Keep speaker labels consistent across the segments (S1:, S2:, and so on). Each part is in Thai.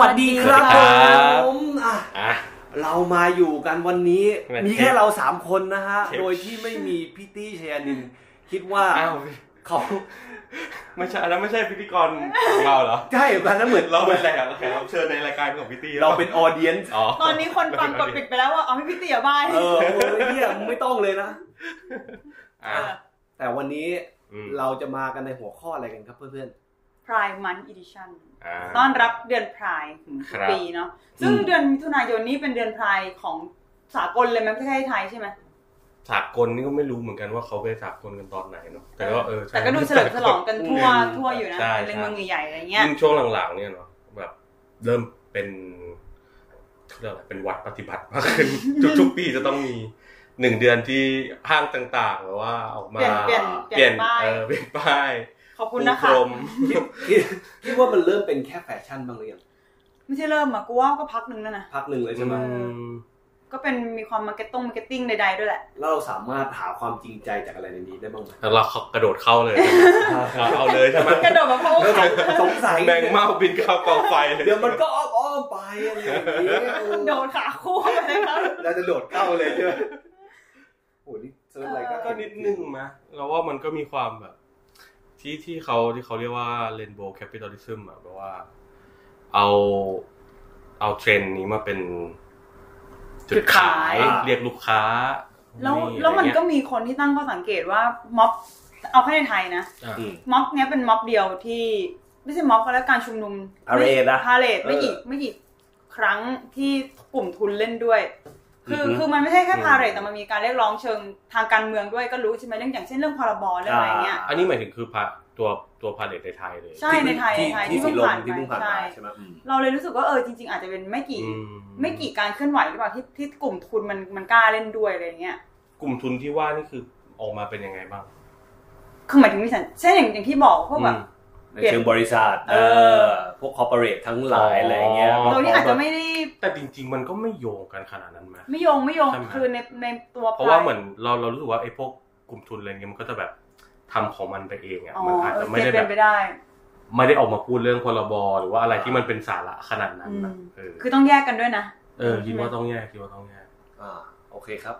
S1: วัสดีครับ
S2: สวัสดีครับ
S1: ผมอ่ะ
S2: อ่ะ
S1: เรามาอยู่กันวันนี้
S2: แหม่
S1: มีแค่เราสามคนนะฮะ
S2: เทป
S1: โดยที่ไม่มีพี่ตี้ชยานิน คิดว่า
S2: อ้าว
S1: เขา
S2: ไม่ใช่อันนั้นไม่ใช่พิธีกรของเราเหรอ
S1: ใช่กันนั้นเหมือน
S2: เราเป็นแขกแขกรับเชิญในรายการของพี่ตี้
S1: เราเป็นออเดียน
S2: อ๋อ
S3: ตอนนี้คนฟังกดปิดไปแล้วว่าเอาให้พี่เตี๋ยบาย
S1: เออเว้ยเนี่ยไม่ต้องเลยนะ
S2: อ่ะ
S1: แต่วันนี้
S2: อืม
S1: เราจะมากันในหัวข้ออะไรกันครับเพื่อน
S3: พรายมันอีดิชั่น
S2: อ่า
S3: ต้อนรับเดือนพราย
S2: ครับ
S3: ปีเนาะ ซึ่ง
S1: อืม
S3: เดือนมิถุนายนนี้เป็นเดือนพรายของสากลเลยไหมไม่ใช่ไทยใช่ไหม
S2: สากลนี่ก็ไม่รู้เหมือนกันว่าเขาไปสากลกันตอนไหนเนาะ แต่ก็เออใช่
S3: แต่ก็ดูเฉลิมฉลองกันทั่ว
S1: อืม
S3: ทั่วอยู่นะ
S2: ใช่ใช่
S3: ในเมืองใหญ่ๆอะไรเงี้ย
S2: ยิ่งช่วงหลังๆเนี่ยเนาะแบบเริ่มเป็นเขาเรียกอะไรเป็นวัดปฏิบัติมาก ขึ้น ทุกๆปีจะต้องมีหนึ่งเดือนที่ห้างต่างๆหรือว่าออกมา
S3: เปลี่ยนเปลี่ยนเปลี่ยนป้าย
S2: เออเปลี่ยนป้าย
S3: ขอบคุณนะ
S2: ปู
S3: คะ
S2: พรม
S1: ๆคิดคิดคิดว่ามันเริ่มเป็นแค่แฟชั่นบางเรื่อง
S3: ไม่ใช่เริ่มอะกูว่าก็พักหนึงแล้วนะ
S1: พักหนึ่งเลยใช่ไหม
S2: อืม
S3: ก็เป็นมีความมาร์เก็ตติ้งมาร์เก็ตติ้งใดๆด้วยแหละ
S1: แล้วเราสามารถหาความจริงใจจากอะไรในนี้ได้ บ้างไหม
S2: แล้วเรากระโดดเข้าเลย เอาเอาเลยใช่ไหม
S3: กระโดดมาเพราะว่าขาย
S1: สงสัย
S2: แมงเม่าบินเข้ากองไฟเลย
S1: เดี๋ยวมันก็อ้อมอ้อมๆไปอะไรอย่างเงี้ย
S3: โดดขาคู่อะไรครับ
S1: เราจะโดดเข้าเลยใช่ไหมโหนี่เซิร์ฟอะไรก็
S2: ก็นิดนึงมะเราว่ามันก็มีความแบบ ที่ที่เขาที่เขาเรียกว่า rainbow capitalism อะแบบว่า เอาเอาเทรนด์นี้มาเป็น จุ
S3: จุ
S2: ด
S3: ด
S2: ขา
S3: ขาย ย
S2: เรียกลูกค้า
S3: แล้วแล้วมันก็มีคนที่ตั้งข้อสังเกตว่าม็อบเอาแค่ในไทยนะ
S2: อ่ะ
S1: อืม
S3: ม็อบเนี้ยเป็นม็อบเดียวที่ไม่ใช่ม็อบแล้วการชุมนุม
S1: Parade นะ
S3: พาเลทไม่
S1: เออ
S3: กี่ไม่กี่ครั้งที่กลุ่มทุนเล่นด้วย คือ
S1: อือฮึ
S3: คือมันไม่ใช่แค่
S1: อืม
S3: พาเลทแต่มันมีการเรียกร้องเชิงทางการเมืองด้วยก็รู้ใช่ไหมเรื่องอย่างเช่นเรื่องพรบเรื่องอะไรเงี้ย
S1: า
S2: อันนี้หมายถึงคือพาตัวตัวพาเลทในไทยเลย
S3: ใช่ ในไทย
S1: ที่
S3: ในไทย
S1: ที่
S3: ที่
S1: สีลม
S3: เพิ่
S1: ที่
S3: ง
S1: เพิ่งผ่า
S3: ผ่าน น
S1: มา
S3: มา
S1: ใช่ไหมอืม
S3: เราเลยรู้สึกว่าเออจริง ๆ อาจจะเป็นไม่กี่
S2: อืม
S3: ไม่กี่การเคลื่อนไหวหรือเปล่าที่ที่กลุ่มทุนมันมันกล้าเล่นด้วยอะไรเงี้ย
S2: กลุ่มทุนที่ว่านี่คือออกมาเป็นยังไงบ้าง
S3: คือหมายถึงมีสัญเช่นอย่างอย่างที่บอกพวกแบบ
S1: ในเชิงบริษัท
S3: เออ
S1: เออพวกคอร์ปอเรททั้งหลายอะไรอย่างเงี้ย
S2: อ๋อ
S3: โดยที่อาจจะไม่ได้
S2: แต่จริง ๆ มันก็ไม่โยงกันขนาดนั้นไหม
S3: ไม่โยงไม่โยง
S2: ใช่ไหม
S3: คือในในตัว
S2: เพราะว่า
S3: พย
S2: เหมือนเราเรารู้สึกว่าไอ้พวกกลุ่มทุนอะไรเงี้ยมันก็จะแบบทำของมันไปเองอ่ะ
S3: อ๋อ
S2: มันอาจจะไม่
S3: เออ
S2: ได้
S3: เก็ตเป็
S2: แบบ
S3: นไปได้
S2: ไม่ได้ออกมาพูดเรื่องพรบหรือว่าอะไรที่มันเป็นสาระขนาดนั้นนะ
S3: อืม
S2: เออ
S3: คือต้องแยกกันด้วยนะ
S2: เออคิดว่าต้องแยกคิดว่าต้องแยก
S1: อ่าโอเคครับ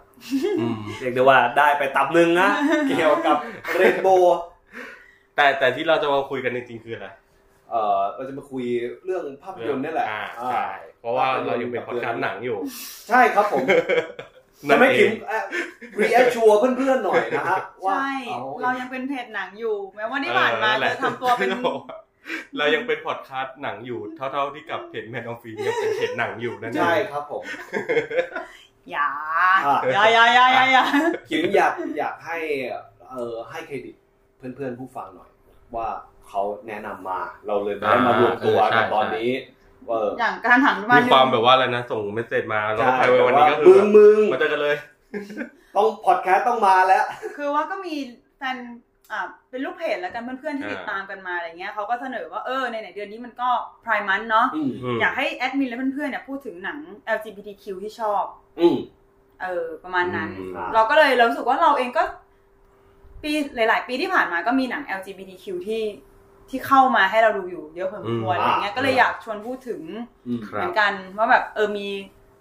S2: อืม
S1: เรียกได้ว่าได้ไปตับหนึ่ง นะ เกี่ยวกับเรนโบว์
S2: แต่แต่ที่เราจะมาคุยกันจริงๆคืออะไร
S1: เออเราจะมาคุยเรื่องภาพยนตร์นี่แหละ
S2: อ่า
S1: อ่า
S2: ใช่เพราะว่า
S1: ภาพยนตร์
S2: เรายังเป็นพอดแคสต์หนังอยู่
S1: ใช่ครับผมจะ
S2: นั่น
S1: ไม่
S2: เอ
S1: ถึ
S2: ง
S1: งรีแอคชัวเพื่อนๆหน่อยนะฮะว่า
S3: ใช่
S1: อ
S3: เรายังเป็นเพจหนังอยู่ แม้ว่าที่ผ่านมาจะทำตัวเป็น
S2: ออ เรายังเป็นพอดแคสต์หนังอยู่ เท่า ๆที่กับเพจแมนออฟฟียังเป็นเพจหนังอยู่นั่นเอง
S1: ใช่ครับผม
S3: อย่า
S1: อ่ะ
S3: อย่าอย่าอย่าอย่าอย่า
S1: คิมอยากอยากให้เออให้เครดิตเพื่อนๆผู้ฟังหน่อย ว่าเขาแนะนำมาเราเลยได้มารวมตัว
S2: อ่าใช่
S1: กันตอนนี้เออ
S3: อย่างกระทันหันมา
S2: มี
S3: หนึ่ง
S2: ความแบบว่าอะไรนะ ส่งเมสเซจมาเราไปวันนี้ก็คือง
S1: มึ
S2: แบบ
S1: มึง
S2: มาเจอกันเลย
S1: ต้องพอดแคสต์ต้องมาแล้ว
S3: คือว่าก็มีแฟนอ่าเป็นลูกเพจแล้วกันเพื่อนๆที่
S2: อ่า
S3: ติดตามกันมาอะไรเงี้ยเขาก็เสนอว่าเออในไหนๆเดือนนี้มันก็พรายมันเนาะ
S1: อืม
S2: อืม
S3: อยากให้แอดมินและเพื่อนๆเนี่ยพูดถึงหนัง LGBTQ ที่ชอบ
S1: อืม
S3: เออประมาณนั้น
S2: อืม
S3: เราก็เลยเรารู้สึกว่าเราเองก็ปีหลาย ๆ ปีที่ผ่านมาก็มีหนัง LGBTQ ที่ที่เข้ามาให้เราดูอยู่เยอะพอสมควร
S1: อืม
S3: อะไรเงี้ย
S1: อ่า
S3: ก็เลยอยากชวนพูดถึง
S1: อืม
S2: ค
S3: เห
S2: รับ
S3: มือนกันว่าแบบเออมี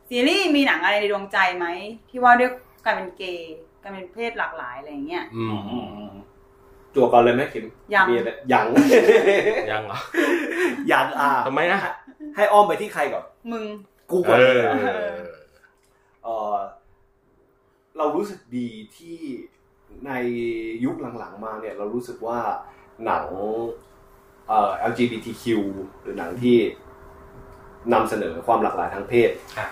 S3: ซีรีส์มีหนังอะไรในดวงใจไหม ที่ว่าด้วยการเป็นเกย์การเป็นเพศหลากหลายอะไรเงี้ย
S2: อืม
S1: จั่วก่อนเลยไหมคิม
S3: ยัง
S1: มีอะไร ยัง
S2: ยังเหรอ
S1: ยังอ่ะ
S2: ทำไมนะ
S1: ให้อ้อมไปที่ใครก่อน
S3: มึง
S1: กูก่อน
S2: เอ
S1: เลย
S2: อ
S1: เหรอเออเรารู้สึกดีที่ในยุคหลังๆมาเนี่ย เรารู้สึกว่าหนังเอ่อ LGBTQ หรือหนังที่นำเสนอความหลากหลายทางเพศ
S2: ค่ะ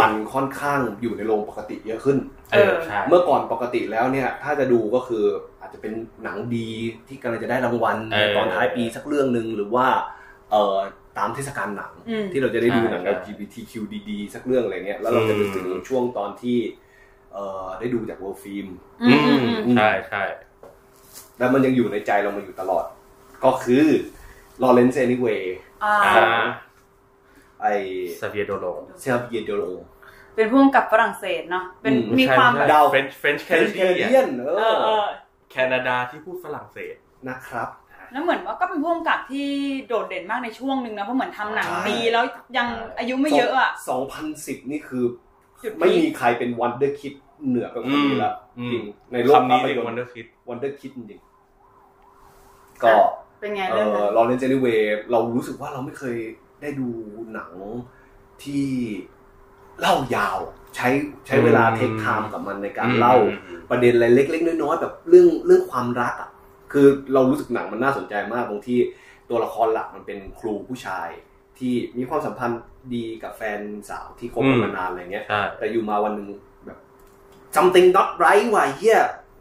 S1: มันค่อนข้างอยู่ในโรงปกติเยอะขึ้น
S2: เออใช่
S1: เมื่อก่อนปกติแล้วเนี่ย ถ้าจะดูก็คืออาจจะเป็นหนังดีที่กำลังจะได้รางวัลในตอนท้ายปีสักเรื่องหนึ่งหรือว่าเอ่อตามเทศกาลหนัง
S3: อืม
S1: ที่เราจะได้ดูหนัง LGBTQ ดีๆสักเรื่องอะไรเงี้ยแล้วเราจะนึกถึงช่วงตอนที่เอ่อได้ดูจาก World Film
S3: อืมอืมอืม
S2: ใช่ใช่
S1: แล้วมันยังอยู่ในใจเรามาอยู่ตลอด ก็คือ Lawrence Anyway
S3: อ่า
S2: อ่า
S1: ไอ
S2: ซาเวียโดโล
S1: เซอร์เบียโดโล
S3: เป็นพ่วงกับฝรั่งเศสเนาะเป็น
S1: อืม
S3: มีความแบบ
S1: ดาว
S2: เฟรนช์เฟรนช์แค
S1: เคน นเดียนเอ
S3: เออ
S1: อ
S3: เออ
S2: แคนาดาที่พูดฝรั่งเศส
S1: นะครับ
S3: แล้วเหมือนว่าก็เป็นผู้กำกับที่โดดเด่นมากในช่วงหนึ่งนะเพราะเหมือนทำหนังดีแล้วยังอายุไม่เยอะอ่ะ
S1: สองพันสิบนี่คือ
S3: จุด
S1: ไม่
S3: พี
S1: มี
S3: ค
S1: ใครเป็นวันเดอร์คิดเหนือกับคนนี้แล้ว
S2: อืม
S1: จริงในโลก
S2: คำนี้
S1: ภาพ
S2: เรีย
S1: ย
S2: ก
S1: น
S2: วัน
S1: ต
S2: เดอร์คิด
S1: วันเดอร์คิดจริงๆก็
S3: เป็นไง
S1: เอ
S3: เรื่องนั้
S1: อน ลอเรนเจลิเวเรารู้สึกว่าเราไม่เคยได้ดูหนังที่เล่ายาว ใช้ใช้เวลา
S2: อืม
S1: เทคไทม์กับมันในการเล่า ประเด็นอะไรเล็กๆน้อยๆแบบเรื่องเรื่องความรักอ่ะคือเรารู้สึกหนังมันน่าสนใจมากตรงที่ตัวละครหลักมันเป็นครูผู้ชาย ที่มีความสัมพันธ์ดีกับแฟนสาวที่คบกัน
S2: อืม
S1: มานานอะไรเงี้ย
S2: ใช่
S1: แต่อยู่มาวันหนึ่งแบบ something not right ว่ะเฮีย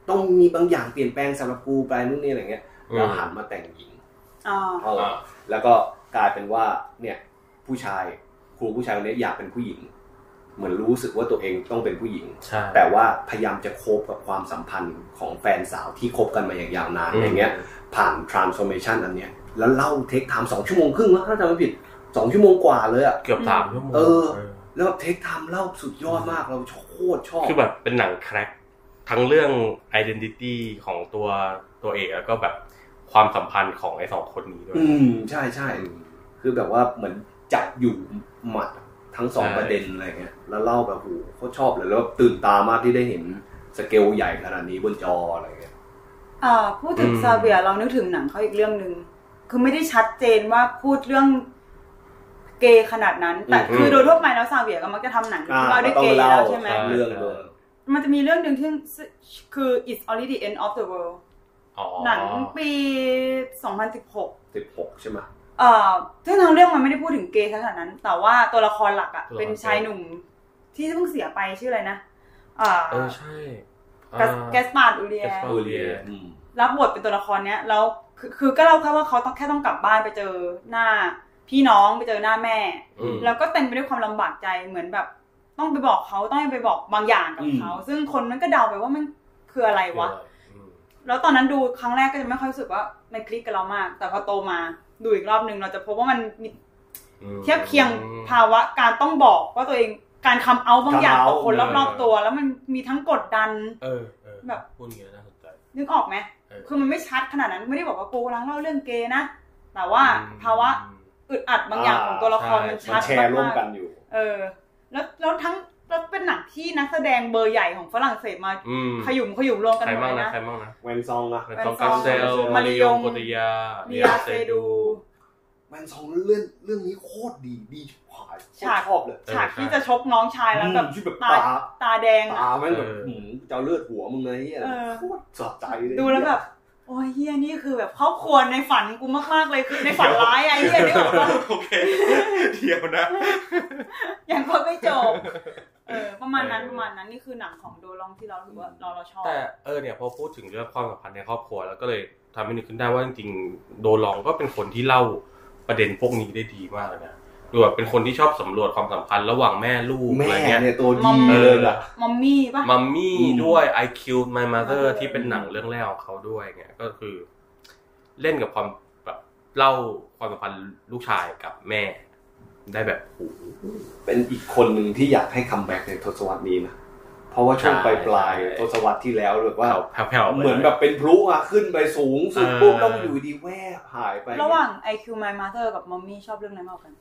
S1: ต้องมีบางอย่างเปลี่ยนแปลงสำหรับกูไปนู่นนี่อะไรเงี้ยแล้วหันมาแต่งหญิง
S3: อ๋อ
S1: เออแล้วก็กลายเป็นว่าเนี่ยผู้ชายครูผู้ชายคนนี้อยากเป็นผู้หญิง เหมือนรู้สึกว่าตัวเองต้องเป็นผู้หญิง
S2: ใช่
S1: แต่ว่าพยายามจะโคบกับความสัมพันธ์ของแฟนสาวที่คบกันมาอย่างยาวนาน
S2: อืม
S1: อย่างเงี้ย ผ่าน transformation อันเนี้ย แล้วเล่าเทคไทม์สองชั่วโมงครึ่งแล้วถ้าจำไม่ผิดสองชั่วโมงกว่าเลยอะ
S2: เกือบสามชั่วโมง
S1: เออ แล้วเทคไทม์เล่าสุดยอดมากเราโคตรชอบ
S2: คือแบบเป็นหนังแครกทั้งเรื่อง identity ของตัวตัวเอกแล้วก็แบบความสัมพันธ์ของไอ้สองคนนี้ด้วย
S1: อืมใช่ใช่คือแบบว่าเหมือนจับอยู่หมัดทั้งสอง
S2: ใช่
S1: ประเด็นอะไรเงี้ยแล้วเล่าแบบโหโคตรชอบเลยแล้วแบบตื่นตามากที่ได้เห็นสเกลใหญ่ขนาดนี้บนจออะไรเงี้ย
S3: อ่าพูดถึง
S2: อืม
S3: ซาเวียร์เรานึกถึงหนังเขาอีกเรื่องหนึ่งคือไม่ได้ชัดเจนว่าพูดเรื่องเกย์ขนาดนั้น แต่คือโดยทั่วไปแล้วซาเวียร์ก็มักจะทำหนัง
S1: อ่า
S3: ที่ว่าด้วย
S1: ต้อ
S3: เก
S1: ง
S3: ย์
S1: เล่า
S3: แล้วใช่ไหม
S1: เรื่องเลย
S3: มันจะมีเรื่องหนึ่งที่คือ it's already the end of the world
S2: อ๋อ
S3: หนังปี 2016
S1: สิบหกใช่ไหม
S3: เอ่อซึ่งทางเรื่องมันไม่ได้พูดถึงเกย์ขนาดนั้น แต่ว่าตัวละครหลักอะเป็นชายหนุ่มที่เพิ่งเสียไปชื่ออะไรนะเอ่อ
S2: เออใช่อ่า
S3: แกสปาร์ดอูเลีย
S2: Gaspard
S1: เออเรียอืม
S3: รับบทเป็นตัวละครเนี้ยแล้วคือคือก็เล่าแค่ว่าเขาต้องแค่ต้องกลับบ้านไปเจอหน้าพี่น้องไปเจอหน้าแม่
S2: อืม
S3: แล้วก็เต็มไปด้วยความลำบากใจเหมือนแบบ ต้องไปบอกเขาต้องไปบอกบางอย่างกับเขา ซึ่งคนนั้นก็เดาไปว่ามันคืออะไรวะ
S2: อืม
S3: แล้วตอนนั้นดูครั้งแรกก็จะไม่ค่อยรู้สึกว่ามันคลิกกับเรามาก แต่พอโตมาดูอีกรอบหนึ่งเราจะพบว่ามันมี
S2: อืม
S3: เทียบเคียงภาวะการต้องบอกว่าตัวเองการคำเอาบางอย่างกับคนรอบๆตัว แล้วมันมีทั้งกดดัน
S2: เออเออ
S3: แบบ
S2: พูดอย่างนี้น่าสนใจ
S3: นึกออกไหม
S2: เออ
S3: คือมันไม่ชัดขนาดนั้นไม่ได้บอกว่ากูกำลังเล่าเรื่องเกย์นะแต่ว่าภาวะอึดอัดบางอย่างของตัวละครมัน
S1: มั
S3: ชั
S1: น
S3: ด
S1: แชร์ร่วม
S3: มาก
S1: กันอยู่
S3: ๆเออ แล้วแล้วทั้งแล้วเป็นหนังที่นักแสดงเบอร์ใหญ่ของฝรั่งเศสมา
S2: อืม
S3: ขยุ่มขยุ่มรวมกัน
S2: ใคร
S3: หมด
S2: บ้าง
S3: เลย
S2: นะ
S3: นะ
S2: ใครบ้างนะ
S1: แวนซองอะ
S2: แฟน
S3: แฟน
S2: ซอ
S3: ซอ
S2: งกา
S3: ง
S2: เซลมาริยงโกติยา
S3: เรียเซดู
S1: แวนซองเรื่องเรื่องนี้โคตรดีดีชิบหาย
S3: ฉาร ก
S1: โคตชอบเลย
S3: ฉากที่จะชกน้องชายแล้วแบบ
S1: อืมที่แบบ
S3: ตา
S1: ตา
S3: ตาแดงอะ
S1: ตาแม่งแบบหืมจะเอาเลือดหัวมึงเลยเหี้ย
S3: เออ
S1: โคตรสะใจเลย
S3: ดูแล้วแบบ โอ้ยเฮียนี่คือแบบครอบครัวในฝันกูมากๆเลยคือในฝันร้ายอะไอ้เฮีย นี่บอกว่า
S2: โอเคเดียวนะ
S3: ยังก็ไม่จบเออประมาณนั้นประมาณนั้นนี่คือหนังของโดลองที่เราถือว่าเราเราชอบ
S2: แต่เออเนี่ยพอพูดถึงเรื่องความสัมพันธ์ในครอบครัวแล้วก็เลยทำให้นึกขึ้นได้ว่าจริงๆโดลองก็เป็นคนที่เล่าประเด็นพวกนี้ได้ดีมากเลยนะดูแบบเป็นคนที่ชอบสำรวจความสัมพันธ์ระหว่างแม่ลูก
S1: แม่
S2: อะไรเงี้ย
S1: เนี่ยตัวดีเลยล่ะ
S3: มอมมี่ปะ
S2: มัมมี่
S1: อืม
S2: ด้วย I Killed My Mother ที่เป็นหนังเรื่องแรกของเขาด้วยเนี่ยก็คือ เล่นกับความแบบเล่าความสัมพันธ์ลูกชายกับแม่ ได้แบบโห
S1: เป็นอีกคนหนึ่งที่อยากให้คัมแบ็กในทศวรรษนี้นะเพราะว่าช่วงป
S2: ใช่
S1: ลายปลายๆทศวรรษที่แล้วแบบว่า
S2: แผ่วๆไปลย
S1: เหมือนแบบเป็นพลุอะขึ้นไปสูงสุดปุ๊บ
S2: เออ
S1: แล้วอยู่ดีแวบหายไประ
S3: หว่าง IQ My Mother กับมอมมี่ชอบเรื่องไหนมากกว่ากัน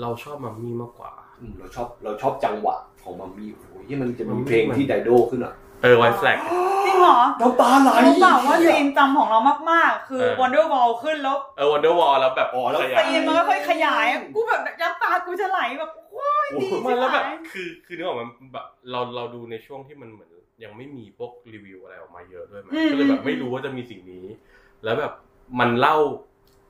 S2: เราชอบมัมมี่มากกว่า
S1: อืมเราชอบเราชอบจังหวะของมัมมี่โอ้ยที่มันจะมีเพลงที่ไดโดขึ้นอะ
S2: เออไวแฟลก
S3: จริงเหรอ
S1: น้ำตาไหล
S3: รู้เปล่าว่าซีนจำของเรามากๆ คือ
S2: เออ
S3: Wonder Wall ขึ้นแล้ว
S2: เออวันเดอร์วอลแล้วแบบ
S1: อ๋อแล้ว
S2: ขยาย
S3: ซีนมันก็ค่อยขยายอะกูแบบน้ำตากูจะไหลแบบโอ้ยดี
S2: ไมั
S3: จั
S2: น
S3: ง
S2: แล้วแบบ
S3: เลย
S2: คือคือนึกออกมันแบบเราเราดูในช่วงที่มันเหมือน ยังไม่มีพวกรีวิวอะไรออกมาเยอะด้วยมั้ย
S3: อืม
S2: ก็เลยแบบไม่รู้ว่าจะมีสิ่งนี้ แล้วแบบมันเล่า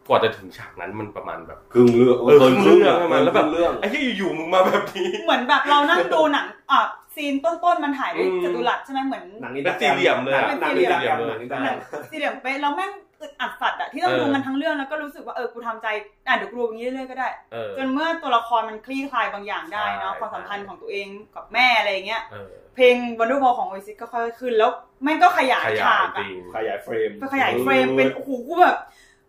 S2: กว่าจะถึงฉากนั้นมันประมาณแบบ
S1: ครึ่งเรื่อง
S2: เออครึ่งเรื่องใช่ไหม
S1: กิน
S2: แล้วแบบ
S1: ครึ่งเรื่อง
S2: ไอ้ที่อยู่ๆมึงมาแบบนี้
S3: เหมือนแบบเรานั่งดูหนังอ่ะซีนต้นๆมันถ่ายด้วย
S2: อืม
S3: จัตุรัสใช่ไหมเหมือน
S1: หนังอินเตอร์แกร
S2: เป็นสี่เหลี่ยมเลยอะ
S1: หนังอินเตอร์แกรมหนังอินเตอร์แก
S3: ห
S1: ร
S3: นั
S1: ม
S3: งสี่เหลี่ยมเป๊ะแล้วแม่งอึดอัดสัตว์อะที่ต้อง
S2: เออ
S3: ดูมันทั้งเรื่องแล้วก็รู้สึกว่าเออกูทำใจอ่ะเดี๋ยวกูดูอย่างนี้เรื่อยๆก็ได้
S2: เออ
S3: จนเมื่อตัวละครมันคลี่คลายบางอย่างได้เนาะ
S2: ใช่
S3: ความสัมพันธ์ของตัวเองกับแม่อะไรอย่างเงี้ย
S2: เออ
S3: เพลง Wonderwall ของโอซิสก็ค่อยๆขึ้นแล้วแม่งก็ขยาย
S2: ขยา
S3: ฉาย ก
S2: จ
S3: อะ
S2: ริง
S1: ขยายเฟรม
S3: ไปขยายเฟรมเป็นโอ้โหกูแบบ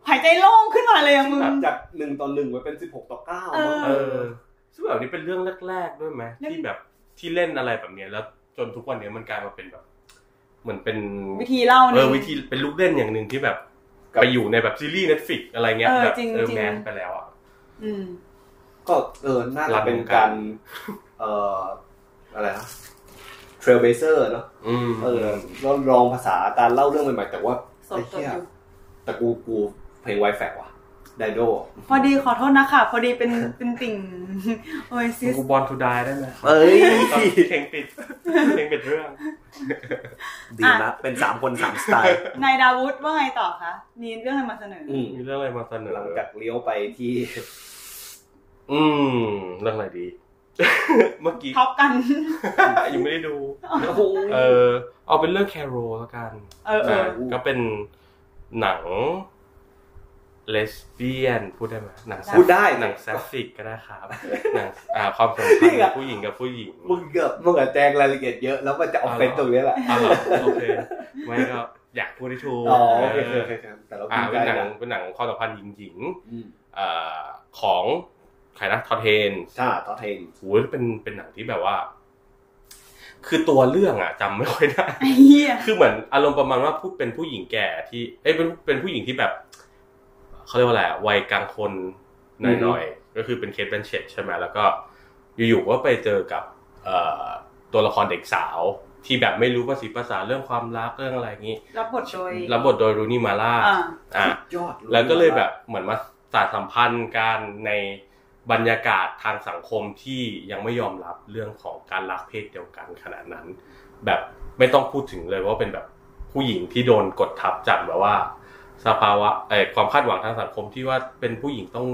S3: หายใจโล่งขึ้นมาเลยอะมึง
S1: จากหนึ่งต่อหนึ่งไว้เป็นสิบหกต่อเก้า
S3: เออ
S2: เออซึ่งแบบนี้เป็นเรื่องแรกๆด้วยไหม
S3: เรื่อง
S2: ที่แบบที่เล่นอะไรแบบเนี้ยแล้วจนทุกวันเนี้ยมันกลายมาเป็นแบบ เหมือนเป็น
S3: วิธีเล่า
S2: เอ
S3: เนี่
S2: อย วิธีเป็นลูกเล่นอย่างหนึ่งที่แบบ
S1: กับ
S2: ไปอยู่ในแบบซีรีส์ Netflix อะไรเงี้ย
S3: เออ
S2: แบบ
S3: จริง
S2: เออ
S3: จริง
S2: แมนไปแล้วอ่ะ
S3: อืม
S1: ก็เออน่า
S2: รั
S1: จะ
S2: น
S1: เป็น
S2: วง
S1: กา
S2: การ
S1: รเอ่ออะไรนะเทรลเบเซอร์เนาะ
S2: อืม
S1: เออลองลองภาษาการเล่าเรื่องใหม่ๆแต่ว่า
S3: สด
S1: ไอ้
S3: สด
S1: เหี้ย
S3: อยู่
S1: แต่กูกูเพลงไวแฟกว่ะไดโด
S3: พอดีขอโทษนะค่ะ พอดีเป็นเป็นติ่ง โอเอซิส
S2: กูบอลทูดายได้ไหม
S4: เอ้ย
S2: ตอนเพลงปิดเพลงปิดเรื่อง
S4: ดีนะ เป็นสามคนสามสไตล์
S3: นายดาวุฒิว่าไงต่อคะ มีเรื่องอะไรมาเสนอ
S1: อืม
S2: มีเรื่องอะไรมาเสนอ
S1: หลังจากเลี้ยวไปที่
S2: อืม เรื่องอะไรดี เมื่อกี้
S3: ท็อปกัน
S2: ยังไม่ได้ดู เออเอาเป็นเรื่องแคโรแล้วกัน
S3: เออเออ
S2: นะก็เป็นหนังเลสเบี้ยนพูดได้ไหมหนังแซฟ
S1: พูดได้
S2: หนังแซฟฟิกก็ได้ครับหนัง อ่าความสัมพันธ์ของผู้หญิงกับผู้หญิง
S1: มึงเกือบมึงกับแจงรายละเอียดเยอะแล้วมันจะเอาเป็นตรงเนี้ยแหละ
S2: อ่าโอเคไม่ก็อยากพูดให้ถูก
S1: อ๋อโอเค
S2: เอ
S1: โอ
S2: อ
S1: เคครับแต่เรา
S2: อ่า
S1: พูด
S2: เป็น
S1: ได้
S2: หนัง
S1: นะ
S2: เป็นหนังความสัมพันธ์หญิง
S1: อืม
S2: ๆอ่าของใครนะทอดเทน
S1: ใช่ต่อเทน
S2: โอ้โหเป็นเป็นหนังที่แบบว่า คือตัวเรื่องอ่ะจำไม่ค่อยได้
S3: ไอ้เหี้ย
S2: คือเหมือนอารมณ์ประมาณว่าผู้เป็นผู้หญิงแก่ที่ เอ้ยเป็นเป็นผู้หญิงที่แบบเขาเรียกว่าอะไรอะวัยกลางคนหน่อยๆ ก็คือเป็นเคสเป็นเชตใช่ไหมแล้วก็อยู่ๆก็ไปเจอกับเอ่อตัวละครเด็กสาว ที่แบบไม่รู้ภาษีภาษาเรื่องความรักเรื่องอะไรอย่างนี้
S3: รับบทโดย
S2: รับบทโดยรูนี่มาล่า
S3: อ่า
S2: อ่ะ
S1: ยอด
S2: แล้วก็เลยแบบเหมือนมาสารสัมพันธ์การในบรรยากาศทางสังคมที่ยังไม่ยอมรับเรื่องของการรักเพศเดียวกันขนาดนั้น แบบไม่ต้องพูดถึงเลยว่าเป็นแบบผู้หญิงที่โดนกดทับจากแบบว่า สภาวะเอ่อความคาดหวังทางสังคมที่ว่าเป็นผู้หญิงต้อง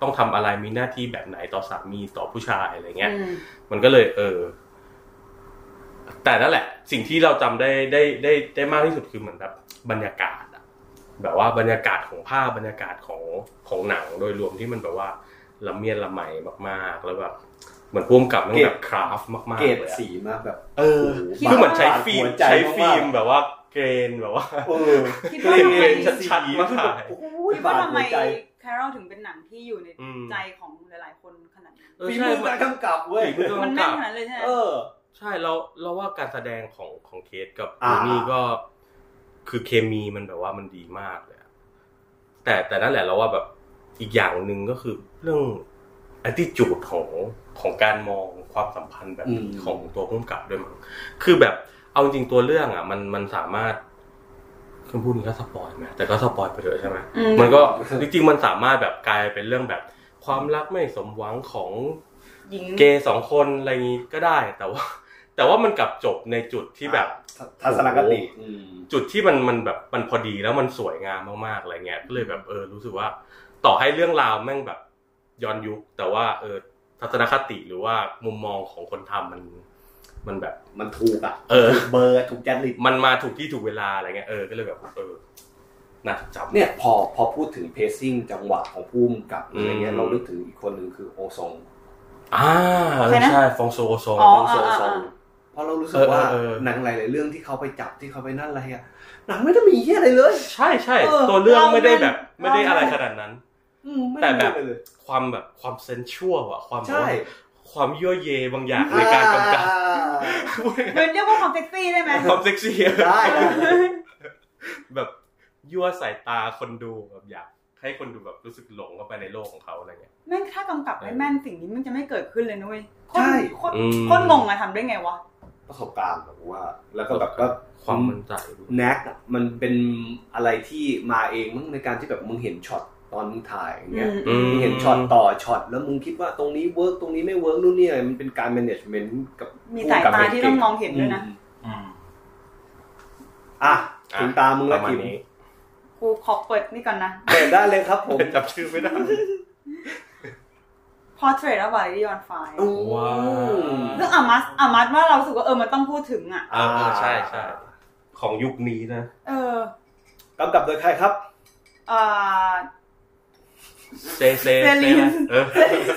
S2: ต้องทำอะไรมีหน้าที่แบบไหนต่อสามีต่อผู้ชายอะไรเงี้ย
S3: อืม
S2: มันก็เลยเออ แต่นั่นแหละ สิ่งที่เราจำได้ได้ได้ได้มากที่สุดคือเหมือนแบบบรรยากาศอะแบบว่าบรรยากาศของภาพบรรยากาศของของหนังโดยรวมที่มันแบบว่าละเมียดละไมมากๆ แล้วแบบเหมือนพ่วงกับมัน
S1: เกรด
S2: แบบคราฟมากๆ
S1: เกรด
S2: เลยอะ
S1: สีมากแบบ
S2: เออ
S1: โอ้โห
S2: คือเหมือนใช้
S1: บาด
S2: ฟิล์ม
S1: หัวใจ
S2: ใช้
S1: มากๆ
S2: ฟิล์มแบบว่าเกรนแบบว่า
S1: เออ
S3: คิดว่าทำไม
S1: เกรดชัดๆมากแบบโอ้ย
S3: คิดว่า
S1: บาด
S3: ทำ
S1: หั
S3: ไม
S1: วใจ
S3: แคร o l ถึงเป็นหนังที่อยู่ใน
S2: อืม
S3: ใจของหลายๆคนขนาดนั้น
S2: เออ
S1: ฝี
S2: ใช่
S1: มือการกำกับเว้ย
S2: ฝีมือการ
S3: มัน
S2: กำ
S3: แม่
S2: กัน บ
S3: ขนาดนั้นเลยใช่ไหม
S1: เออ
S2: ใช่เราเราว่าการแสดงของของเคสกับ
S1: อ่า
S2: รูนี่ก็คือเคมีมันแบบว่ามันดีมากเลยอะแต่แต่นั่นแหละเราว่าแบบอีกอย่างหนึ่งก็คือเรื่อง attitude ของของการมองความสัมพันธ์แบบ
S1: อืม
S2: ของตัวผู้กำกับด้วยมั้งคือแบบเอาจริงๆตัวเรื่องอ่ะ มันมันสามารถคือพูดนี้ก็สปอยไหมแต่ก็สปอยไปเถอะใช่ไหม
S3: อื
S2: มันก็จริงๆมันสามารถแบบกลายเป็นเรื่องแบบความรักไม่สมหวังของ
S3: หญิง
S2: เกย์สองคนอะไรงี้ก็ได้แต่ว่า แต่ว่ามันกลับจบในจุดที่แบบ
S1: ทัศนคติอืม
S2: จุดที่มันมันแบบมันพอดีแล้วมันสวยงามมากๆอะไรเงี้ยก็เลยแบบเออรู้สึกว่า ต่อให้เรื่องราวแม่งแบบย้อนยุค แต่ว่าเออทัศนคติหรือว่ามุมมองของคนทำมัน มันแบบ
S1: มันถูกอ่ะ
S2: เออ
S1: ถูกเบอร์ถูกจริต
S2: มันมาถูกที่ถูกเวลาอะไรเงี้ยเออก็เลยแบบเออน่าจดจำ
S1: เนี่ยพอพอพูดถึงเพ c ซิ่งจังหวะของพุ่มกับอะไรเงี้
S2: อื
S1: ย
S2: ม
S1: เรานึกถึงอีกคนหนึ่งคือโอซง
S2: อ่าเออใช่ฟองโซโซ
S3: อ๋อ
S1: โอซ
S3: อ่าง อ่า
S1: ซ
S3: อ่าง
S1: เพราะเรารู้สึก
S2: เออ
S1: ว่า
S2: เออเออ
S1: หนังหลายๆเรื่องที่เขาไปจับที่เขาไปนั่นอะไรอ่ะหนังไม่ได้มีเหี้ยอะไรเลย
S2: ใช่ใช่ตัวเรื่องไม่ได้แบบ ไม่ได้อะไรขนาดนั้น
S1: อืมไม่
S2: แต่
S1: ได้
S2: แบบ
S1: มีอะไรเลย
S2: ความแบบความเซนชวลอะความแบบ
S1: ใช่
S2: ว่าความยั่วเยบางอย่างในการกำกับ
S1: อ่า
S2: พูด
S3: เรียกว่าความเซ็กซี่ได้ไหม
S2: ความเซ็กซี่
S1: ได้นะ
S2: แบบยั่วสายตาคนดูแบบอยากให้คนดูแบบรู้สึกหลงเข้าไปในโลกของเขาอะไรเงี้ย
S3: แม่งถ้ากำกับไม่แม่นสิ่งนี้มันจะไม่เกิดขึ้นเลยนุ้ยโคตรโคตร
S2: อืม
S3: โคตรงงอะทำได้ไงวะ
S1: ประสบการณ์แบบว่า แล้วก็แบบว่า
S2: ความมั่นใจด้วย
S1: แน็กอะมันเป็นอะไรที่มาเองมั้งในการที่แบบมึงเห็นช็อตตอนมึงถ่ายอย่างเงี้ย
S3: อืม
S1: มึงเห็นช็อตต่อช็อตแล้วมึงคิดว่าตรงนี้เวิร์กตรงนี้ไม่เวิร์กนู่นนี่อะไรมันเป็นการ management กับ
S3: มีสายตาที่ต้องมองเห็นด้วยนะ
S1: อืม
S2: อืม
S1: อ่ะ
S2: อ่ะ
S1: ถึงตามึง
S2: ป
S1: แล้
S2: ระ
S1: ว
S2: มาณ
S1: กิม
S2: นี้
S3: กูขอเปิดนี่ก่อนนะ
S1: เปิดได้เลยครับผม
S2: จำชื่อไม่ได้
S3: Portrait of a Lady on Fire
S2: ว้าว
S3: เรื่องอามัสอามัสว่าเรารู้สึกว่าเออมันต้องพูดถึงอะ
S2: อ่าใช่ใช่ของยุคนี้นะ
S3: เออก
S1: ำกับโดยใครครับ
S3: เอ่อ
S2: เซเซ
S3: เซลิน
S2: เออ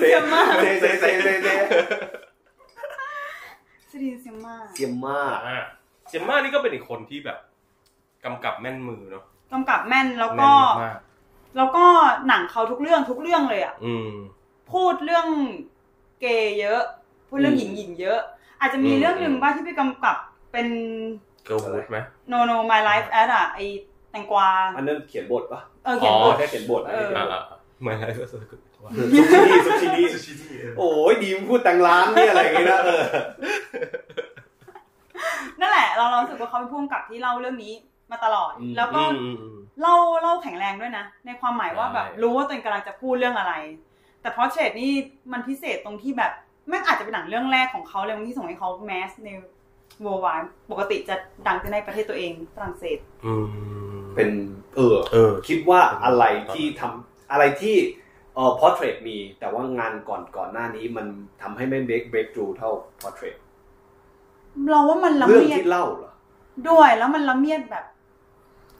S3: เซียมมา
S1: เซเซเซเซเซ
S3: เซรีนเซียมมา
S1: เซียมมาก
S2: อ่ะเจมมานี่ก็เป็นอีกคนที่แบบกำกับแม่นมือเนาะ
S3: กำกับแม่นแล้ว
S2: แม่
S3: ก็
S2: นมาก
S3: แล้วก็หนังเขาทุกเรื่องทุกเรื่องเลยอะ
S2: ๆอืม
S3: พูดเรื่องเกย์เยอะ พูดเรื่องหญิงหญิงเยอะ อาจจะมี
S2: อืม
S3: เรื่องหนึ่งบ้างที่ไปกำกับเป็น
S2: เกิร์ลวูดไหม
S3: no no my life as อะไอใน งกวา
S1: อันนั้นเขียนบทปะ
S3: เออเขียนบ
S1: อ๋อ
S3: ท
S1: แค่เขียนบท
S3: เออ
S2: อ่าๆเหมือนอะไรก็สกุลว่า
S1: ซุชินี่ซุชิ
S4: ซูชิ
S1: นี่
S4: ที่
S1: โอ้ยดีมพูดแต่งร้านเนี่ยอะไรอย่างเงี้ยนะเออ
S3: นั่นแหละ เราเรารู้สึกว่าเขาเป็นผู้กำกับที่เล่าเรื่องนี้มาตลอด
S1: อืม
S3: แล้วก็
S2: อืมๆ
S3: เล่าเล่าแข็งแรงด้วยนะ ในความหมายว่าแบบ
S2: ใช่
S3: รู้ว่าตัวเองกำลังจะพูดเรื่องอะไร แต่พอเชดนี่มันพิเศษตรงที่แบบแม่งอาจจะเป็นหนังเรื่องแรกของเขาเลยมั้งที่ส่งให้เขาแมสในวอวานปกติจะดังแต่ในประเทศตัวเองฝรั่งเศส
S2: ๆอืม
S1: เป็นเออ
S2: เออ
S1: คิดว่าอะไรที่ทำอะไรที่เอ่อ portrait มี แต่ว่างานก่อนก่อนหน้านี้มันทำให้ไม่ break break through เท่า portrait
S3: เราว่ามันละ
S1: เรื่อง
S3: เมียด
S1: ที่เล่าเหรอ
S3: ด้วยแล้วมันละเมียดแบบ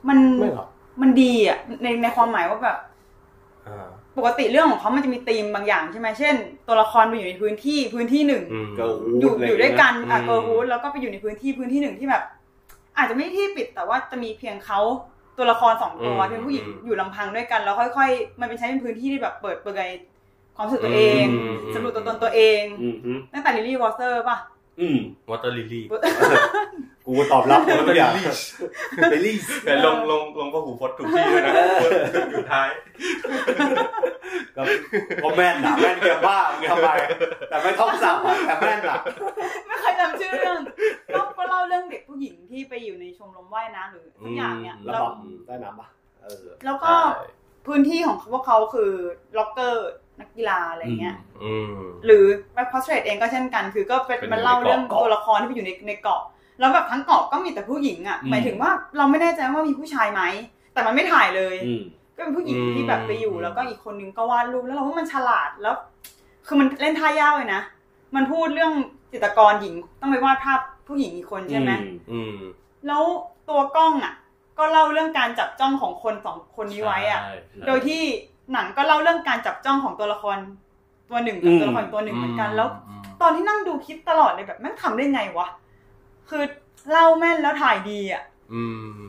S3: มัน
S2: ไม่หรอก
S3: มันดีอ่ะในในความหมายว่าแบบ
S2: อ่า
S3: ปกติเรื่องของเขามันจะมีธีมบางอย่างใช่ไหมเช่น ตัวละครไปอยู่ในพื้นที่พื้นที่หนึ่ง
S2: อืม
S1: Girl
S3: อ
S1: Wood
S3: ยู่
S1: อะ
S3: อ
S1: ไรอย่างเงี้ย
S3: ยู่ด้วยกันอ่ะ
S2: อืม
S3: เกิร์ลฮูดแล้วก็ไปอยู่ในพื้นที่พื้นที่หนึ่งที่แบบ อาจจะไม่ที่ปิดแต่ว่าจะมีเพียงเขาตัวละครสองตัวที่เป็นผู้หญิงอยู่ลำพังด้วยกัน แล้วค่อย ๆ มันเป็นใช้เป็นพื้นที่ที่แบบเปิดเผยความรู้สึกตัวเอง
S2: ม
S3: สำรวจตัวตนตัวเอง
S1: อืมฮึ
S3: ตั้งแต่ลิลลี่วอเตอร์ป่ะ
S1: อืม
S2: วอเตอร์ลิลี่
S1: กูตอบรับหมดทุกอย่าง เบลลี่
S2: แต่ลงลงลงพระหูพจน์ถูกที่ด้วยนะอยู่ท้าย
S1: ก็ก็แม่นหนะแม่นเกียบ้ามึงทำไมแต่ไม่ท่องซ้ำอะแต่แม่นหนะ
S3: ไม่เคยจำชื่อเรื่องก็ก็เล่าเรื่องเด็กผู้หญิงที่ไปอยู่ในชมรมว่ายน้ำหรือสักอย่างเนี่ย
S2: อืม
S1: ระ
S3: แล้ว
S1: บำได้น้ำปะเออ
S3: แล้วก็พื้นที่ของพวกเขาคือล็อกเกอร์นักกีฬาอะไรเงี้ย
S2: อืม
S3: หรือแบ็คพอสเทรตเองก็เช่นกัน คือก็เป็น
S2: เป็น
S3: มันเล่า
S2: ในเกาะ
S3: เรื่องตัวละครที่ไปอยู่ในในเกาะ แล้วแบบทั้งเกาะก็มีแต่ผู้หญิงอ่ะ หมายถึงว่าเราไม่แน่ใจว่ามีผู้ชายไหม แต่มันไม่ถ่ายเลย
S1: อืม
S3: ก็เป็นผู้หญิงที่แบบไปอยู่ แล้วก็อีกคนนึงก็วาดรูป แล้วเราว่ามันฉลาด แล้ว คือมันเล่นท่ายากเลยนะ มันพูดเรื่องจิตรกรหญิงต้องไปวาดภาพผู้หญิงอีกคนใช่ไหม
S2: อื
S1: อื
S2: ม
S3: แล้วตัวกล้องอ่ะ ก็เล่าเรื่องการจับจ้องของคนสองคนนี้ไว้อ่ะ
S2: ใช่ใช่
S3: โดยที่หนังก็เล่าเรื่องการจับจ้องของตัวละคร ตัวหนึ่งกับตัวละครตัวหนึ่งเหมือนกันแล้ว ตอนที่นั่งดูคิดตลอดเลยแบบแม่งทำได้ไงวะ คือเล่าแม่นแล้วถ่ายดีอ่ะ
S2: อืม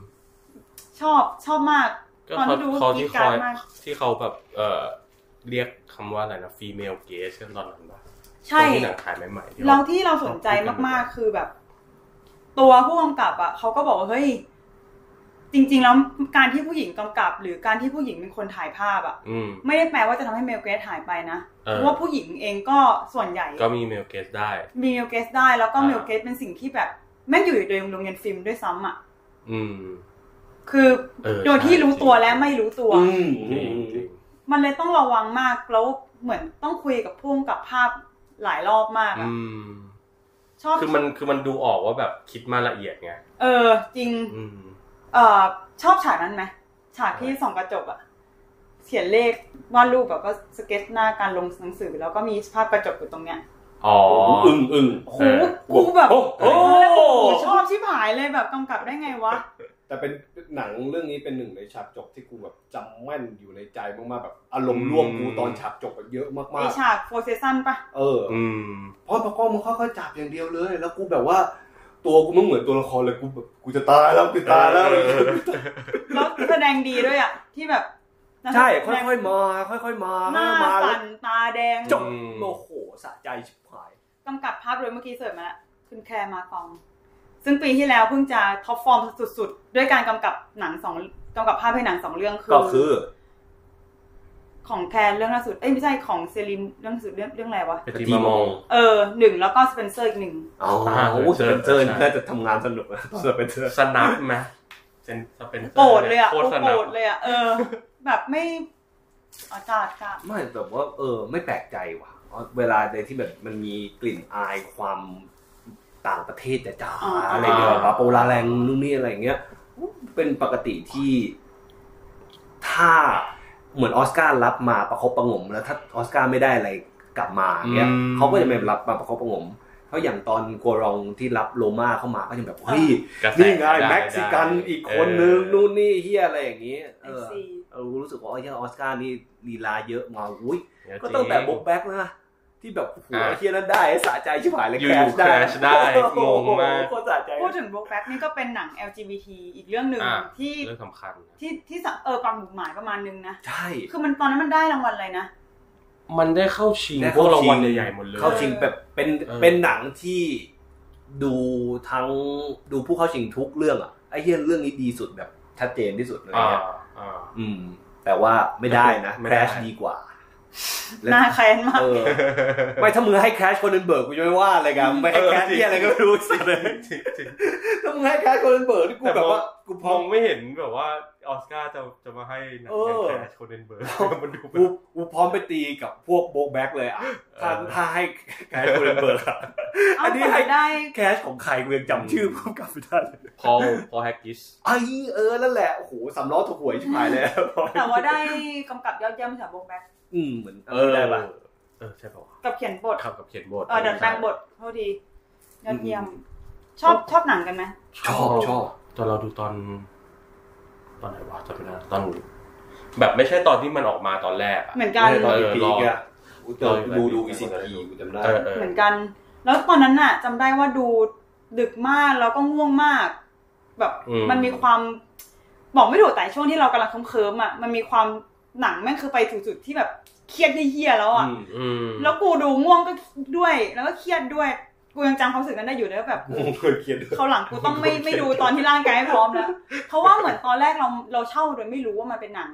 S3: ชอบชอบมาก
S2: ก็
S3: ตอน
S2: เขา
S3: ที่ดู
S2: เขา
S3: กรี
S2: ที่
S3: ด
S2: ค
S3: กรา
S2: อ
S3: ด
S2: ย
S3: มาก
S2: ที่เขาแบบเอ่อเรียกคำว่าอะไรนะ female gaze ใช่ไหมตอนนั้นปะ
S3: ใช่
S2: ตอนที่หนังถ่ายใหม่ๆที่
S3: เรา
S2: เขา
S3: ที่เราสนใจมากๆคือแบบ ตัวผู้กำกับอ่ะเขาก็บอกว่าเฮ้ย จริง ๆ แล้วการที่ผู้หญิงกำกับ หรือการที่ผู้หญิงเป็นคนถ่ายภาพอ่ะ
S2: อืม
S3: ไม่ได้แปลว่าจะทำให้เมลเกรสหายไปนะ
S2: เอ
S3: เพ
S2: อ
S3: ราะว่าผู้หญิงเองก็ส่วนใหญ่
S2: ก็มี male gaze ได้
S3: มีเมลเกสได้แล้วก็
S2: อ่า
S3: เมลเกสเป็นสิ่งที่แบบแม่งอยู่ในโรงเรียนฟิล์มด้วยซ้ำอ่ะ
S2: อืม
S3: คือ
S2: เออ
S3: โดยที่
S2: ใช่
S3: รู้ตัวและไม่รู้ตัว
S1: อืม
S2: จ
S1: อื
S2: ริง
S1: ม
S2: จริง
S3: มันเลยต้องระวังมากแล้วเหมือนต้องคุยกับพุ่มกับภาพหลายรอบมากอะ
S2: อืม
S3: ชอบ
S2: คือมันคือมันดูออกว่าแบบคิดมาละเอียดไง
S3: เออจริง
S2: อืม
S3: เออชอบฉากนั้นไหมฉากที่ส่องกระจกอะเขียนเลขวาดรูปแบบว่าสเก็ตหน้าการลงหนังสือแล้วก็มีภาพกระจกอยู่ตรงเนี้ย
S2: อ๋อ
S1: โอ้อึ้งอึ้ง
S3: โอ้โห
S2: เออ
S3: กูแบบ
S1: โอ้
S3: โอ้
S1: โห
S3: โหชอบชิบหายเลยแบบกำกับได้ไงวะ
S1: แต่เป็นหนังเรื่องนี้เป็นหนึ่งในฉากจบที่กูแบบจำแม่นอยู่ในใจมากๆแบบอารมณ์ร่วมกูตอนฉากจบแบบเยอะมา
S3: มี
S1: ก
S3: ฉากโฟเซซันปะ
S1: ๆ เออ
S2: อืม
S1: เพราะพอกล้องมันค่อยๆจับอย่างเดียวเลย แล้วกูแบบว่า ตัวกูมันเหมือนตัวละครเลยกูแบบกูจะตายแล้วกูตายแล้ว
S2: เออเออ
S3: แล้วแสดงดีด้วยอะที่แบบ
S4: ใช่
S3: แส
S4: ค่
S3: ดง
S4: อยๆมา ค่อยๆมา
S3: หน้า
S4: ค่อยๆมาแล้ว
S3: สั่นตาแดง
S4: จบ
S2: อืม
S4: โอ้โหสะใจชิบหาย
S3: กำกับภาพโดยเมื่อกี้เสิร์ฟมาแล้วคุณแคร์มาตอง ซึ่งปีที่แล้วเพิ่งจะท็อปฟอร์มสุดๆ ด้วยการกำกับหนังสองกำกับภาพให้หนังสองเรื่องคือ
S4: ก็คือ
S3: ของแคร์เรื่องล่าสุด เอ้ยไม่ใช่ของเซรินเรื่องล่าสุดเรื่องเรื่องอะไรวะ
S2: เป็นทีมามอง
S3: เออหนึ่งแล้วก็สเปนเซอร์อีกหนึ่ง
S4: อ๋อ
S2: อ่า
S4: โอ้สเปนเซอร์
S2: ใช่
S4: น่าจะทำงานสนุกนะสเปนเซอร์
S2: สนับไหมเซนสเปนซร์
S3: โกรธเลยอ่ะ
S2: โค
S3: โอ้
S2: ตรส
S3: โก
S2: นั
S3: ร
S2: บ
S3: ธเลยอ่ะ เออ แบบไม่อาจาดจ้า
S4: ไม่แต่ว่าเออ ไม่แปลกใจว่ะเพราะเวลาในที่แบบมันมีกลิ่นอายความต่างประเทศจ๋าๆอะไรเงี้ยปะโปลาแรงนู่นนี่อะไรเงี้ย เป็นปกติที่ ถ้าเหมือนออสการ์รับมาประคบประหงมแล้วถ้าออสการ์ไม่ได้อะไรกลับมาเงี้ยเขาก็จะไม่รับมาประคบประหงมเขาอย่างตอนกัวรองที่รับโลมาเข้ามาก็ยังแบบเฮ้ย
S2: กระแส
S4: นี่ไง
S2: ด้
S4: เม็กซิกัน
S2: ได้
S4: อีกคนนึง
S2: เออ
S4: นู่นนี่เฮียอะไรอย่างเงี้ย
S3: เอ
S4: เออ
S3: ซี
S4: เออรู้สึกว่าไอ้เหี้ยออสการ์นี่ลีลาเยอะมาอุ้ย
S2: เดี๋ยว
S4: ก็ตั้งแต่
S2: จริ
S4: บ็อกแบ็กนะที่แบบโอ้โห
S2: อ่ะ
S4: ไอ้เฮียนั้นได้สะใจชิบหายเลย
S2: อยู่ๆ crash ได้
S4: โอ้โห
S2: งงมาก
S4: โคตรสะใจ
S3: พูดถึงโบกแบ็กนี่ก็เป็นหนัง LGBT อีกเรื่องหนึ่ง
S2: อ่ะ
S3: ที่
S2: เรื่องสำคัญนะ
S3: ที่ที่สังเออความหมุกหมายประมาณนึงนะ
S4: ใช่
S3: คือมันตอนนั้นมันได้รางวัลอะไรนะ
S2: มันได้เข้าชิงพวกรางวัลใหญ่ๆหมดเลย
S4: เข้าชิงแบบเป็น
S2: เออ
S4: เป็นหนังที่ดูทั้งดูผู้เข้าชิงทุกเรื่องอ่ะไอ้เฮียเรื่องนี้ดีสุดแบบ
S1: ชัดเจนที่สุดอะไร
S2: อ่า
S1: เงี้ย
S2: อ่า
S1: อืม แต่ว่าไม่ได้นะ
S2: ไม่
S1: แค
S2: ได้
S1: รชดีกว่าและ
S3: หน้าแค้นมาก
S1: เออไม่ถ้ามึงให้แครชคนนั้นเบิร์กกูจะไม่ว่าเลยกันไม่ให้แครชที่อะไรก็ไม่รู้สิ
S2: จริงจริง
S1: ถ้ามึงให้แครชคนนั้นเบิร์กนี่กู
S2: แต่
S1: แบบ
S2: มอง
S1: ว่ากูพ
S2: ม
S1: อ
S2: องไม่เห็นแบบว่าออสการ์จะจะมาให้หนัง
S1: เออ
S2: แคนแคชโคเดนเบิ ร์กมันดูเป็
S1: กู
S2: น
S1: กูพร้อมไปตีกับพวกโบกแบ็กเลยอ่ะถ้า
S2: เออ
S1: ถ้าให้แครชคนนั้นเบิร์กอะ อันนี้ให้
S3: ได้
S1: แคชของใครกูยังจำชื่อผู้กำกับไม่ได้เลย
S2: พอลพอลแฮกกิส
S1: ไอ้เออนั่นแหละโอ้โหสำล้อถูกหวยชิบหายเลย
S3: แต่ว่าได้กำกับยอดเยี่ยมจากวงแบ็ค
S1: อืมเหมือน
S2: เอ
S1: เออ
S2: อ
S1: ได้ปะ
S2: เออใช่ป่าววะ
S3: กับเขียนบท
S2: ขับกับเขียนบท
S3: เออเดินแปลงบทโทษทียอดเยี่ยม ชอบชอบหนังกันไหม
S1: ชอบชอบ
S2: ตอนเราดูตอน ตอนไหนวะจำไม่ได้ตอน แบบไม่ใช่ตอนที่มันออกมาตอนแรกอะ
S3: เหมือนกัน
S1: ตอน
S2: เออ
S1: ปี
S2: รอ
S1: กอะ
S5: เจอดูดูวีซีทีกูจำได้
S2: เออเออ
S3: เหมือนกัน แล้วตอนนั้นน่ะจำได้ว่าดูดึกมากแล้วก็ง่วงมาก แบบมันมีความบอกไม่ถูกแต่ช่วงที่เรากำลังเคลิ้มๆอ่ะมันมีความหนังแม่งคือไปถึงจุดที่แบบเครียดเฮี้ยๆแล้วอ่ะ
S2: อืม
S3: แล้วกูดูง่วงก็ด้วย แล้วก็เครียดด้วยกูยังจำความรู้สึกนั้นได้อยู่เลยว่าแบบ
S5: งงเคยเขียนด้วย
S3: เขาวหลังกูต้องไม่ไม่ดูตอนที่ร่างกายไม่พร้อมแล้วเพราะว่าเหมือนตอนแรกเราเราเช่าโดยไม่รู้ว่ามันเป็นหนัง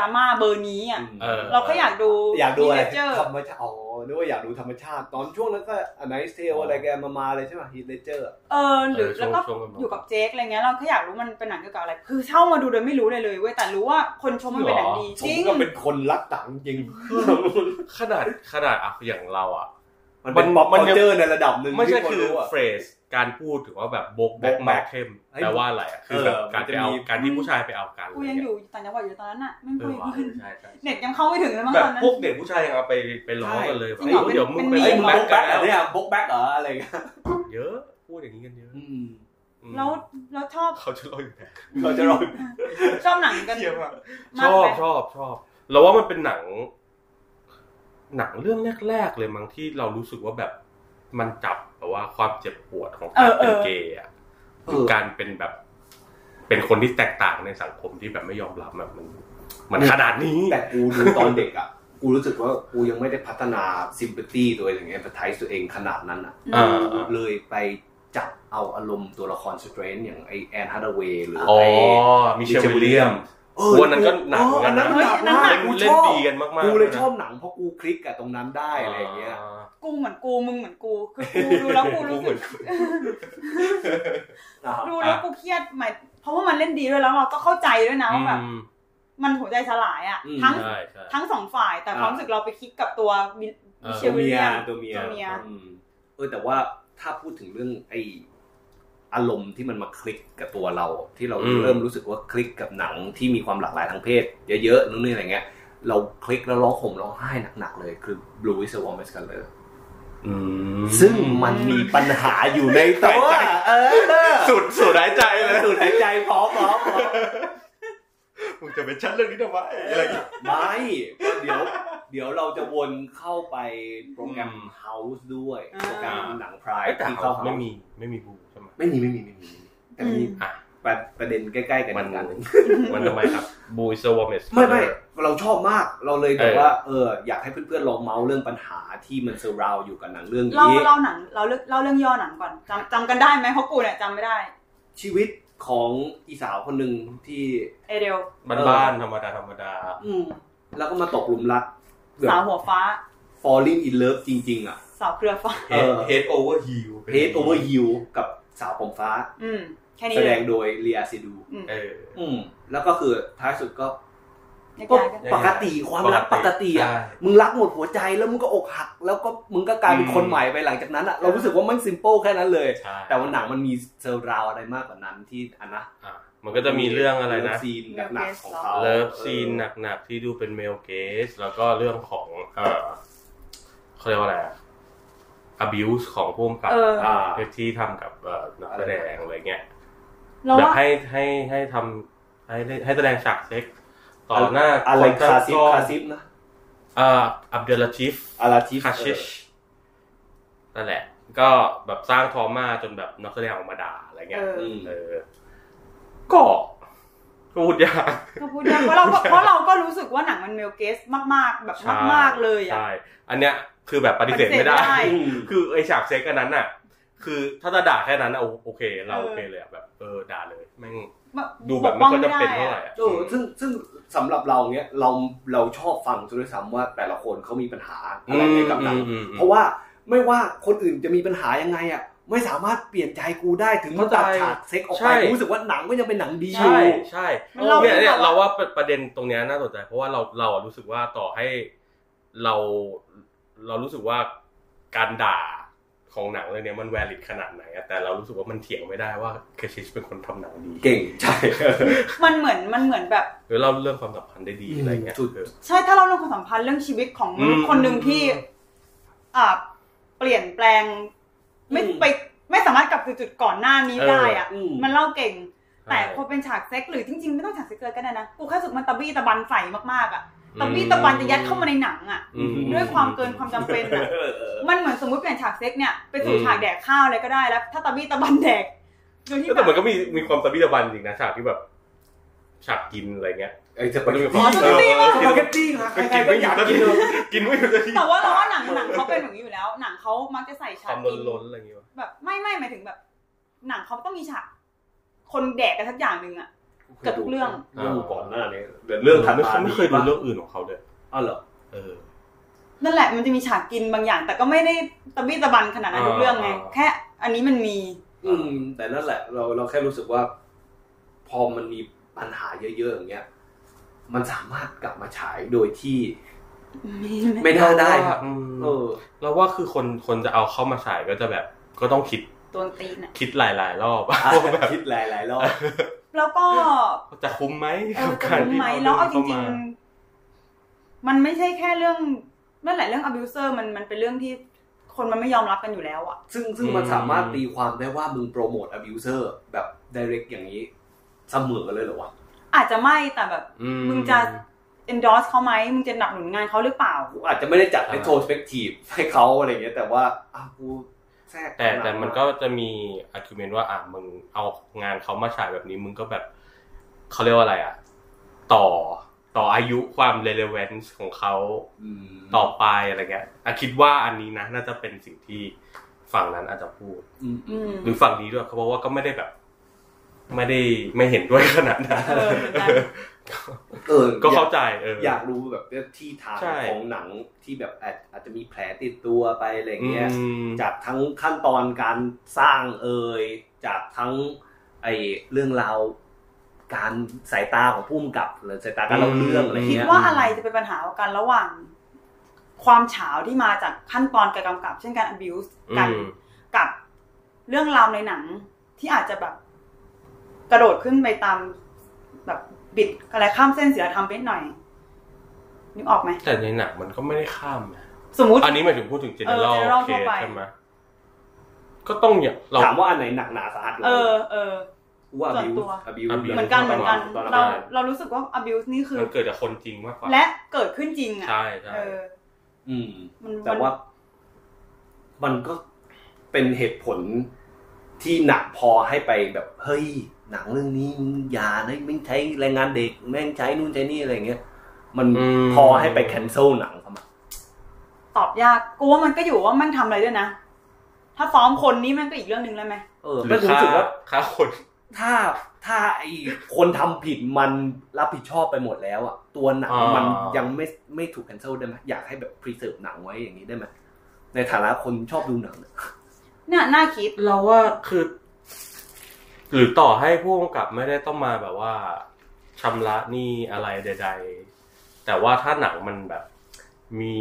S3: ดราม่าเบอร์นี้อ่ะ
S2: เออ
S3: เราก็อยากดู
S1: อยากดูอะไร
S3: Teenager
S1: ธรรมชาติอ๋อนึกว่าอยากดูธรรมชาติ ตอนช่วงนั้นก็อไนส์เทลอะไรแกมามาเลยใช่ป่ะฮีเลเจอร์
S3: เออหรือ
S2: เช่
S3: แล้ว
S2: ง
S3: ก็
S2: ช่วง
S3: อยู่กับเจคอะไรเงี้ยเราแค่อยากรู้มันเป็นหนังเกี่ยวกับอะไร คือเช่ามาดูโดยไม่รู้เลยเลยเว้ยแต่รู้ว่าคนชมมันเป็นหนังดี
S1: ผ
S3: จริ
S1: ม
S3: ง
S1: ก็เป็นคนรักต่างจริง
S2: ขนาดขนาดอะอย่างเราอ่ะ
S1: มันเป็น
S2: มัน
S1: ป๊อป
S2: มัน
S1: คัล
S2: ยัง
S1: เจอร์ในระดับหนึ่ง
S2: ไม่ใช่
S1: ที่คน
S2: คือ
S1: รู้อะ
S2: เฟรสการพูดถือว่าแบบโบกแบก
S1: back
S2: มา
S1: back
S2: เข้ม
S1: เอ้ย
S2: แปลว่าอะไรอะคือแบบการไปเอา
S1: มันจะมี
S2: การที่ผู้ชายไปเอากันอะไร
S3: กูยัง
S2: เงี้
S3: อย ยู่ต่างจังหวัดอยู่ตอนนั้นน่ะไม่
S2: เอ
S3: คุ
S2: อย ว่ะใช่ใช่
S3: เน็ตยังเข้าไม่ถึงเลยมั้ง
S2: แบ
S3: ต
S2: บ
S3: อนนั้
S2: พ
S3: น
S2: วกเด็กผู้ชายยังเอาไปไปล้อกันเลย
S3: ใช่จริงเหรอ
S2: แบบเดี๋ยวมึงไป
S3: เป็น
S1: เฮ้ยมึง
S2: แบ
S1: โบ
S2: ก
S1: ก
S2: กั
S1: แบ็
S2: น
S1: กเหร
S2: แล้
S1: อ
S2: ว
S1: เนี่ยโบกแบ็กเหรออะไรเงี้ย
S2: เยอะพูดอย่างนี้กันเยอะ
S1: อืม
S2: อืม
S3: แล้วแล้วชอบ
S2: เขาจะเล่าอยู่แบก
S1: เราจะรอ
S3: ชอบหนังกัน
S2: เทียมอะช
S3: มาก
S2: อ
S3: ไห
S2: บ
S3: ม
S2: ชอบชอบเราว่ามันเป็นหนัง หนังเรื่องแรกๆเลยมั้งที่เรารู้สึกว่าแบบมันจับแบบว่าความเจ็บปวดของการเป็นเกย์อะ
S1: เออเออ
S2: คือการเป็นแบบ เป็นคนที่แตกต่างในสังคมที่แบบไม่ยอมรับแบบมัน มันขนาดนี้
S5: แต่กูดูตอนเด็กอ่ะ กูรู้สึกว่ากูยังไม่ได้พัฒนาซิมพัตตีตัวเองอย่างเงี้ยพัฒนาตัวเองขนาดนั้นอ่ะ
S2: เออ
S5: เลยไปจับเอาอารมณ์ตัวละครสเตรนอย่างไอแอนฮาร์ดเวย์หรือ
S2: อ๋อ
S5: ไอ
S2: มิเชลวิลเลียม
S5: เออ
S2: วันนั้นก็หนัก
S5: เอออันนั้น
S2: เหมื
S5: ห
S2: อน
S5: นัก
S2: กัน
S5: มาก
S2: นะเล่น
S5: กู
S2: เล่
S5: ช
S2: น
S5: อบ
S2: ดีกันมากๆ
S5: กูเลย
S2: นะ
S5: ชอบหนังเพราะกูคลิกกับตรงนั้นได้อะไรอย่างเงี้ย
S3: กูเหมือนกูมึงเหมือนกูคือกูดูแล้วกูรู้
S2: กูเหมื
S3: สึ
S2: อก น
S3: ดูแล้วกูเครียดหมายเพราะว่ามันเล่นดีด้วยแล้วเราก็เข้าใจด้วยนะว่าแบบ
S2: อืม
S3: มันหัวใจสลายอ่ะ
S1: อืม
S3: ทั้ง
S2: ใช่ใช่
S3: ทั้งสองฝ่ายแต่ความรู้สึกเราไปคลิกกับตัวมิมิเช
S1: ตัว
S3: ลวิล
S1: เมีย
S3: เลียม
S1: ตัวเมีย
S3: ตัวเมีย
S1: อืมเออแต่ว่าถ้าพูดถึงเรื่องไออารมณ์ที่มันมาคลิกกับตัวเรา ที่เรา
S2: อืม
S1: เริ่มรู้สึกว่าคลิกกับหนังที่มีความหลากหลายทางเพศ เยอะๆนู่นนี่อะไรเงี้ย เราคลิกแล้วร้องห่มร้องไห้หนักๆเลย คือ Blue is the warmest color
S2: อืม
S1: ซึ่งมันมีปัญหาอยู่ในตัวเออ
S2: สุดสุดหายใจเลย
S1: สูดหายใจพร้อมพร้อมพร้อม
S2: มึงจะเป็นชั้นเรื่องนี้ทำไมอะไรอย่างเงี้ย
S1: ไม่เดี๋ยว เดี๋ยวเราจะวนเข้าไปโปรแกรม
S2: อืม
S1: House ด้วย
S3: อ่า
S1: โปรแกรมหนังพราย
S2: เอ้ยแต่
S1: ที่
S2: เขา
S1: เข้า House
S2: ไม่มีไม่มีบูใช่ไหม
S1: ไม่มีไม่มีไม่มีไม่มีแต่มี
S3: อืม
S2: อ่ะ
S1: ประประเด็นใกล้ๆกัน
S2: มัน
S1: อีกอันหนึ่ง
S2: มันทำไมครับบูสวอมเมส
S1: ไม่ไม่เราชอบมากเราเลยแบบ
S2: เออ
S1: ว่าเอออยากให้เพื่อนๆลองเมาส์เรื่องปัญหาที่มันเซอร์ราวอยู่กับหนังเรื่อง
S3: เล่า
S1: นี้
S3: เล่าหนังเราเลือกเล่าเรื่องย่อหนังก่อนจำจำกันได้ไหมเพราะกูเนี่ยจำไม่ได้
S1: ชีวิตของอีสาวคนหนึ่งที่
S3: เอเดล
S2: บ้านบ้านๆธรรมดาธรรมดา
S1: อืมแล้วก็มาตกหลุมรักแบบ
S3: สาวหัวฟ้า
S1: falling in love จริงๆ อ่ะ
S3: สาวเครือฟ้า
S1: เออ
S2: เฮดโอเวอร์ฮิล
S1: head over you กับสาวผมฟ้า
S3: อืม แค่นี้
S1: แสด
S3: เลย
S1: งโดยเรียซิดู
S3: อืม
S2: เออ
S1: อืมแล้วก็คือท้ายสุดก็
S3: แยก
S1: ก็
S3: ย้ายกัน
S1: ปกติความรักปกติอ่ะ
S2: ใช่
S1: มึงรักหมดหัวใจแล้วมึงก็อกหัก แล้วก็มึงก็กลายเป็นคนใหม่ไปหลังจากนั้นอ่ะเรารู้สึกว่ามันซิมเปิลแค่นั้นเลย
S2: ใช่
S1: แต่ว่าหนังมันมีเซอร์ราวอะไรมากกว่านั้นที่อันนะ
S2: อ่ะมันก็จะมีเรื่องอะไรนะ
S1: ซีนหนักๆของเขา
S2: เลิฟซีนหนักๆที่ดูเป็นเมลเกส แล้วก็เรื่องของ เออเขาเรียกว่าอะไรอะ abuse ของพุ่มกับ
S3: เออ
S1: อ่า
S2: ที่ทำกับเอ่อนักแสดงอะไรเงี้ย
S3: เรา
S2: แบบ
S3: ว่า
S2: ให้ให้ให้ทำให้ให้แสดงฉากเซ็กซ์ต่อหน้า
S1: อะไร
S2: คนตั้ง
S1: คาซิ
S2: กล้
S1: ฟ
S2: อง
S1: คาซิฟนะ
S2: เอ่ออับเดลลาชิฟ
S1: อาราทิฟ
S2: คาชิชนั่นแหละ ก็แบบสร้างทอมาจนแบบนักแสดงออกมาด่าอะไร
S3: เอ
S2: เงี้ย
S3: อ
S2: เออก็พูดยาก
S3: ก็พูดได้เพราะเรา ก็เพราะเราก็รู้สึกว่าหนังมันเมลเกสมากๆ แบบ
S2: ใช่
S3: มากๆเลยอ่ะ
S2: ใช่ อันเนี้ยคือแบบปฏิเสธไม่
S3: ป
S2: ได้
S3: ฏิเสธ
S2: คือไอฉากเซ็กอันนั้นน่ะ คือถ้าจะด่าแค่นั้นอะโอโอเค เรา
S3: เออ
S2: โอเคเลยอะแบบเออด่าเลยแม่ง
S3: แบบ
S2: ดูแบบ
S3: ก
S2: ไม่
S3: ป้อง
S2: ค่อยจะเป็น
S3: ด้
S2: เท่าไห
S3: อะ
S2: ร่อะ
S1: เออซึ่งซึ่งสำหรับเราเนี้ยเราเราชอบฟังซะด้วยซ้ำว่าแต่ละคนเขามีปัญหาอะไรในกับหนัง
S2: อืมอืมอืม
S1: เพราะว่าไม่ว่าคนอื่นจะมีปัญหายังไงอ่ะไม่สามารถเปลี่ยนใจกูได้ถึงมึงตัดฉากเซ็กออก
S2: ใช่
S1: ไปกูรู้สึกว่าหนังก็ยังเป็นหนังดีอ
S2: ใช่
S1: ยู่
S2: ใช่
S3: มันเล่า
S2: เนี่ย
S3: เรื่อง
S2: เนี่ย
S3: ราว
S2: เราว่าประประเด็นตรงเนี้ยน่าสนใจ เพราะว่าเราเราอะรู้สึกว่าต่อให้เรา เรารู้สึกว่าการด่าของหนังเรื่องเนี้ยมันแวลิดขนาดไหนอะแต่เรารู้สึกว่ามันเถียงไม่ได้ว่าเคชิชเป็นคนทำหนังดี
S1: เก่งใช่
S3: มันเหมือนมันเหมือนแบบ
S2: หรือเล่าเรื่องความสัมพันธ์ได้ดี
S1: อืม
S2: อะไรเงี้ย
S1: ถูก
S2: เออ
S3: ใช่ถ้าเราเรื่องความสัมพันธ์เรื่องชีวิตของมนุษ
S2: อื
S3: ย์
S2: ม
S3: คนหนึ่งที่ อ่า เปลี่ยนแปลง ไม่
S1: อืม
S3: ไป ไม่สามารถกลับสู่จุดก่อนหน้านี้
S2: เออ
S3: ได้อ่ะ
S1: อืม
S3: มันเล่าเก่ง แต่
S2: ใช่
S3: พอเป็นฉากเซ็กหรือจริงๆ ไม่ต้องฉากเซ็กเลยก็ได้นะกูแค่รู้สึกมันตะบี้ตะบันใส่มากๆอ่ะตะบี้ตะบันจะยัดเข้ามาในหนังอ่ะ
S2: อืม
S3: ด้วยความเกินความจำเป็นอ่ะ
S1: เออเออ
S3: มันเหมือนสมมติเปลี่ยนฉากเซ็กเนี่ยไปสู่
S2: อืม
S3: ฉากแดกข้าวอะไรก็ได้แล้ว ถ้าตะบี้ตะบันแดกโดยที่แบ
S2: แต่
S3: บ
S2: มันก็มีมีความตะบี้ตะบันจริงนะฉากที่แบบ ฉากกินอะไรเงี้ย
S1: ไอ้สปาเกต
S2: อ๋
S1: ตี้
S2: อสปาเกตตี้
S1: เออ
S2: เหรอ
S1: สปาเกตตี้นะใครๆก็อยากกินเลย
S2: กินไม่หยุดสักที
S3: แต่ว่าเราว่าหนังหนังเขาเป็นอย่างนี้อยู่แล้ว หนังเขามักจะใส่ฉาว
S2: คาก ม
S3: กิน
S2: ล้นๆอะไรอย่างเงี้ย
S3: แบบไม่ไม่หมายถึงแบบ หนังเขาต้องมีฉากคนแดกกันสักอย่างหนึ่งอะเกือบทุกเรื่อง
S1: เรื่องก่อนหน้านี้เดี๋ยว
S2: เรื่
S1: เรื่
S2: อ
S1: อง ง
S2: ถั
S1: ถั
S2: ด
S1: ด
S2: มา
S1: มา
S2: ไม่เคยดูเรื่องอื่นของเขาเลย
S1: อ๋อเหรอ
S2: เออ
S3: นั่นแหละมันจะมีฉากกินบางอย่าง แต่ก็ไม่ได้ตะบี้ตะบันขนาดนั้นทุกเรื่องไง
S2: อ่า
S3: แค่ อันนี้มันมี
S1: อืม แต่นั่นแหละ เราเราแค่รู้สึกว่า พอมันมีปัญหาเยอะๆอย่างเงี้ย มันสามารถกลับมาฉายโดยที่ไม่น่าได้ครับ
S2: อืม
S1: เออ
S2: เราว่าคือคนคนจะเอาเข้ามาฉายก็จะแบบ ก็ต้องคิด
S3: ตัวตีนอะ
S2: คิดหลายๆรอบว่าแบบ
S1: คิดหลายๆรอบ
S3: แล้วก็
S2: จะคุ้มไหม
S3: เออจะ
S2: บกร
S3: รู้
S2: ที่
S3: ไหมแล้วเอาจ
S2: เข้
S3: ริ
S2: มาง
S3: ๆ มันไม่ใช่แค่เรื่องนั่นแหละเรื่อง abuser มันมันเป็นเรื่องที่คนมันไม่ยอมรับกันอยู่แล้วอะ
S1: ซึ่งซึ่งมันสามารถตีความได้ว่ามึงโปรโมท abuser แบบ direct อย่างนี้เสมอเลยเหรอวะ
S3: อาจจะไม่แต่แบบ
S2: อื
S3: มึงจะ endorse เขาไหมมึงจะหนับหนุนงานเขาหรือเปล่า
S1: กูอาจจะไม่ได้จัด retrospective ให้เขาอะไรเงี้ย แต่ว่าอ่ะกูแทรก
S2: แต่แต่มันก็จะมีอาร์กิวเมนต์ว่าอ่ะมึงเอางานเขามาฉายแบบนี้มึงก็แบบเขาเรียกว่าอะไรอ่ะ ต่อต่ออายุความ relevance ของเขา
S1: อืม
S2: ต่อไปอะไรเงี้ยอะคิดว่าอันนี้นะน่าจะเป็นสิ่งที่ฝั่งนั้นอาจจะพูด
S3: อืม
S2: หรือฝั่งนี้ด้วยเขาบอกว่าก็ไม่ได้แบบ ไม่ได้ไม่เห็นด้วยขนาดนั้น
S3: เออเหมือนกัน
S1: เออ
S2: ก็เข้าใจเออ
S1: อ
S2: อ
S1: ยากรู้แบบที่ทาง
S2: ใช่
S1: ของหนังที่แบบอาจอาจจะมีแผลติดตัวไปอะไร
S2: อื
S1: เงี้ย
S2: ม
S1: จากทั้งขั้นตอนการสร้างเอ่ยจากทั้งไอเรื่องราวการสายตาของผู้กำกับหรือสายตาการเล่าเรื่องอะไร
S3: คิด
S1: เงี้ย
S3: ว่าอะไรจะเป็นปัญหากันระหว่าง ความเฉาวที่มาจากขั้นตอนการกำกับ เช่นการ abuse กัน
S2: อืม
S3: กับเรื่องราวในหนังที่อาจจะแบบ กระโดดขึ้นไปตาม แบบบิดอะไรข้ามเส้นศีลธรรมไปหน่อยนึกออกไหม
S2: แต่ในหนังมันก็ไม่ได้ข้ามนะ
S3: สมมติ
S2: อันนี้หมายถึงพูดถึง general
S3: เออ general
S2: เค
S3: ทั่วไป
S2: ใช่ไหมก็ต้องอย่างเรา
S1: ถามว่าอันไหนหนักหนาสาหัสกว่า
S3: เอ
S1: กัน
S3: อเออ
S1: กูว่า
S3: ส่วน
S1: abuse
S3: ตัว
S1: abuse
S2: เออ
S3: เหมือนกันเหมือนกัน
S1: ต
S3: เรา
S1: แก
S3: เรารู้สึกว่า abuse นี่คือ
S2: มันเกิดจากคนจริงมากกว่า
S3: และเกิดขึ้นจริงอ่ะ
S2: ใช่ใช่
S3: เออ
S1: อืม
S3: มัน
S1: แต่ว่ามันก็เป็นเหตุผลที่หนักพอให้ไปแบบเฮ้ย หนังเรื่องนี้มึงอย่านะไม่ใช้แรงงานเด็กแม่งใช้นู่นใช้นี่อะไรเงี้ย มัน
S2: ม
S1: พอให้ไปแคนเซิลหนังเข้ามา
S3: ตอบยากกูว่ามันก็อยู่ว่าแมันทำอะไรด้วยนะ ถ้าฟ้องคนนี้แมันก็อีกเรื่องหนึ่งแล้วไหม
S1: เออ
S2: หรื
S1: ไม่
S2: อค่า
S1: รู้สึกว่า
S2: ค่าคน
S1: ถ้าถ้าไอคนทำผิดมันรับผิดชอบไปหมดแล้วอะตัวหนัง
S2: อ่ามั
S1: มันยังไม่ไม่ถูกแคนเซิลได้ไหมอยากให้แบบพรีเซิร์ฟหนังไว้อย่างนี้ได้ไหมในฐานะคนชอบดูหนังเนี่ย
S3: เนี่ยน่าคิด
S2: เราว่าคือ หรือต่อให้ผู้กำกับไม่ได้ต้องมาแบบว่าชำระหนี้อะไรใด ๆ แต่ว่าถ้าหนังมันแบบ มี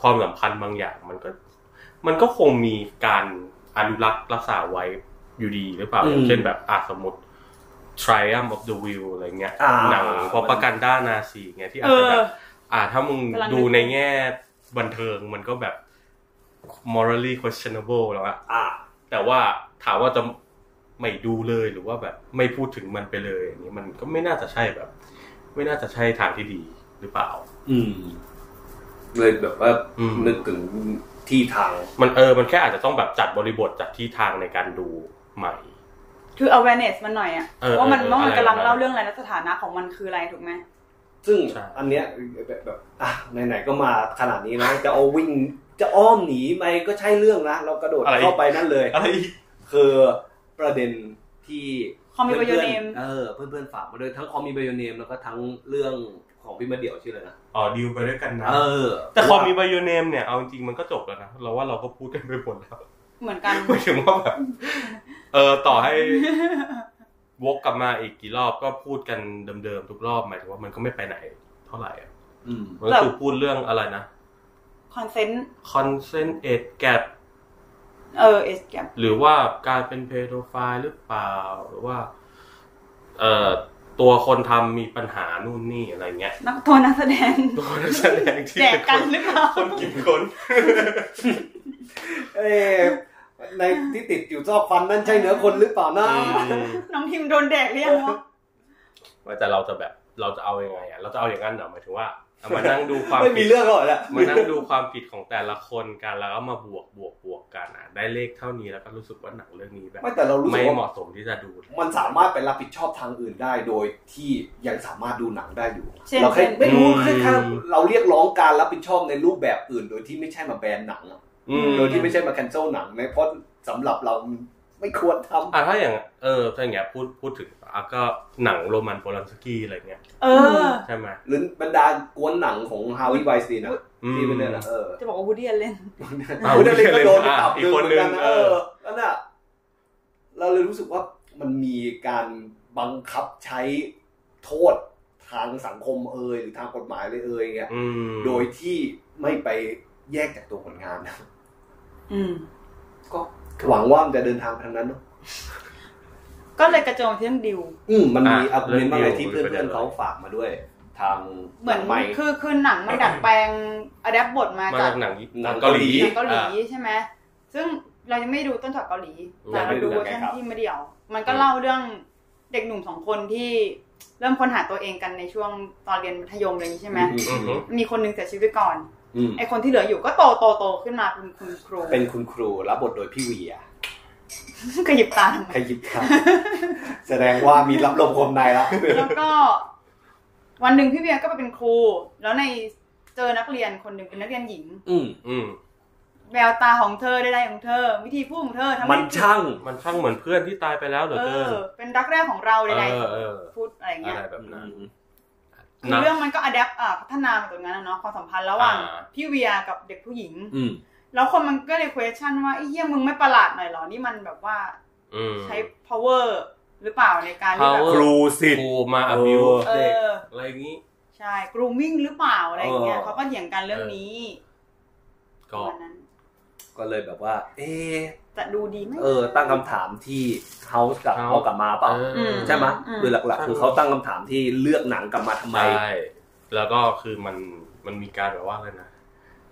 S2: ความสัมพันธ์บางอย่าง มันก็ มันก็คงมีการอนุรักษ์รักษาไว้อยู่ดีหรือเปล่าอย่างเช่นแบบอาสมมติ Triumph of the Will อะไรเงี้ย
S1: อ่า
S2: หนังพอประกันด้านาซีเงี้ยที่อา
S3: เอ
S2: จจะ
S3: อ
S2: แบบ อ่าถ้ามึง
S3: กำลังนึก
S2: ดูในแง่บันเทิงมันก็แบบ morally questionable แล้วอะ
S1: อ่า
S2: แต่ว่าถามว่าจะไม่ดูเลยหรือว่าแบบไม่พูดถึงมันไปเลยอย่างนี้มันก็ไม่น่าจะใช่แบบ ไม่น่าจะใช่ทางที่ดีหรือเปล่า
S1: อืม เลยแบบว่า
S2: อืม
S1: นึกถึงที่ทาง
S2: มันเออมันแค่อาจจะต้องแบบจัดบริบทจัดที่ทางในการดูใหม่
S3: คือ awareness มันหน่อยอะ
S2: เออ
S3: ว่ามัน
S2: เออเออ
S3: ว่ามัน
S2: อะไร
S3: กำลัง
S2: อะไร
S3: เล่าเรื่องอะไรและสถานะของมันคืออะไรถูกไหม
S1: ซึ่ง
S2: ใช่
S1: อันเนี้ยแบบแบบอ่ะไหนๆก็มาขนาดนี้นะ จะเอาวิ่ง จะอ้อมหนีไปก็ใช่เรื่องนะเรากระโดด
S2: อะไร
S1: เข้าไปนั่นเลย
S2: อะไรอีก
S1: คือประเด็นที่
S3: ความมีประโยชน์เนม
S1: เออเพื่อนๆฝากมาด้วยทั้งคอมมีประโยชน์เนมแล้วก็ทั้งเรื่องของพี่มาเดี่ยวชื่ออะไรนะ
S2: อ๋อดิวไปด้วยกันนะ
S1: เออ
S2: แต่ความมีไบโอเนมเนี่ย เอาจริงๆมันก็จบแล้วนะ เราว่าเราก็พูดกันไปหมดแล้ว
S3: เหมือนกัน
S2: หมายถึงว่าแบบ เออต่อให้ วกกลับมาอีกกี่รอบก็พูดกันเดิมๆทุกรอบหมายถึงว่ามันก็ไม่ไปไหน เท่าไหร่อะ
S1: อืม
S2: มันก็คือพูดเรื่องอะไรนะ
S3: คอนเซนต์
S2: คอนเซนเอทแกป
S3: เออเอสแก
S2: หรือว่าการเป็นเพโดไฟล์หรือเปล่าหรือว่า เอ่อตัวคนทำมีปัญหานู่นนี่อะไรเงี้ย
S3: นักโทษนักแสด ง
S2: ตัวนักแสดงที่
S3: แจก
S2: เป็นค
S3: กัน
S2: น
S3: หรือเปล่า
S2: คนกินคน
S1: เอ๊ะในที่ติดอยู่ซอกฟันนั่นใช่เนื้อคนหรือเปล่านะ
S3: น้องพิมโดนแดกหรือยังวะ
S2: ว่าแต่เราจะแบบเราจะเอายังไงอ่ะเราจะเอาอย่างนั้นเหรอหมายถึงว่าเอามานั่งดูความ
S1: ไม่
S2: ผิ
S1: มี
S2: ด
S1: เรื่องหรอกแหละ
S2: มานั่งดูความผิดของแต่ละคนกันแล้วก็มาบวกบวกบวกกันอ่ะได้เลขเท่านี้แล้วก็รู้สึกว่าหนังเรื่องนี้แบบ
S1: ไม่แต่เรารู้สึ
S2: ไม่
S1: กว่า
S2: เหมาะสมที่จะดูเลย
S1: มันสามารถไปรับผิดชอบทางอื่นได้โดยที่ยังสามารถดูหนังได้อยู่
S3: เช่น
S1: เราแค่
S3: เช่น
S1: ไม่รู้
S2: อืม
S1: แค่แค่เราเรียกร้องการรับผิดชอบในรูปแบบอื่น โดยที่ไม่ใช่มาแบนหนังอะ
S2: อืม
S1: โดยที่ไม่ใช่มาแคนเซิลหนังนะเพราะสำหรับเราไม่ควรทำ
S2: อ่ะถ้าอย่างเออถ้าอย่างเงี้ยพูดพูดถึงอ่ะก็หนังโรมันโปลันสกี้อะไรเงี้ย
S3: เออ
S2: ใช่ไหม
S1: หรือบรรดากวนหนังของฮาวิไวซีนะ
S2: อืม
S1: ที่เป็นเนี่ยนะเออ
S3: จะบอกว่าวูดดี้เล่น
S2: เอา
S1: คุณอะไรก็โดน
S2: อ่ะ
S1: ตับ
S2: อี
S1: ดึ
S2: ก
S1: ง
S2: คน
S1: เหมือนกัน
S2: นึง
S1: นะ
S2: เอ
S1: เอ
S2: อ
S1: อนั่นน่ะเราเลยรู้สึกว่ามันมีการบังคับใช้โทษทางสังคมเอยหรือทางกฎหมายเลยเอยอย่างเงี้ย
S2: อืม
S1: โดยที่ไม่ไปแยกจากตัวผลงานนะ
S3: อืม
S1: ก็หวังว่ามันจะเดินทางไปทางนั้นเนอะ
S3: ก็เลยกระโจมที่เรื่องดิว
S1: อืมมันมี
S2: ะ
S1: อัพเดต
S2: เรื่
S1: มา
S2: อง
S1: ไง
S2: เดียว
S1: ที่
S2: คุ
S1: เพื่
S2: ยไป
S1: อน
S2: เลย
S1: ๆเขาฝากมาด้วย ทาง
S3: เหมือน
S1: ไม่
S3: คือคือหนังมันดัดแปลงอะแดปบทมา
S2: มา
S3: จาก
S2: จากหนัง
S1: หนัง
S2: เกา
S1: เกา
S2: ห
S1: หลี
S2: ลี
S3: หนังเกาหลี
S2: อ่ะ
S3: ใช่ไหมซึ่งเรายังไม่ดูต้นฉบับเกาหลี
S2: ยั
S3: แต่
S2: งไม่
S3: เรา
S2: ดู
S3: ดูเวอร์
S1: ยั
S3: ชัน
S1: งไงครับ
S3: ที่มาเดี่ยว มันก็
S2: อืม
S3: เล่าเรื่องเด็กหนุ่มสองคนที่เริ่มค้นหาตัวเองกันในช่วงตอนเรียนมัธยมอะไรอย่างนี้ใช่ไหม
S2: อือหือ
S3: มีคนหนึงเสียชีวิตไปก่อน
S1: อืม
S3: ไอคนที่เหลืออยู่ก็โตโตโตขึ้นมาเป็นคุณครู
S1: เป็นคุณครูรับบทโดยพี่เวีย
S3: ขยิบตาทำไม
S1: ขยิบครับ แสดงว่ามีรับลมคมในแล้ว
S3: แล้วก็ วันหนึ่งพี่เวียก็ไปเป็นครู แล้วในเจอนักเรียนคนหนึ่งเป็นนักเรียนหญิง
S1: อืม
S2: อืม
S3: แววตาของเธอใดๆของเธอ วิธีพูดของเธอทำให้
S1: มันช่าง
S2: มันช่างเหมือนเพื่อนที่ตายไปแล้วเหลือ
S3: เอ
S2: เกิน
S3: อ เป็นรักแรกของเราใด
S2: เออเออ
S3: ๆพูดอะไรอย่าง
S2: อะ
S3: เงี้ย
S2: ไรแบบนั้น
S3: คือ
S2: นะ
S3: เรื่องมันก็อัดแอปพัฒนามาตรงนั้นนะเนาะความสัมพันธ์ระหว่าง
S2: อ่า
S3: พี่เวียกับเด็กผู้หญิง
S1: อืม
S3: แล้วคนมันก็เลย question ว่าไอ้เหี้ยมึงไม่ประหลาดหน่อยเหรอ นี่มันแบบว่า
S2: อืม
S3: ใช้ power หรือเปล่าในการที่แบบ
S2: power
S1: ครูสิท
S2: ค
S1: ธิ์
S2: รูมาอบิว
S1: เอ
S3: เอ
S1: อ
S2: เด็ก
S3: อ
S2: อะไรอย่างนี้
S3: ใช่ grooming หรือเปล่าอะไรอย่างเงี้ย
S1: เออ
S3: เขาก็เถียงกันเรื่องนี้
S2: ก็
S3: วันนั้น
S1: ก็เลยแบบว่า เอะ
S3: จะดูดีไหม
S1: เออ ตั้งคำถามที่เขากลับ
S2: House
S1: เขากลับมาเปล่า
S2: เอออ
S3: ม
S1: ใช่ไหม
S3: อืม
S1: คือหลักๆ คือเขาตั้งคำถามที่เลือกหนังกลับมาทำไม
S2: ใช่แล้วก็คือมันมันมีการแบบว่าอะไรนะ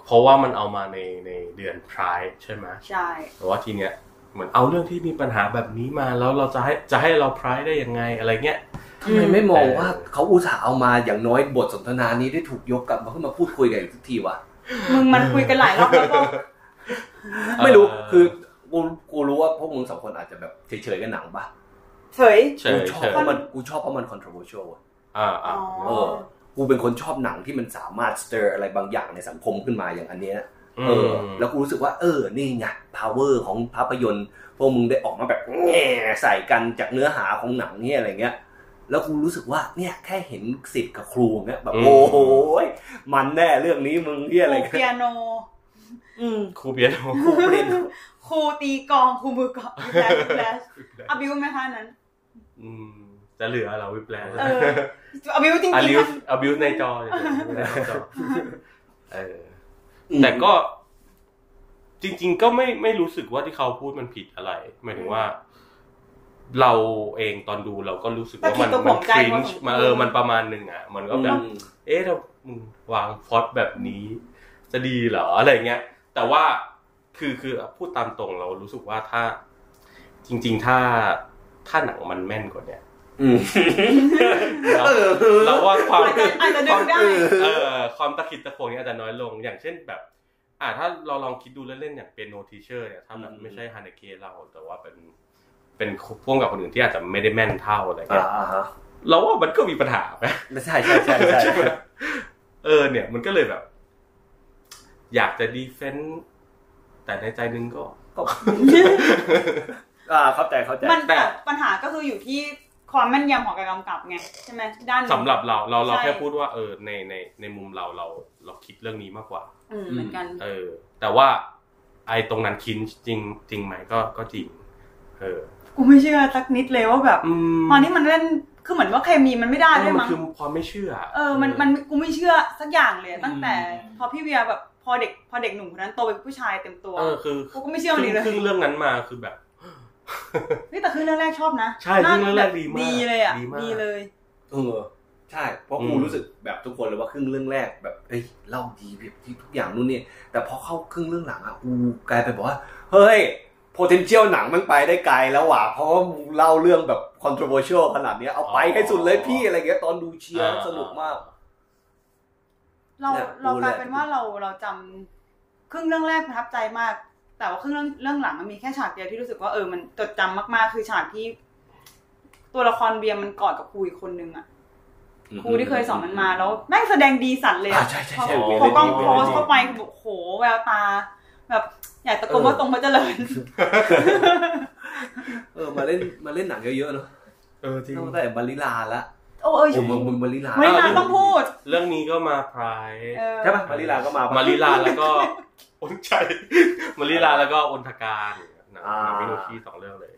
S2: เพราะว่ามันเอามาในในเดือนพรายใช่ไหม
S3: ใช่
S2: แต่ว่าทีเนี้ยเหมือนเอาเรื่องที่มีปัญหาแบบนี้มาแล้วเราจะให้จะให้เราพรายได้ยังไงอะไรเงี้ย
S1: ทำไมไม่มองว่า
S2: เออ
S1: เขาอุตส่าห์เอามาอย่างน้อยบทสนทนานี้ได้ถูกยกกลับมาขึ้นมาพูดคุยกันอีกทุกทีวะ
S3: มึงมันคุยกันหลายรอบ แล้วก็
S1: ไม่รู้
S2: เ
S1: คือกูกูรู้ว่าพวกมึงสองคนอาจจะแบบเฉยๆกันหนังปะ
S3: เฉย
S2: เฉ
S1: กู
S2: ย
S1: ชอบ
S2: เฉย
S1: เพราะมันกูชอบเพราะมัน controversial อะ
S2: อ่าอ่า
S3: อ๋อ
S1: เออ กูเป็นคนชอบหนังที่มันสามารถ stir อะไรบางอย่างในสังคมขึ้นมาอย่างอันเนี้ยเออ แล้วกูรู้สึกว่าเออนี่ไง power ของภาพยนตร์พวกมึงได้ออกมาแบบแง่ใส่กันจากเนื้อหาของหนังเนี่ยอะไรเงี้ย แล้วกูรู้สึกว่าเนี่ยแค่เห็นสิทธิ์กับครูเนี่ยแบบโอ้โหยมันแน่เรื่องนี้มึงเหียอะไร
S3: ครู
S1: กัน
S3: เปียโน
S1: อืม
S2: ครูเปียโน
S1: ครูเปลี่ยน
S3: ครูตีกลองครูมื อกลอง แฟลชแฟลชอาบิวไหมคะอันนั้น
S2: อืมจะเหลือเหราวิปแลน
S3: เอออาบิวจริง
S2: อา
S3: ๆ
S2: บิว
S3: ค่ะ
S2: อาบิวในจออย่างเดียวในจอเออ แต่ก็จริง ๆ ก็ไม่ไม่รู้สึกว่าที่เขาพูดมันผิดอะไรหมายถึงว่า เราเองตอนดูเราก็รู้สึกว่ามันมันคริ้งมาเออมันประมาณหนึ่งอ่ะ มันก็แบบ เอ๊ะเรามึงวางพล็อตแบบนี้ จะดีเหรออะไรเงี้ย แต่ว่าคือคือพูดตามตรงเรารู้สึกว่าถ้า จริง ๆ ถ้าถ้าหนังมันแม่นกว่าเนี้ย
S1: อืม
S2: เราเราว่าความ
S3: อาจจะอาจจะดึงได้
S2: เออความตะขิดตะขวงเนี่ยอาจจะน้อยลง อย่างเช่นแบบ อ่าถ้าเราลองคิดดูเล่นๆอย่างเป็นโนทีเชอร์เนี่ยถ้าแบบไม่ใช่ฮานาเกะเรา แต่ว่าเป็น เป็นพ่วงกับคนอื่นที่อาจจะไม่ได้แม่นเท่าอะไร
S1: อ่า
S2: เงี้ย
S1: ฮะ
S2: เราว่ามันก็มีปัญหาไหม
S1: ไม่ใช่ใช่ใช่ใช่
S2: ใช่ไหมเออเนี่ยมันก็เลยแบบ อยากจะดีเฟนต์แต่ในใจนึงก็
S1: ก็ อ่าเข้าใจเข้าใจ
S3: มัน
S2: แต่
S3: แต่ปัญหาก็คืออยู่ที่ความแม่นยำของการกำกับไงใช่ไหมด้านนี้
S2: สำหรับเราเราเรา
S3: ใช่
S2: แค่พูดว่าเออในในในมุมเราเราเราคิดเรื่องนี้มากกว่า
S3: อืมเหมือนกัน
S2: เออ แต่ว่าไอ้ตรงนั้นคินจริงจริงไหมก็ก็จริง เออ
S3: กูไม่เชื่อสักนิดเลยว่าแบบ
S2: อืม
S3: ตอนนี้มันเล่นคือเหมือนว่าเคมีมันไม่ได้
S2: เอ
S3: ด้
S2: อ
S3: วย
S2: มัน
S3: มั้ง
S2: คือความไม่เชื่อ
S3: เออมันมันกูไม่เชื่อสักอย่างเลยตั้งแต่
S1: อืม
S3: พอพี่เวียแบบพอเด็กพอเด็กหนุ่มคนนั้นโตเป็นผู้ชายเต็มตัว
S2: เออคือ
S3: กูก็ไม่เชื่อมันอีกเลย
S2: ครึ่งเรื่องนั้นมาคือแบบ
S3: นี่แต่คือเรื่องแรกชอบนะ
S2: ใช่ครึ่งเรื่องแรกดีมาก
S3: ดีเลยอ่ะ
S2: ดีมาก
S3: ดีเลย
S1: เออใช่เพราะ
S2: อืม
S1: กูรู้สึกแบบทุกคนเลยว่าครึ่งเรื่องแรกแบบเอ้ยเล่าดีแบบที่ทุกอย่างนู่นนี่แต่พอเข้าครึ่งเรื่องหลังอ่ะกูกลายเป็นบอกว่า เฮ้ย potential หนังมันไปได้ไกลแล้วว่ะเพราะว่ามึงเล่าเรื่องแบบ controversial ขนาดเนี้ยเอาไปให้สุดเลยพี่อะไรเงี้ยตอนดูเชียร์สนุกมาก
S3: เรา
S1: เนี่ย
S3: เรากลาย
S1: รู้เลย
S3: เป็นว่าเราเราจำครึ่งเรื่องแรกประทับใจมาก แต่ว่าครึ่งเรื่องเรื่องหลังมันมีแค่ฉากเดียวที่รู้สึกว่าเออมันจดจำมากๆ คือฉากที่ ตัวละครเบียร์มันกอดกับครูอีกคนนึงอ่ะครูที่เคยสอนมันมาแล้วแม่งแสดงดีสัตว์เลย
S1: อ่า
S3: อะ
S1: ใช่ใช่
S3: พอ
S1: ใช่
S3: พอ
S1: เว
S3: กล้
S1: ลา
S3: อง
S1: ดี
S3: โพ
S1: เวลา
S3: ส
S1: ดี
S3: เข้าไปคือแบบโหแววตา แบบอยากตะโกน
S1: เออ
S3: ว่าตรงพระเจริญ
S1: เออมาเล่นมาเล่นหนังเยอะๆเนาะ
S2: เออจริง
S1: ตั้งแต่บาลิลาละ
S3: โอ้เออ
S1: โอ้มึงมึงบาลิลา
S3: ไม่
S2: เ
S3: นานต้องพูด
S2: เรื่องนี้ก็มาพราย
S3: เออ
S1: ใช่ป่ะบาลิลาก็มาปะ
S2: มาริลาแล้ว ก็อนใจมาริลาแล้วก็อนทการหนัง
S1: อ่า
S2: หนังมิโนชีสองเรื่องเลย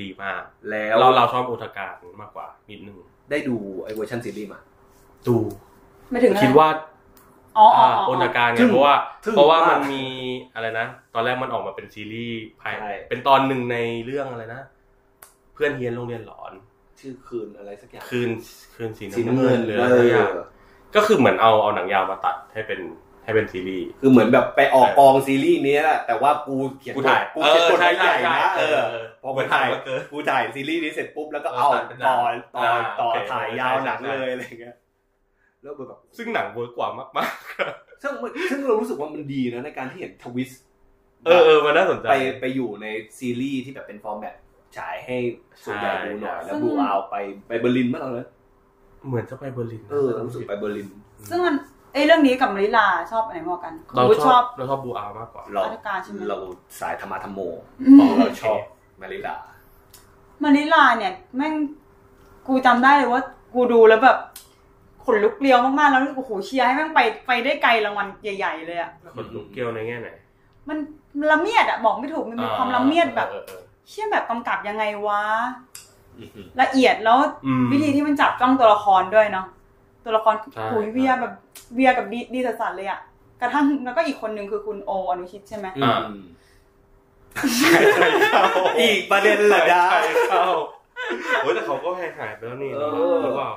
S2: ดีมาก
S1: แล้ว
S2: เราเราชอบอนทการมากกว่านิดนึง
S1: ได้ดูไอ้เวอร์ชันซีรีส์มา
S2: ดู
S3: ไม่ถึงอะไร
S2: คิดว่า
S3: อ๋ออ๋อ
S2: อ่า
S3: อ๋
S2: อนท
S3: อ
S2: การไง
S1: ถึง
S2: เพราะว่า
S1: ถึง
S2: เพราะว่ามัน
S1: มาก
S2: มีอะไรนะ ตอนแรกมันออกมาเป็นซีรีส์ภาย
S1: ใช่
S2: เป็นตอนหนึ่งในเรื่องอะไรนะ เพื่อนเฮียนโรงเรียนหลอน
S1: ชื่อคืนอะไรสักอย่าง
S2: คืนคืนสี
S1: สีน้ำ
S2: น้ำ
S1: เงิ
S2: เงิ
S1: น
S2: น
S1: ห
S2: หรื
S1: รื
S2: ออ
S1: อะ
S2: อะไรไรสักอย่
S1: สักอา
S2: ย่าง งก็คือเหมือนเอาเอาหนังยาวมาตัดให้เป็นให้เป็นซีรีส์
S1: คือเหมือนแบบไปออกกองซีรีส์นี้แหละแต่ว่ากูเขียนบทกูเขียนบทให้ใหญ่นะเออพอกูถ่ายกูถ่ายซีรีส์นี้เสร็จปุ๊บแล้วก็เอา
S2: เออตัดเป็นหนั
S1: ต่
S2: ง
S1: อต่อ
S2: อ่า
S1: ต่อ
S2: โอเค
S1: ถ่ายยาว
S2: ใช่ใช่
S1: หนังเลยอะไรเงี้ยแล้วแบบ
S2: ซึ่งหนังเวิร์กกว่ามาก
S1: ซึ่งมันซึ่งเรารู้สึกว่ามันดีนะในการที่เห็นทวิสต์
S2: ๆ เออเออมันน่าสนใจ
S1: ไปไปอยู่ในซีรีส์ที่แบบเป็นฟอร์แมตฉายให้ส่วนใหญ่ดูหน่อย
S2: ใช่
S1: แล้วบูเอาไปไปเบอร์ลินมั้งเราเลย
S2: เหมือนจะไปเบอร์ลินนะ
S1: เออรู้สึกไปเบอร์ลิน
S3: ซึ่งมันเอ้ยเรื่องนี้กับมาริลาชอบอันไหนมากกว่ากัน
S2: เรา
S3: กู
S2: ช
S3: ช
S2: อ
S3: อ
S2: บบ เราชอบบูอามากกว่า
S1: เรา
S3: ราชการใช่ไหม
S1: เราสายธรรมะธรรมโม
S3: อืม
S1: เราชอบมาริลา
S3: มานิลาเนี่ยแม่งกูจำได้เลยว่า กูดูแล้วแบบขนลุกเกลียวมากๆแล้วโอ้โหเชียร์ให้แม่งไปไปได้ไกลรางวัลใหญ่ ๆ เลยอะ
S2: คนลุกเกลียวในแง่ไหน
S3: มันละเมียดอะบอกไม่ถูกมันมีความละเมียดแบบ
S2: ออเออเออ
S3: เชี่ยแบบกำกับยังไงวะละเอียดแล้ว
S2: อืม
S3: วิธีที่มันจับจ้องตัวละครด้วยเนาะตัวละคร
S2: ใช่
S3: โอ้ยเวียแบบเวียกับดีดีสัสๆเลยอะกระทั่งแล้วก็อีกคนนึงคือคุณโออนุชิตใช่ไหม
S2: อ่า
S1: อีกประเด็นเหรอดา
S2: ใช่เข้าโอ้ยแต่เขาก็หายหายไปแล้วนี่
S1: เออ
S2: หรือเปล่า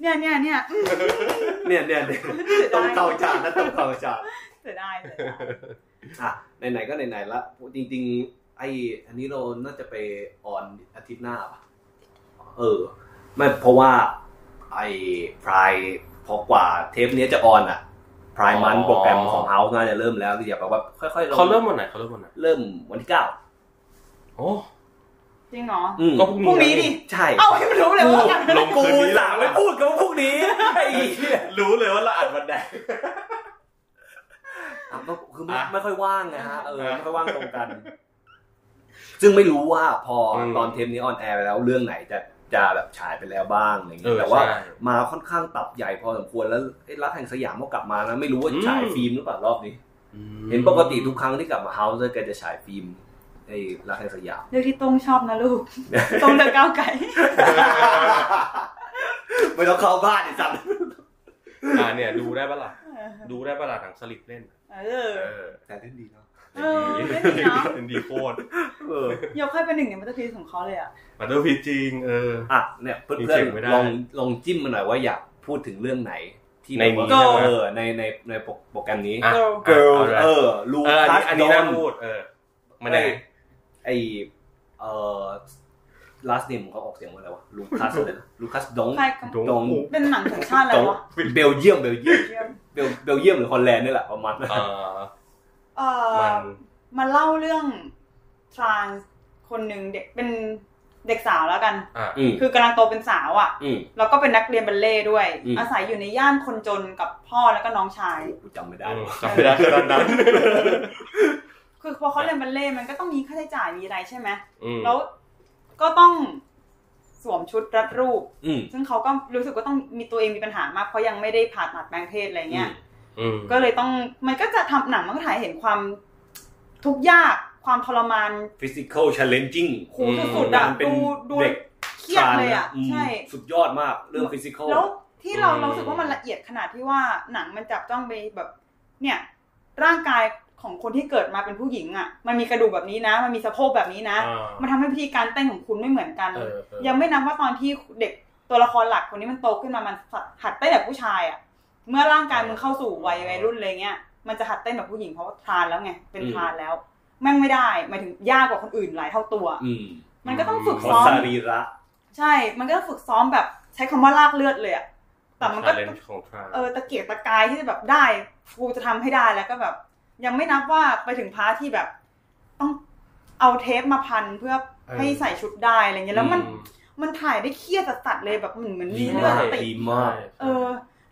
S3: เนี่ยเนี่ยเนี่ยอืม
S1: เนี่ยเนี่ยเนี่ยตรงเตาจาน นะตรงเตาจาน
S3: เสียดายเสียดาย
S1: อ่ะไหนๆก็ไหนๆละจริงๆ ไออันนี้เราน่าจะไปออนอาทิตย์หน้าป่ะเออไม่เพราะว่า ไอพรายพอกว่าเทปเนี้ยจะออนอ่ะพรายมันโปรแกรมของเฮาส์น่าจะเริ่มแล้วอย่าแบบว่าค่อยๆลง
S2: เขาเริ่มวันไหนเขาเริ่มวันไหน
S1: เริ่มวันที่เก้า
S2: โอ้
S3: จริงเหรอ
S1: อืม
S2: ก็พ
S3: พรุ่
S2: รุ่งนี้
S3: งนี้ดิ
S1: ใช่
S3: เอ้าให้มันรู้เลยว่า
S2: ลง
S1: กู
S2: คืนนี้
S1: สั่งไม่พูดกับพวกนี้ไอ้เหี้ย
S2: รู้เลยว่าเราอัดวันไหน
S1: อ่ะก็คือไม่
S2: อ่ะ
S1: ไม่ค่อยว่างไงฮะเออ
S2: อ่ะ
S1: ไม่ค่อยว่างตรงกัน ซึ่งไม่รู้ว่าพออ
S2: ม
S1: ตอนเทปนี้ออนแอร์ไปแล้วเรื่องไหนจะจะแบบฉายไปแล้วบ้างอะไร
S2: เอ
S1: เงี้ย
S2: อ
S1: แต่ว่า
S2: ใช่
S1: มาค่อนข้างตับใหญ่พอสมควรแล้วไอ้รักแห่งสยามก็กลับมานะไม่รู้ว่า
S2: อืม
S1: ฉายฟิล์มหรือเปล่ารอบนี้ เห็นปกติทุกครั้งที่กลับมาเฮาส์แกจะฉายฟิล์มไอ้รักแห่งส ยาม
S3: เลือกที่ต้งชอบนะลูก ต้งเลือกก้าวไก่
S1: ไม่ต้องเข้าบ้านไอ้สัตว์
S2: อ่าเนี่ยดูได้ปะล่ะ ดูได้ปะล่ะหนังสลิปเล่น
S3: เออ
S2: เออ
S1: แต่เล่นดีเนาะ
S3: เออเล่นดีเนาะ
S2: เป็นดีโคตร
S1: เออ
S3: ยกให้เป็นหนึ่งในมัตเตอร์พีซของเขาเลยอ่ะ
S2: มันต้องพีจริงเออ
S1: อ่ะเนี่ยเพื่
S2: จ
S1: อ
S2: ริ
S1: น
S2: งๆไม่ได้
S1: ๆลองลองจิ้มมาหน่อยว่าอยากพูดถึงเรื่องไหน ที่
S2: ในนี้
S1: แบบว่า
S3: ก็
S1: เออในในในโปรแกรมนี้
S2: อ่ะ
S3: Girl
S2: เกิล
S1: เออเออลู
S2: เอออันนี้
S1: คัส
S2: อันนี้น่า
S1: ด
S2: พู
S1: อน
S2: ดเออมันยังไง
S1: ไอเออ last name ของเขาออกเสียงว่าอะไรวะลูคัสลูคัสดง
S3: ใครกำกับ
S1: ดง
S3: เป็นหนังสัญชาติอะไร
S1: ดง
S3: วะ
S1: เบลเยียมเบลเยียม
S3: เยี่ยม
S1: เบลเบลเยียมหรือฮอลแลนด์นี่แหละประมาณนั้น
S2: เออ
S3: เอ
S2: มั
S3: อน มาเล่าเรื่องทรานคนหนึ่งเด็กเป็น เด็กสาวแล้วกัน
S2: อ่า
S1: อืม
S3: คือกำลังโตเป็นสาวอ่ะ
S1: อืม
S3: แล้วก็เป็นนักเรียนบัลเล่ต์ด้วย
S1: อืม
S3: อาศัยอยู่ในย่านคนจนกับพ่อแล้วก็น้องชาย
S1: กูจำไม่ได้ว่ะ
S2: จำไม่ได้ขนาดนั้น
S3: คือพอเขาเรียนบัลเล่ต์มันก็ต้องมีค่าใช้จ่ายมีอะไรใช่ไหม
S2: อืม
S3: แล้วก็ต้องสวมชุดรัดรูป
S1: อืม
S3: ซึ่งเขาก็รู้สึกว่าต้องมีตัวเองมีปัญหามาก เพราะยังไม่ได้ผ่าตัดแปลงเพศอะไรเงี้ย
S2: อืม
S3: ก็เลยต้องมันก็จะทำหนังมันก็ถ่ายเห็นความทุกข์ยากความทรมาน
S1: ฟิสิกอลชาเลนจิ้ง
S3: คูสุดๆอะ
S1: เป็น
S3: ดูดู
S1: เด็ก
S3: เครียดเลยอะ
S1: ม
S3: ใช่
S1: สุดยอดมากเรื่องฟิสิกอล
S3: แล้วที่เราเรารู้สึกว่ามันละเอียดขนาดที่ว่าหนังมันจับต้องไปแบบ เนี่ย ร่างกายของคนที่เกิดมาเป็นผู้หญิงอ่ะ มันมีกระดูกแบบนี้นะ มันมีสะโพกแบบนี้นะ
S2: อ่า
S3: มันทำให้วิธีการเต้นของคุณไม่เหมือนกัน
S2: เออเออ
S3: ยังไม่นับว่าตอนที่เด็กตัวละครหลักคนนี้มันโตขึ้นมามันหัดเต้นแบบผู้ชายอ่ะ เมื่อร่างกายมึงเข้าสู่วัยวัยรุ่นเลยเงี้ยมันจะหัดเต้นแบบผู้หญิงเพราะว่าทานแล้วไงเป็น
S1: อืม
S3: ทานแล้วแม่งไม่ได้หมายถึงยากกว่าคนอื่นหลายเท่าตัว
S1: อืม
S3: มันก็ต้องฝึก
S1: ขอ
S3: ซ้อม
S1: สรีระ
S3: ใช่ มันก็ฝึกซ้อมแบบใช้คำว่าลากเลือดเลยอะแต่มันก็
S2: challenge ของทาง
S3: เออตะเกียกตะกายที่จะแบบได้กูจะทำให้ได้แล้วก็แบบ ยังไม่นับว่าไปถึงพาร์ทที่แบบ ต้องเอาเทปมาพันเพื่อให้ใส่ชุดได้อะไรเงี้ยแล้วมัน
S2: อื
S3: มันถ่ายได้เครียดสัสๆเลยแบบเหมือนเหมือน
S1: ดี
S3: มี
S1: มาก
S3: เลือดติด
S1: ดีมาก
S3: เออ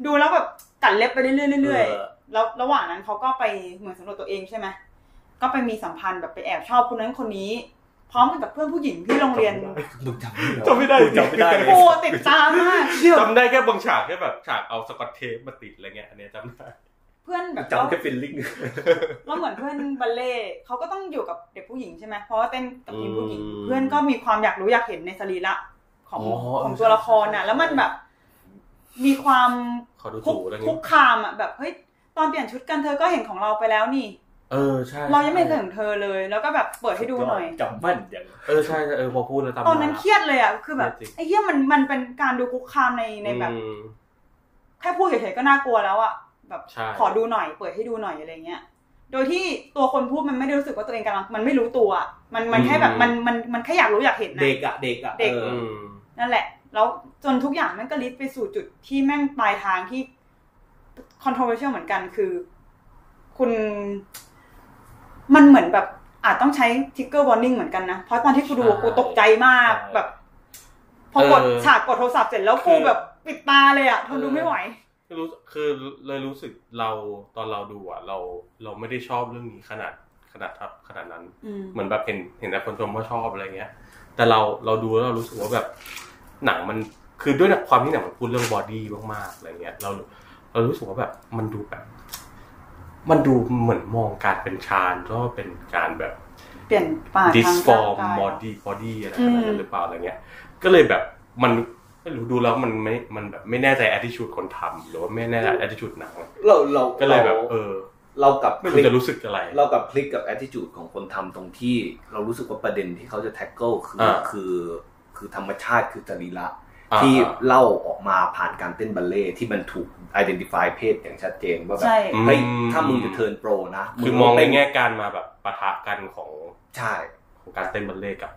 S3: ดูแล้วแบบกัดเล็บไปเรื่อยๆเรื่อย
S1: เออ
S3: ๆแล้วระหว่างนั้นเขาก็ไปเหมือนสำรวจตัวเองใช่ไหมก็ไปมีสัมพันธ์แบบไปแอบชอบคนนั้นคนนี้ พร้อมกันกับเพื่อนผู้หญิงที่โรงเรียน
S1: มึงจำไม่ได้
S2: จำไม่ได้
S1: กูจำไม่ได้เลย
S3: โอ้ติดตามมาก
S2: จำได้แค่บางฉากแค่แบบฉากเอาสกอตเทปมาติดอะไรเงี้ยอันเนี้ยจำได้
S3: เพื่อนแบบ
S1: จำแค่ฟิลลิ่ง
S3: เราเหมือนเพื่อนบัลเล่ต์เขาก็ต้องอยู่กับเด็กผู้หญิงใช่ไหมเพราะว่าเต้นกับทีมผู้หญิง
S1: อืม
S3: เพื่อนก็มีความอยากรู้อยากเห็นในสรีระของ
S1: อ๋อ
S3: ของตัวละครน่ะ แล้วมันแบบ มีความ
S2: ขอดู
S3: คุก
S2: ถูอะไร
S3: คุ
S2: เงี้
S3: ก
S2: ย
S3: คามอ่ะแบบเฮ้ยตอนเปลี่ยนชุดกันเธอก็เห็นของเราไปแล้วนี่
S2: เออใช่
S3: เรายังไม่เคยเห็นเธอเลย แล้วก็แบบเปิดให้ดูหน่อย
S1: จำมั่นจัง
S2: เออใช่ใช่เออพอพูดแล้วจำ
S3: ตอนนั้น
S2: ได้
S3: เครียดเลยอ่ะคือแบบ
S2: จริง
S3: ไอ้เหี้ยมันมันเป็นการดูคุกคามในในแบบ
S2: อืม
S3: แค่พูดเฉยๆก็น่ากลัวแล้วอะแบบ
S2: ใช่
S3: ขอดูหน่อยเปิดให้ดูหน่อยอะไรเงี้ย โดยที่ตัวคนพูดมันไม่ได้รู้สึกว่าตัวเองกำลังมันไม่รู้ตัวอะมันมันแค่แบบมันมันมันแค่อยากรู้อยากเห็นนะ
S1: เด็กอะเด็กอะ
S3: เด็ก
S1: ออ
S2: อืม
S3: นั่นแหละ แล้วจนทุกอย่างมันก็ลิดไปสู่จุดที่แม่งปลายทางที่ controversial เหมือนกันคือ คุณ มันเหมือนแบบอาจต้องใช้ trigger warning เหมือนกันนะ เพราะตอนที่กูดูอะกูตกใจมากแบบ พอกด
S2: เออ
S3: ฉากกดโทรศัพท์เสร็จแล้วกูแบบปิดตาเลยอะทนดูไม่ไหว
S2: รู้คือเลยรู้สึกเราตอนเราดูอ่ะ เราเราไม่ได้ชอบเรื่องนี้ขนาดขนาดทับขนาดนั้น
S3: อืม
S2: เหมือนแบบเห็นเห็นแต่คนชมว่าชอบอะไรเงี้ย แต่เราเราดูแล้วเรารู้สึกว่าแบบหนังมันคือด้วยความที่หนังมันพูดเรื่องบอดี้มากๆอะไรเงี้ยเราเรารู้สึกว่าแบบมันดูแบบ มันดูเหมือนมองการเป็นชานก็เป็นการแบบ
S3: เปลี่ยนป่าทางร่าง
S2: disform
S3: กาย
S2: body body อะไรแบบ
S3: อื
S2: นั้
S3: ม
S2: นหรือเปล่าอะไรเงี้ย ก็เลยแบบมันไม่รู้ดูแล้วมันไม่มันแบบไม่แน่ใจ attitude คนทำหรือว่าไม่แน่ใจ attitude หนัง
S1: เราเรา
S2: ก็เลยแบบ
S1: รา
S2: เออ
S1: เรากับ
S2: ไม่
S1: คลิ
S2: รู้
S1: ก
S2: จะรู้สึกอะไร
S1: เรากับคลิกกับ attitude ของคนทำตรงที่ เรารู้สึกว่าประเด็นที่เขาจะ tackle คืออา คือ คือธรรมชาติคือสรีระ
S2: อ่า
S1: ที่เล่าออกมาผ่านการเต้นบัลเล่ต์ที่มันถูก identify เพศอย่างชัดเจนว่าแบบ
S3: ใช่
S2: อื
S1: เฮ้ยถ้ามึงจะเทิร์นโปรนะ
S2: คือมองใน
S1: ต้
S2: แง่การมาแบบปะทะกันของ
S1: ใช่
S2: ของการเต้นบัลเล่ต์กับ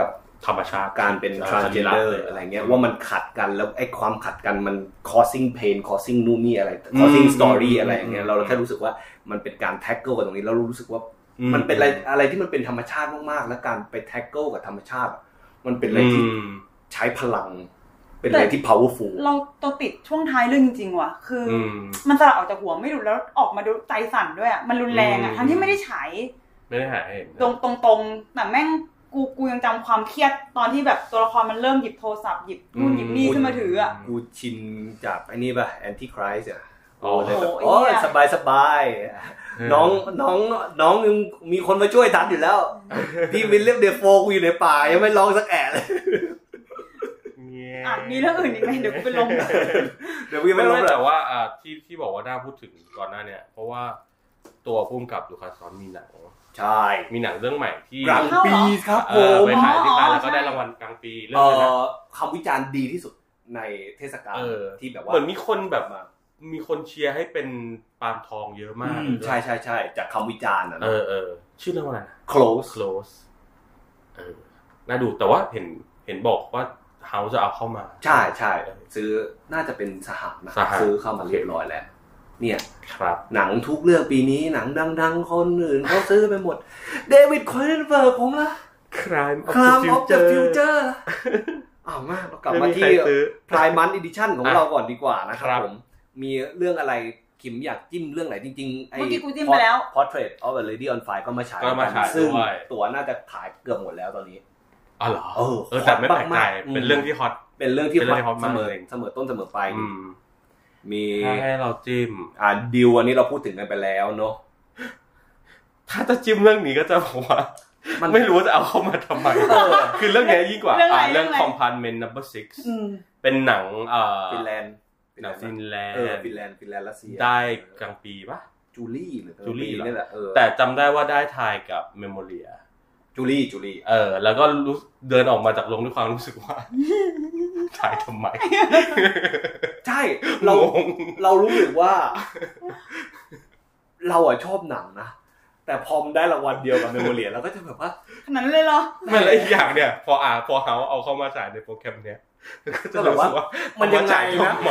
S1: กับ
S2: ธรรมชาติ
S1: การเป็น
S2: อ่อ
S1: transgender
S2: สรี
S1: อะไรเงี้ยว่ามันขัดกันแล้วไอ้ความขัดกันมัน causing pain causing นู่นนี่อะไร causing story อะไรอย่างเงี้ยเราแค่รู้สึกว่ามันเป็นการ tackle กันตรงนี้แล้วเรารู้สึกว่า
S2: อื
S1: มันเป็นอะไรอะไรที่มันเป็นธรรมชาติมากๆ และการไปแท็กเกิลกับธรรมชาติ มันเป็นอะไรที่
S2: อืม
S1: ใช้พลัง เป็นอะไรที่ powerful
S3: เราตัวติดช่วงท้ายเรื่องจริงๆว่ะ คืออ
S2: ม
S3: มันสลัดออกจากหัวไม่หลุดแล้วออกมาดูใจสั่นด้วยอ่ะ มันรุนแรงอ่ะ
S2: อืม
S3: ทั้งที่ไม่ได้ฉาย
S2: ไม่ได้หาให้เห็นนะ
S3: ตรงตรงตรงๆแต่แม่งกูกูยังจำความเครียดตอนที่แบบตัวละครมันเริ่มหยิบโทรศัพท์หยิบนู่นหยิบนี่ขึ้นมาถืออ่ะ
S1: กูชินจากไอ้นี่ป่ะ anti christ อ่ะ
S2: โอ้
S1: โอ้เลยแบบ
S3: โอ้
S1: โอ้
S3: ไอ้
S1: ย
S3: เหี้ย
S1: สบายสบายน้องน้องน้องยังมีคนมาช่วยทันอยู่แล้ว พี่วินเลียบเดฟโฟกูอยู่ในป่า ยังไม่ร้องสักแอะเลย
S3: อ่ะมีเรื่องอื่นอีกไหมเดี๋ยวกูไปลง
S1: เดี๋ยววิน
S2: ไม่
S1: ไม่ร้อง
S2: รู้
S1: หรอก
S2: แต่ว่าอ่าที่ที่บอกว่าน่าพูดถึงก่อนหน้าเนี่ย เพราะว่าตัวพุ่มกับลูคัสซอนมีหนัง
S1: ใช่
S2: มีหนังเรื่องใหม่ที่
S1: กลาง
S3: เข้าเหร
S1: ปี
S3: อ
S1: ครับผ
S2: เอ่อ
S1: ม
S2: ไปฉายที่ค่ายแล้วก็
S3: อ๋อใช่
S2: ได้รางวัลกลางปีเรื่อ
S1: เอ่
S2: งอะไรนะ
S1: อคำวิจารณ์ดีที่สุดในเทศกาล
S2: เออ
S1: ที่แบบว่า
S2: เหมือนมีคนแบบมีคนเชียร์ให้เป็นปาล์มทองเยอะมาก
S1: อืมใช่ใช่ใช่จากคำวิจารณ์นะ
S2: เอ
S1: นะ
S2: อเออชื่อเรื่องว่าอะไรนะ
S1: close
S2: close เออน่าดูแต่ว่าเห็นเห็นบอกว่าเฮาจะเอาเข้ามา
S1: ใช่ใช่ซื้อน่าจะเป็นสหานะ
S2: สหะ
S1: ซื้อเข้ามาเรียบร้อยแล้ว เนี่ย
S2: ครับ
S1: หนังทุกเรื่องปีนี้หนังดัง ๆ คนอื่นเขาซื้อไปหมด เดวิดคอนเวอร์ผมละ
S2: Crime of
S1: คลา
S2: the
S1: มออฟเดอะ
S2: Future
S1: ฟิวเจอร์อ้าวมากเรากลับมาที่
S2: ไใครซื้อ
S1: พลายมันอีดิชั่นของ
S2: อ่ะ
S1: เราก่อนดีกว่านะครั
S2: ครับ บ
S1: ผมมีเรื่องอะไรขิมอยากจิ้มเรื่องไหนจริงๆไอ้
S3: เมื่อกี้กูจิ้มไปแล้ว
S1: พอร์เทรตออฟเดอะเลดี้ออนไฟก็มาฉาย
S2: ก็มาฉาย
S1: ซึ่ง
S2: ด้วย
S1: ตั๋วน่าจะขายเกือบหมดแล้วตอนนี้
S2: อ๋อเหรอ
S1: เออ
S2: เออแต่ไม่แปลกใจ
S1: มากๆ
S2: เป็นเรื่องที่ฮอต
S1: เป็นเรื่องที่
S2: เป็นเรื่องที่ฮอต
S1: เส
S2: มาก
S1: มอ
S2: จริง
S1: เสมอต้นเสมอไปลาย
S2: อืม
S1: มี
S2: ให้เราจิ้ม
S1: อ่าดิวอันนี้เราพูดถึงกันไปแล้วเนาะ
S2: ถ้าจะจิ้มเรื่องนี้ก็จะบอกว่า
S1: มัน
S2: ไม่รู้ว่าจะเอาเข้ามาทำไม
S1: เออ
S2: คือเรื่องเนี้ยยิ่งกว่า
S3: เรื่องอะไร
S2: อ่าเรื่อง
S3: เรื่องอะไร
S2: Compartment Number Six เป็นหนังเอ่อ
S1: ฟินแลนด์
S2: หนังฟินแลน
S1: เออ
S2: ด์
S1: ฟินแลนด์ฟินแลนด์รัสเซีย
S2: ได้กลางปีปะ
S1: จูลี่หรือ
S2: จูลี่เหรอ
S1: นี่แหละเออ
S2: แต่จำได้ว่าได้ทายกับ Memoria
S1: จูลี่จูลี่
S2: เออ แล้วก็รู้เดินออกมาจากโรงด้วยความรู้สึกว่า ถ่ายทำไม
S1: ใช่ เรา
S2: งง
S1: เรารู้สึกว่า เราอ่ะชอบหนังนะ แต่พอมนได้รางวัลเดียวกับเมโมเรียเราก็จะแบบว่า
S3: ขนาดนั้นเลยเหรอ
S2: ไม่แล้วอีกอย่างเนี่ย พออ่าพอเฮาเอาเข้ามาฉายในโปรแกรมเนี้ยก็จะรู้สึกว่า
S1: มั
S2: มัน
S1: ยังไงนะ
S2: ทำไม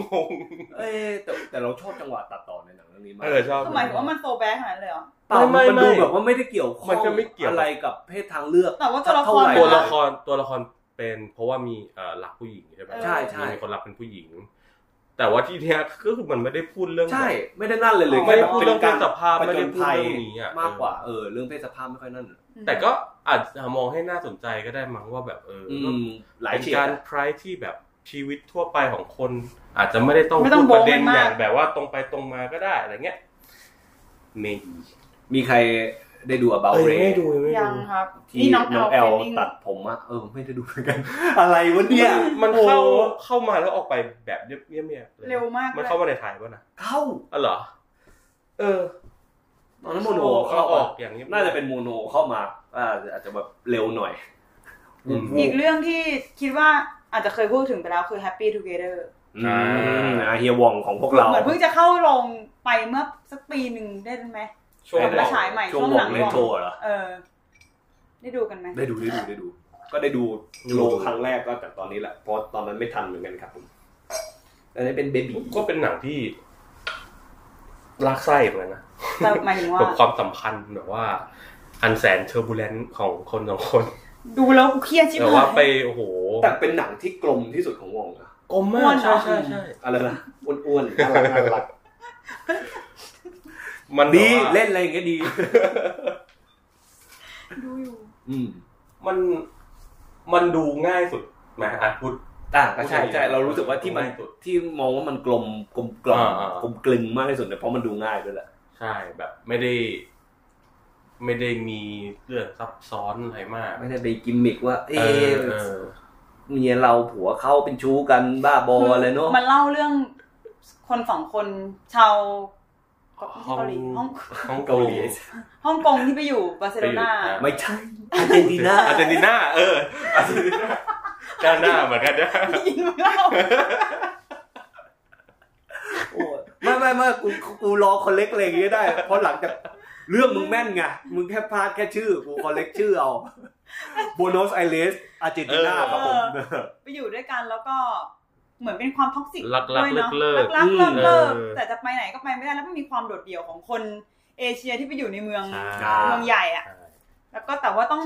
S2: งง
S1: เอ้ยแต่แต่เราชอบจังหวะตัดต่อในหนังเรื่องนี้มา
S2: เอก อชอบ
S3: คือหมายถึงว่ามันโตแบกขนาดนั้นเลยเหรอ
S1: เปล่า
S2: ไม่
S1: มัน
S2: ไม่ไม่
S1: ดูแบบว่าไม่ได้เกี่ยวข้อง
S2: มันก็ไม่เกี่ยว
S1: อะไรกับเพศทางเลือก
S3: แต่ว่าตัวละคร
S1: เท่าไห
S2: ตัวละค
S1: ร
S2: รตัวละครเป็นเพราะว่ามีเอ่อรักผู้หญิงใช่ไหม
S1: ใช่ใช่
S2: มีคนรักเป็นผู้หญิง แต่ว่าที่เนี้ยก็คือมันไม่ได้พูดเรื่อง
S1: ใช่ ไม่ได้นั่นเลยเลย
S2: ไม่ได้
S1: แค่
S2: พูด
S1: ป็
S2: เรื่อง
S1: ก
S2: การสภาพ
S1: ผ
S2: ไม่
S1: จ
S2: ได้
S1: ญ
S2: พูด
S1: ภัย
S2: เรื่องนี้อะ
S1: มากกว่าเออเรื่องเพศสภาพไม่ค่อยนั่น
S2: แต่ก็อาจจะมองให้น่าสนใจก็ได้มั้งว่าแบบเออ
S1: อื
S2: ก็
S1: มหลาย
S2: เป็น
S1: เฉด
S2: การ
S1: อะ
S2: ไพรส์ที่แบบชีวิตทั่วไปของคน อาจจะไม่ได้ต้อง
S3: ไม่ต้อง
S2: พูดประเด็น
S3: โบ๊ะมัน
S2: อ
S3: มาก
S2: ย่างแบบว่าตรงไปตรงมาก็ได้อะไรเงี้ยเมย์
S1: มีใครได้ดู about Ray
S3: ยังครับ
S1: ที่
S3: นี่น้
S1: น้
S3: อ
S1: อง ง
S3: แอ
S1: แอ
S3: ลเท
S1: ล
S3: นนิง
S1: ตัดผมอะเออ ไม่ได้ดูเหมือนกัน อะไรวะเนี่ย
S2: มันเข้า
S1: โอ้โห
S2: เข้ามาแล้วออกไปแบบเรียบๆเลย
S3: เร็วมาก
S2: มัน
S3: เลย
S2: เข้ามาในไทยป่ะนะ
S1: เข้า
S2: อ๋อเหรอ เออ
S1: ตอนนั้นโมโน
S2: เข้าอ
S1: เข้าอ
S2: อ
S1: อก ก
S2: อย่างนี้ย
S1: น่าจะเป็นโมโนเข้ามาอ่าอาจจะแบบเร็วหน่อย
S2: อืม
S3: อีกเรื่องที่คิดว่าอาจจะเคยพูดถึงไปแล้วคือ Happy Together
S1: อืมอ่าเฮียวองของพวกเรา
S3: เหมือนเพิ่งจะเข้าโรงไปเมื่อสักปีหนึ่งได้ไหม
S2: ช่วง
S3: กลับมาฉายใหม่
S1: ช่ว
S3: ช่ว
S1: ง
S3: ง
S1: ว
S3: หลั
S1: อง
S3: ง
S1: เลนโทรเหรอ
S3: เออ ได้ดูกันไหม
S1: ได้ดูได้ดูได้ดู ก็ได้ดูโลครั้งแรกก็จากตอนนี้แหละ เพราะตอนนั้นไม่ทันเหมือนกันครับผมอันนี้เป็นเบบี
S2: ก็เป็นหนังที่ลากไส้เหมือนกันนะ
S3: แต่หมายถึงว่า
S2: แบบความสัมพันธ์แบบว่า อันแสนเทอร์บูเลนของคนสองคน
S3: ดูแล้วกูเครียดชิบ
S2: แต่
S3: หา
S2: ว่าย ไปโอ้โห
S1: แต่เป็นหนังที่กลมที่สุดของวองอะ
S2: กลม
S3: อ้
S2: มา
S3: วน
S2: ก
S3: เหร
S2: ใช่
S3: อ
S2: ใช่ใช่
S1: อะไรนะอ้วนๆน่ารักน่ารัก
S2: มัน
S1: ดี
S2: แบบว่า
S1: เล่นอะไรอย่างเงี้ยดี
S3: ดูอยู่
S1: อืม
S2: มันมันดูง่ายสุดไหมอ่ะพูด
S1: อ่าก็ใช่
S2: พู
S1: ใช่
S2: ดอย่างนี้
S1: เรารู้สึกว่าที่มัน
S2: ง่ายสุด
S1: ที่มองว่ามันกลมกลมกล่อม
S2: อ่าอ่า
S1: กลมกลึงมากที่สุดเนี่ยเพราะมันดูง่ายด้วยแหละ
S2: ใช่แบบ ไม่ได้ ไม่ได้มีเรื่องซับซ้อนอะไรมาก
S1: ไม่ได้ไปกิมมิกว่า เอ๊
S2: เออะ เออ
S1: เมียเราผัวเขาเป็นชู้กันบ้าบออะไรเนาะ
S3: มันเล่าเรื่องคนสองคนชาว
S2: ฮ่อง
S3: เกาหลีฮ่อง
S2: ฮ่องก
S1: เกาง หลี
S3: ฮ่องกงที่ไปอยู่บาร์เซโลนา
S1: ไม่ใช่อาร์เจนตินา
S2: อาร์เจนตินาเอออาร์เจนตินาด้านหน้าเหมือนกันนะ
S3: กินมึงเล่า
S1: โอ้ยไม่ไม่ไม่กูกูรอคอลเลกอะไรอย่างเงี้ยได้ เพราะหลังจากเรื่องมึงแม่นไงมึงแค่พลาดแค่ชื่อกูคอลเลกชื่อเอาโบนอสไอเลสอาร์เจนตินา
S2: เออ
S1: ครับผม
S3: ไปอยู่ด้วยกันแล้วก็เหมือนเป็นความท็อกซิก
S2: รักๆ
S3: ด้วยเนาะ
S2: เลิกๆ
S3: รักๆเลิก
S2: เอ
S3: เลิ
S2: อ
S3: กแต่จะไปไหนก็ไปไม่ได้แล้วมันมีความโดดเดี่ยวของคนเอเชียที่ไปอยู่ในเมือง
S2: ใช่
S3: เมืองใหญ่อะแล้วก็แต่ว่าต้อง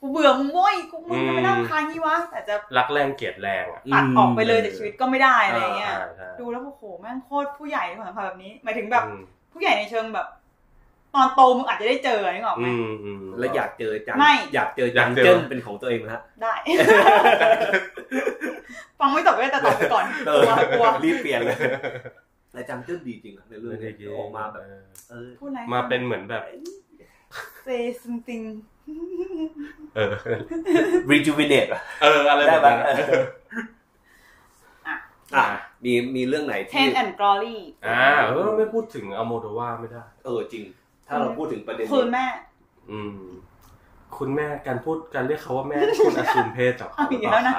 S3: กูเบื่อมึงโว้ยกูมึงจะไม่นั่งคางี้วะแต่จะ
S2: รักแรงเกลียดแรงอ่ะ
S3: ตัดออกไปเลยจากชีวิตก็ไม่ได้อะไรเงี้ย
S2: อ่าใช่
S3: ดูแล้วโอ้โหแม่งโคตรผู้ใหญ่ของสัมภาษณ์แบบนี้หมายถึงแบบ
S2: อืม
S3: ผู้ใหญ่ในเชิงแบบ ตอนโตมึงอาจจะได้เจอนึกออกไหม
S2: อืมอืม
S1: แล้วอยากเจอจัง
S3: ไม่
S1: อยากเจอ
S2: อ
S1: จั
S2: ยาก
S1: ง
S2: เจอ
S1: เจิ้นเป็นของตัวเองนะฮะ
S3: ได้ ฟังไม่จบก็ได้แต่ตอบไปก่อน
S1: เอก
S3: ลั
S1: อ
S3: วกลัว
S1: รีบเปลี่ยนเลยแต่จังเจิ้นดีจริงอะในเรื่องเนี้ออกมาแบบ
S2: เออ
S1: เออ
S3: พูดอะไร
S2: มาเป็นเหมือนแบบ
S3: เซซัมติง
S2: เออ
S1: rejuvenate อะ
S2: เอออะไร
S1: ได้
S2: แบบ
S1: ปะ
S2: นั้นอะ
S1: อ่ะมีมีเรื่องไหน
S3: เท
S1: ที่
S3: นแอนด์กรอรี่
S2: อ่าเออไม่พูดถึงอโมโดวาไม่ได้
S1: เออจริง ถ้าเราพูดถึงประเด็น
S3: คุณ
S1: นี้
S3: แม่
S2: อืม คุณแม่การพูดการเรียกเขาว่าแม่ คุณอาซูมเพศจากเขา
S3: เอาอีกแล้วนะ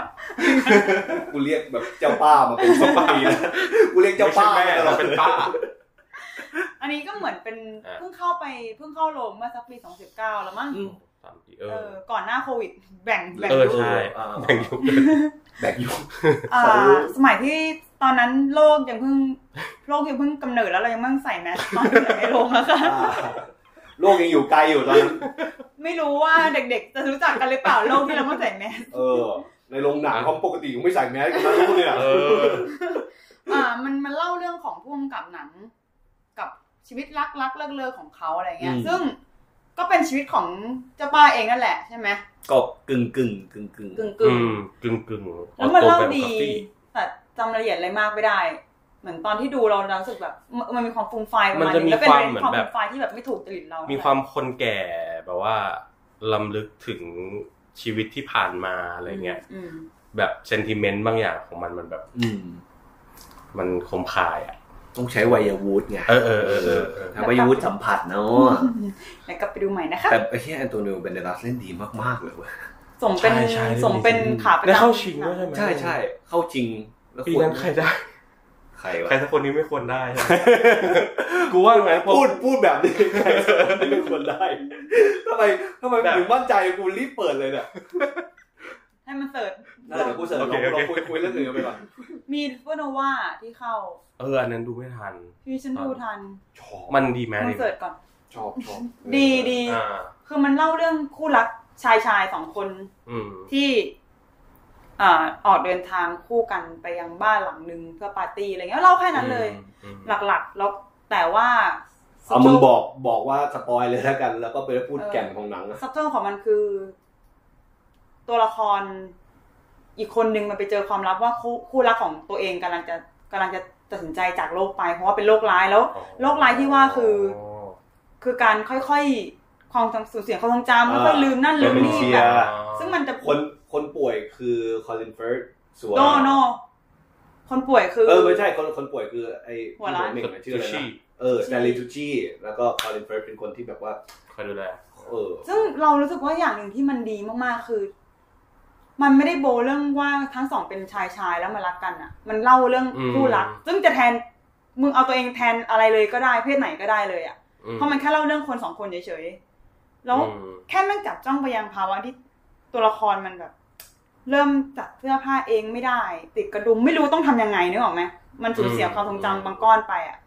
S1: กูเรียกแบบเจ้าป้ามาเป็นสองปีแล้วกูเรียกเจ้า
S2: ไม่ใช่
S1: ป้า
S2: แม่เราเป็นป้า
S3: อันนี้ก็เหมือนเป็น
S2: อ่ะ
S3: เพิ่งเข้าไปเพิ่งเข้าโรงเมื่อสักปี 2019 แล้วมั้ง
S1: อืม
S2: สามปีเอ
S3: เอ
S2: อ
S3: อ ก่อนหน้าโควิด แบ่งแบ่ง
S2: เออ
S3: ยุค
S2: ใช่แบ่งยุค
S1: แบกยุค
S3: อ่า
S1: สองยุค
S3: สมัยที่ตอนนั้นโลกยังเพิ่งโลกยังเพิ่งกำเนิดแล้วเรายังไม่ต้องใส่แมสก์ตอนอยู่ในโรงแล้วค่ะ
S1: อ่า โลกยังอยู่ไกลอยู่ตอนนั้น
S3: ไม่รู้ว่าเด็กๆ จะรู้จักกันหรือเปล่าโลกที่เราต้องใส่แมส
S1: เออ ในโรงหนังเขาปกติยังไม่ใส่แมสกันนะรู้เนี่ย
S2: เออ
S3: อ่า มันมันเล่าเรื่องของพุ่มกับหนัง กับชีวิตรักรักเลิกเลิกของเขาอะไรเงี้ย
S4: อืม
S3: ซึ่งก็เป็นชีวิตของเจ้าป้าเองนั่นแหละใช่ไหม
S4: ก็กึ่งกึ่งกึ่งกึ่ง
S3: กึ่ง
S2: อื
S3: กึ่ง
S2: มกึ่งกึ่ง
S3: แล้วมันเล่าดี แต่จำรายละเอียดอะไรมากไม่ได้ เหมือนตอนที่ดูเราเรารู้สึกแบบมันมันมีความฟุ้งไฟายประ
S2: มัน
S3: มาณ
S2: จะ
S3: นึ
S2: มี
S3: งแล้วเป็
S2: คน วามเหมือน
S3: ความ
S2: แบ
S3: ฟุ้
S2: บ
S3: งไฟายที่แบบไม่ถูกจริตเรา
S2: มีความคนแก่แบบว่าลำลึกถึงชีวิตที่ผ่านมาอะไรเงี้ย
S3: อืม
S2: แบบเซนติเมนต์บางอย่างของมันมันแบบ
S4: อืม
S2: มันคมคายอ่ะ
S4: ต้องใช้วัยวุฒิไง
S2: เออเออเออเออเออ
S4: ถ้าวัยวุฒิสัมผัสเนาะ
S3: แล้วกลับไปดูใหม่นะคะ
S4: แต่ไอ้เหียแอนโตนิโอเบนเดรัสเล่นดีมากๆเลยเว้ย
S3: สมเป็น
S2: ใช่ใช่
S3: สมเป็น
S2: จริงๆ
S3: ขาประ
S2: ได้
S3: จำ
S2: เข้าชิงด้วยใช่ไหม
S4: ใช่ใช่เข้าจริง
S2: ปีนั้นใครได้
S4: ใครวะ
S2: ใครสักคนนี้ไม่ควรได้ใช่ไหม กูว่างั้นเพราะ
S1: พูดพูดแบบนี้ใครจะเป็นคนได้ ทำไมทำไม
S2: แบบ
S1: ถึงมั่นใจกูรีบเปิดเลยเนี่ย
S3: ให้มันเสิร์ช
S1: นั่นแหละเดี๋ยวกูเสนอ
S2: โอเค
S1: เรา
S2: โอเค
S1: คุยคุยเรื่องอื่นกันไปก่อน
S3: มีเวโนวาที่เข้า
S2: เอออันนั้นดูไม่ทัน
S3: พี่ฉันดูทัน
S1: ชอบ
S2: มันดีไหม
S3: คอนเสิร์ตก่อน
S1: ชอบชอบ
S3: ดีดี
S2: อ่า
S3: คือมันเล่าเรื่องคู่รักชายชายสองคน
S2: อืม
S3: ที่อ่าออกเดินทางคู่กันไปยังบ้านหลังหนึ่งเพื่อปาร์ตี้อะไรเงี้ยเล่าแค่นั้นเลย
S2: อืม
S3: หลักๆแล้วแต่ว่า
S1: เอามึงบอกบอกว่าสปอยเลยแล้วกัน แล้วก็ไปพูดแก่นของหนังนะ
S3: ซับเทิลของมันคือ ตัวละครอีกคนนึงมันไปเจอความลับว่าคู่คู่รักของตัวเองกำลังจะกำลังจะตัดสินใจจากโลกไป เพราะว่าเป็นโรคร้ายแล้ว
S2: อ๋อ
S3: โรคร้ายที่ว่าคือ คือการค่อยๆความจำสูญเสียความทรงจำค่อยๆลืมนั่นลืมนี่แบบซึ่งมันจะ
S1: คนคนป่วยคือคอลินเฟิร์สส่วน
S3: โนโนคนป่วยคือ
S1: เออไม่ใช่คนคนป่วยคือไอ้
S3: หัวร้าน
S1: ที่ผมเห็นชื่อ
S2: ซู
S1: อะไร
S2: ชิ
S1: นะเออสแตนลีย์ทูจี้แล้วก็คอลินเฟิร์สเป็นคนที่แบบว่า
S2: คอยดูแล
S1: เออ
S3: ซึ่งเรารู้สึกว่าอย่างหนึ่งที่มันดีมากๆคือ มันไม่ได้โบเรื่องว่าทั้งสองเป็นชายชายแล้วมารักกันอ่ะ มันเล่าเรื่อง
S2: อืม
S3: คู่รัก ซึ่งจะแทนมึงเอาตัวเองแทนอะไรเลยก็ได้เพศไหนก็ได้เลยอ่ะ
S2: อื
S3: เพราะมันแค่เล่าเรื่องคนสองคนเฉยๆแล้ว
S2: อืม
S3: แค่แม่งจับจ้องไปยังภาวะที่ตัวละครมันแบบ เริ่มจัดเสื้อผ้าเองไม่ได้ ติดกระดุมไม่รู้ต้องทำยังไงนึกออกไหมมันสูญเสียความทรงจำบางก้อนไปอ่ะ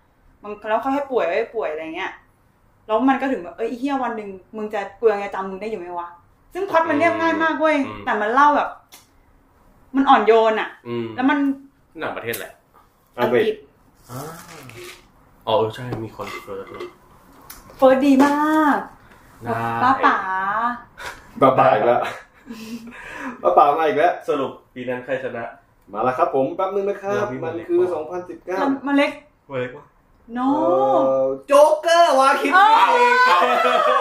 S3: บางแล้วค่อยๆป่วยค่อยๆป่วยอะไรเงี้ยแล้วมันก็ถึงแบบเอ้ยไอ้เฮียวันหนึ่งมึงจะเปลืองจะจำมึงได้อยู่ไหมวะซึ่งพล็อดมันเรียบง่ายมากเว้ยแต่มันเล่าแบบ มันอ่อนโยนอ่ะ
S2: อืม
S3: แล้วมัน
S2: หนังประเทศแหละ
S1: อั
S3: อั
S1: ง
S3: ง
S1: กฤษ
S3: กฤษ
S2: อ๋อเออใช่มีคนเฟิร์สเลย
S3: เฟิร์สดีมาก
S2: ได้
S3: ป้าป๋า
S1: ป้าป่าอีกแล้ว ป้าป่ามาอีกแล้ว
S2: สรุปปีนั้นใครชนะ
S1: มาแล้วครับผมแป๊บนึงนะครับ
S2: แล้วพี่
S1: มัน
S2: เล็ก
S1: คือ
S2: บอก
S3: มัน
S1: 2019
S3: มันเล็ก
S2: เวิร์กวะ
S3: โน
S1: เอ่อโจ๊กเกอร์วาคิด
S3: เอ้ย
S1: เองครับ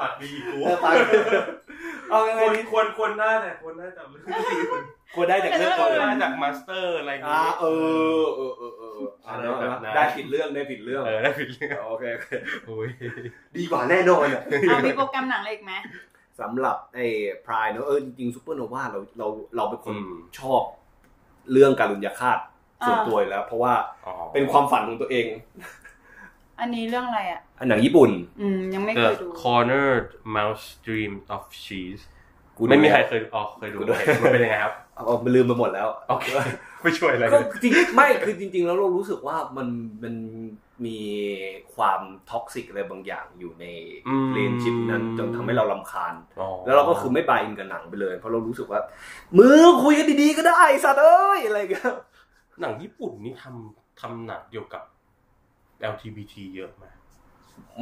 S2: ปากดีกู
S1: เออปังเอายัง
S2: ค
S1: ไง
S2: น
S1: ดี
S2: ควรควรได้แต่ควรได้แต่ไม่ควร
S4: ควรได้จากเรื่อง
S2: ค
S4: ก่
S2: ว
S4: อน
S2: ร
S4: เลย
S2: ได้จากมาสเตอร์อะไรอย่าง
S1: อ่า
S2: งี้
S1: เออเออเออเออเอออ่ะ
S2: อะไร
S1: เนอะ
S2: แบบนั้น
S1: ได้ผิดเรื่องได้ผิดเรื่อง
S2: เออได้ผิดเรื่อง
S1: โอเคโอเค
S2: โอ้ย
S1: ดีกว่าแน่นอนอะ
S3: เอามีโปรแกรมหนังอะไรอีกไหม
S4: สำหรับไอ้พรายเนอะเออจริงๆซูเปอร์โนวาเราเราเราเป็นคน
S2: อืม
S4: ชอบเรื่องการุญยฆาตส่วนตัวอยู่แล้ว เพราะว่า
S2: อ๋อ
S1: เป็นความฝันของตัวเอง
S3: อันนี้เรื่องอะไรอ่ะ
S4: อันหนังญี่ปุ่น
S3: อืม ยังไม่
S2: เด
S3: เคย
S2: e
S3: ดู
S2: cornered mouse dream of cheese
S4: กูดู
S2: ไม่มีใคร
S4: แล้ว
S2: เคยอ๋อเคยดู
S4: กูดู
S2: โอเคมันเป็นยังไงครับ
S4: เอาเอาลืมไปหมดแล้ว
S2: โอ เค ไม่ช่วยอะไรเล
S4: ก็
S2: ย
S4: จริงไม่คือจริง ๆ แล้วเรารู้สึกว่ามันมันมีความท็อกซิกอะไรบางอย่างอยู่ใน
S2: อืม
S4: เรียนชิปนั้นจนทำให้เราลำคาญ แล้วเราก็คือไม่บายอินกับหนังไปเลย เพราะเรารู้สึกว่า มือคุยกันดีๆก็ได้สัตว์เอ้ยอะไรอย่างเงี้ย
S2: หนังญี่ปุ่นนี่ทำทำหนังเกี่ยวกับ LGBT เยอะไหม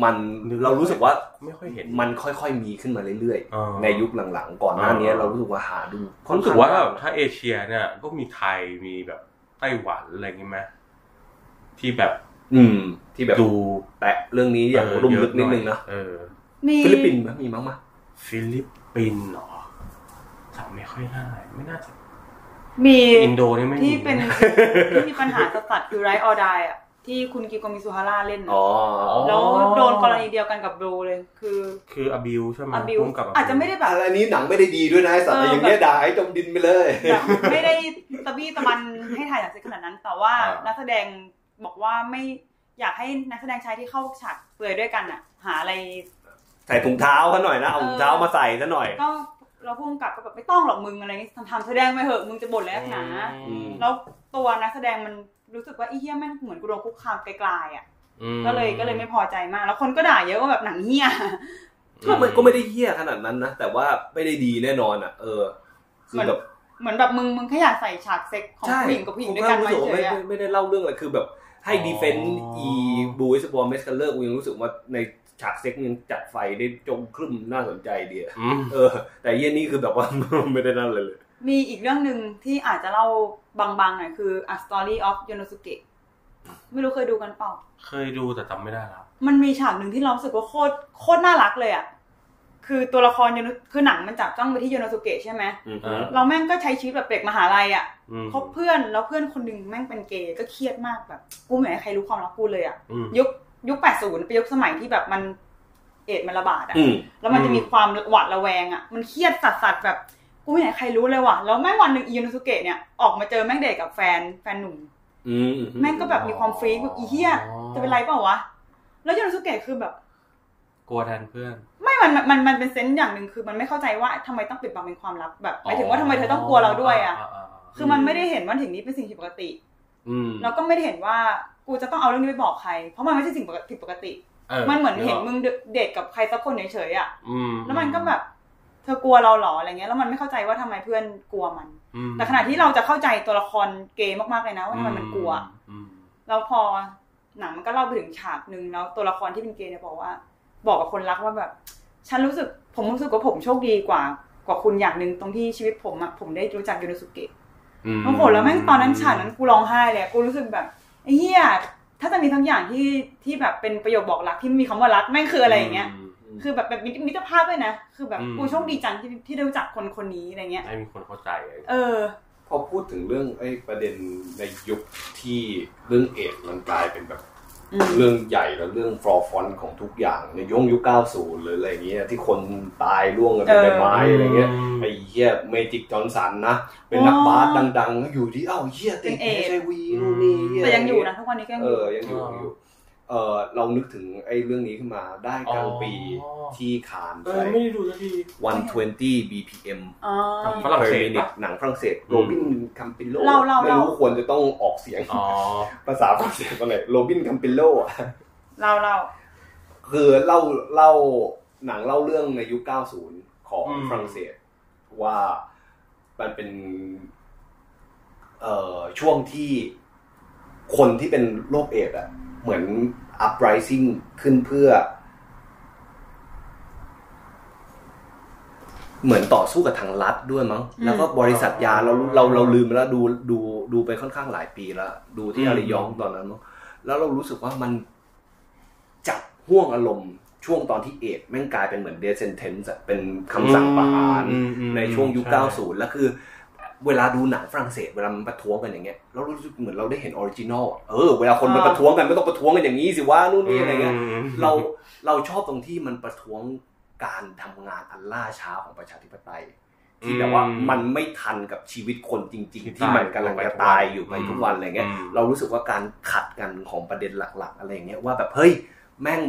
S4: มันเรารู้สึกว่า
S2: ไม่ค่อยเห็น
S4: มันค่อยๆมีขึ้นมาเรื่อย
S2: อ่า
S4: ๆ ในยุคหลังๆ ก่อนหน้านี้
S2: อ่า
S4: เรารู้สึกว่าหาดู
S2: ผมรู้สึกว่าแบบถ้าเอเชียเนี่ย ก็มีไทยมีแบบไต้หวันอะไรอย่างงี้ไหมที่แบบ
S4: อืม ที่แบบ
S2: ดู
S4: แตะเรื่องนี้อย่างลุ่มลึกนิดนึงนะ
S2: เออ
S3: มี
S4: ฟิลิปปินส์มั้ยมีมั้งมั้ย
S2: ฟิลิปปินส์เหรอจำไม่ค่อยได้ไม่น่าจะ
S3: มี
S2: อินโดนี่ไม่มี
S3: ที่เป็นที่มีปัญหาสัตว์คือไรออดายอ่ะ ที่คุณกิโกมิสุฮาร่าเล่นน่ะ
S4: อ๋อ
S3: แล้วโดนกรณีเดียวกันกับบลูเลย คือ
S2: คืออบิวใช่ไหม
S3: อบิว
S2: ร่วมกับ abuse
S3: อาจจะไม่ได้แบบ
S1: อะไรนี้หนังไม่ได้ดีด้วยนะไอ้สัตว์
S3: เออ
S1: อย่างเงี้ยด่าให้จมดินไปเลย
S3: แบบไม่ได้ตะบี้ตะบันให้ถ่ายหนังเซ็กขนาดนั้น แต่ว่า
S2: อ่านั
S3: นักแสดงบอกว่าไม่อยากให้นักแสดงชายที่เข้าฉากเปลือยด้วยกันอ่ะ หาอะไร
S4: ใส่ถุงเท้าเขาหน่อยนะเอาถุงเท้ามาใส่ซะหน่อย
S3: ก็เราพุ่งกลับก็แบบไม่ต้องหรอกมึงอะไรอย่างงี้ทำทำแสดงไปเถอะมึงจะบ่นแล้วหนา
S2: อืม
S3: แล้วตัวนักแสดงมันรู้สึกว่าไอ้เฮี้ยแม่งเหมือนกูโดนคุกคามไกลๆอ่ะ
S2: อืม
S3: ก็เลยก็เลยไม่พอใจมาก แล้วคนก็ด่าเยอะว่าแบบหนังเหี้ย
S4: ก็มันก็ไม่ได้เฮี้ยขนาดนั้นนะ แต่ว่าไม่ได้ดีแน่นอนอ่ะ เออ คือแบบ
S3: เหมือนแบบมึงมึงแค่อยากใส่ฉากเซ็กของ
S4: ใช่
S3: ผู้หญิงกับผู้หญิงด้วยกัน
S4: ผม
S3: ไว้
S4: รู้สึ
S3: เฉ
S4: กว่าย
S3: ๆอะ
S4: ไม่ไม่ได้เล่าเรื่องอะไรคือแบบให้ดีเฟนต์อีบูสบอลเมสคัลเลอร์กูยังรู้สึกว่าในฉากเซ็กยังจัดไฟได้จงครึ่มน่าสนใจดีอะ
S2: อืม
S4: เออ แต่เยี่ยนี่คือแบบว่า ไม่ได้นั่นเลยเลย
S3: มีอีกเรื่องหนึ่งที่อาจจะเล่าบางๆหน่อยคือ A Story of Yonosuke ไม่รู้เคยดูกันเปล่า
S2: เคยดูแต่จำไม่ได้แล้ว
S3: มันมีฉากหนึ่งที่เรารู้สึกว่าโคตรโคตรน่ารักเลยอ่ะ คือตัวละครโยนคือหนังมันจับจ้องไปที่โยโนสุเกะใช่ไหม
S4: อืม
S2: อ่า
S3: เราแม่งก็ใช้ชีวิตแบบเด็กมหาลัยอ่ะ
S2: อืม
S3: คบเพื่อนแล้วเพื่อนคนหนึ่งแม่งเป็นเกย์ก็เครียดมากแบบกูไม่อยากให้ใครรู้ความรักกูเลยอ่ะ
S2: อืม
S3: ยุคยุค 80 เป็นยุคสมัยที่แบบมันเอดส์มันระบาดอ่ะ
S4: อืม
S3: แล้วมัน
S2: อืม
S3: จะมีความหวาดระแวงอ่ะ มันเครียดสัสๆแบบกูไม่อยากให้ใครรู้เลยว่ะ แล้วแม่งวันหนึ่งอิโยโนสุเกะเนี่ยออกมาเจอแม่งเด็กกับแฟนแฟนหนุ่ม
S4: อืม
S3: แม่งก็แบบมีความฟรีกแบบอีเหี้ยจะเป็นไรเปล่าวะ แล้วโยโนสุเกะคือแบบ
S2: กลัวแทนเพื่อน
S3: ไม่มันมันมันมันเป็นเซนส์อย่างหนึ่งคือมันไม่เข้าใจว่าทำไมต้องปิดบังเป็นความลับแบบหมายถึงว่าทำไมเธอต้องกลัวเราด้วยอ่ะ คือมันไม่ได้เห็นว่าถึงนี้เป็นสิ่งผิดปกติ
S2: อืม
S3: แล้วก็ไม่ได้เห็นว่ากูจะต้องเอาเรื่องนี้ไปบอกใคร เพราะมันไม่ใช่สิ่งปกติผิดปกติ มันเหมือนเห็นมึงเดทกับใครสักคนเฉยๆอ่ะ
S2: อื
S3: แล้วมันก็แบบเธอกลัวเราเหรออะไรเงี้ย แล้วมันไม่เข้าใจว่าทำไมเพื่อนกลัวมัน
S2: อืม
S3: แต่ขณะที่เราจะเข้าใจตัวละครเกย์มากๆเลยนะว่าทำไมมันกลัว
S2: อืม
S3: แล้วพอหนังมันก็เล่าไปถึงฉากหนึ่งแล้วตัวละครที่เป็นเกย์เนี่ยบอกว่า บอกกับคนรักว่าแบบ ฉันรู้สึกผมรู้สึกว่าผมโชคดีกว่า กว่าคุณอย่างหนึ่งตรงที่ชีวิตผมอะผมได้รู้จักยูนสุเกะ
S2: อืม
S3: โอ้โหแล้วแม่งตอนนั้นฉากนั้นกูร้องไห้เลยอะกูรู้สึกแบบไอ้เหี้ยถ้าจะมีทั้งอย่างที่ที่แบบเป็นประโยคบอกรักที่ไม่มีคำว่ารักแม่งคืออะไรอย่างเงี้ย
S2: ม
S3: คือแบบเป็นมิตรภาพด้วยนะ คือแบบ
S2: อืม
S3: กูโชคดีจังที่ที่ได้รู้จักคนคนนี้อะไรเงี้ย
S2: ให้มีคนเข้าใจไอ้
S3: เออ
S1: พอพูดถึงเรื่องไอ้ประเด็นในยุคที่เรื่องเอดส์มันกลายเป็นแบบ
S3: อืม
S1: เรื่องใหญ่และเรื่องฟลอฟอนของทุกอย่างในยุคยุค90 หรืออะไรอย่างเงี้ยที่คนตายร่วงกันเป็นใบไม้อะไรเงี้ยไอ้เหี้ยเมจิกจอห์นสันนะ เป็นนักบาสดังๆ อยู่ที่เอ้าเหี้ยติด
S3: เป็นเอด
S1: เอ
S3: ส์
S1: ชไอวีนู่นนี่เหี้
S3: แต่ยังอยู่นะทุกวันนี้ก็ยัง
S1: เอ
S3: อยู่
S1: อยังอยู่ยังอยู่เออเรานึกถึงไอ้เรื่องนี้ขึ้นมาได้กลางปีที่คาน
S2: เออ
S1: ใช่
S2: ไม่ได้ดูสักที
S4: 120 BPM
S3: อ๋อ
S2: ฝรั่งเศส
S1: ปอมินิตหนังฝรั่งเศสโรบินคัมปิโล
S3: เราเรา
S1: ไม่รู้
S3: เรา
S1: ควรจะต้องออกเสียง
S2: อ๋อ
S1: ภาษาฝรั่งเศสว่าอะไรโรบินคัมปิโลอะ
S3: เราเรา
S1: คือเล่าเล่าหนังเล่าเรื่องในยุค 90 ของฝรั่งเศส ว่ามันเป็นเอ่อช่วงที่คนที่เป็นโรคเอดส์อะเหมือน uprising ขึ้นเพื่อ
S4: เหมือนต่อสู้กับทางรัฐด้วยมั้ง
S3: อืม
S4: แล้วก็บริษัทยาเราเราเราลืมไปแล้วดูดูดูไปค่อนข้างหลายปีแล้วดูที่อาริยองตอนนั้นมั้งแล้วเรารู้สึกว่ามันจับห่วงอารมณ์ช่วงตอนที่เอดส์แม่งกลายเป็นเหมือนเดซเซนเทนส์เป็นคำสั่งประหาร
S2: อืมอืม
S4: ในช่วงยุค
S2: ใ
S4: 90 แล้วคือ เวลาดูหนังฝรั่งเศส เวลามันประท้วงกันอย่างเงี้ยเรารู้สึกเหมือนเราได้เห็นออริจินอลอะเออ เวลาคนมัน
S3: อ่า
S4: ประท้วงกันไม่ต้องประท้วงกันอย่างนี้สิว่านู่นนี่อะไรเงี้ย
S2: ม
S4: เราเราชอบตรงที่มันประท้วงการทำงานอันล่าช้าของประชาธิปไตย ที่แบบว่า
S2: อืม
S4: มันไม่ทันกับชีวิตคนจริง
S2: ที่
S4: ๆ ที่มันกำลังจะตายอยู่ไปทุกวันอะไรเงี้ย
S2: อืม
S4: เรารู้สึกว่าการขัดกันของประเด็นหลัก ๆ อะไรเงี้ยว่าแบบเฮ้ยแม่ง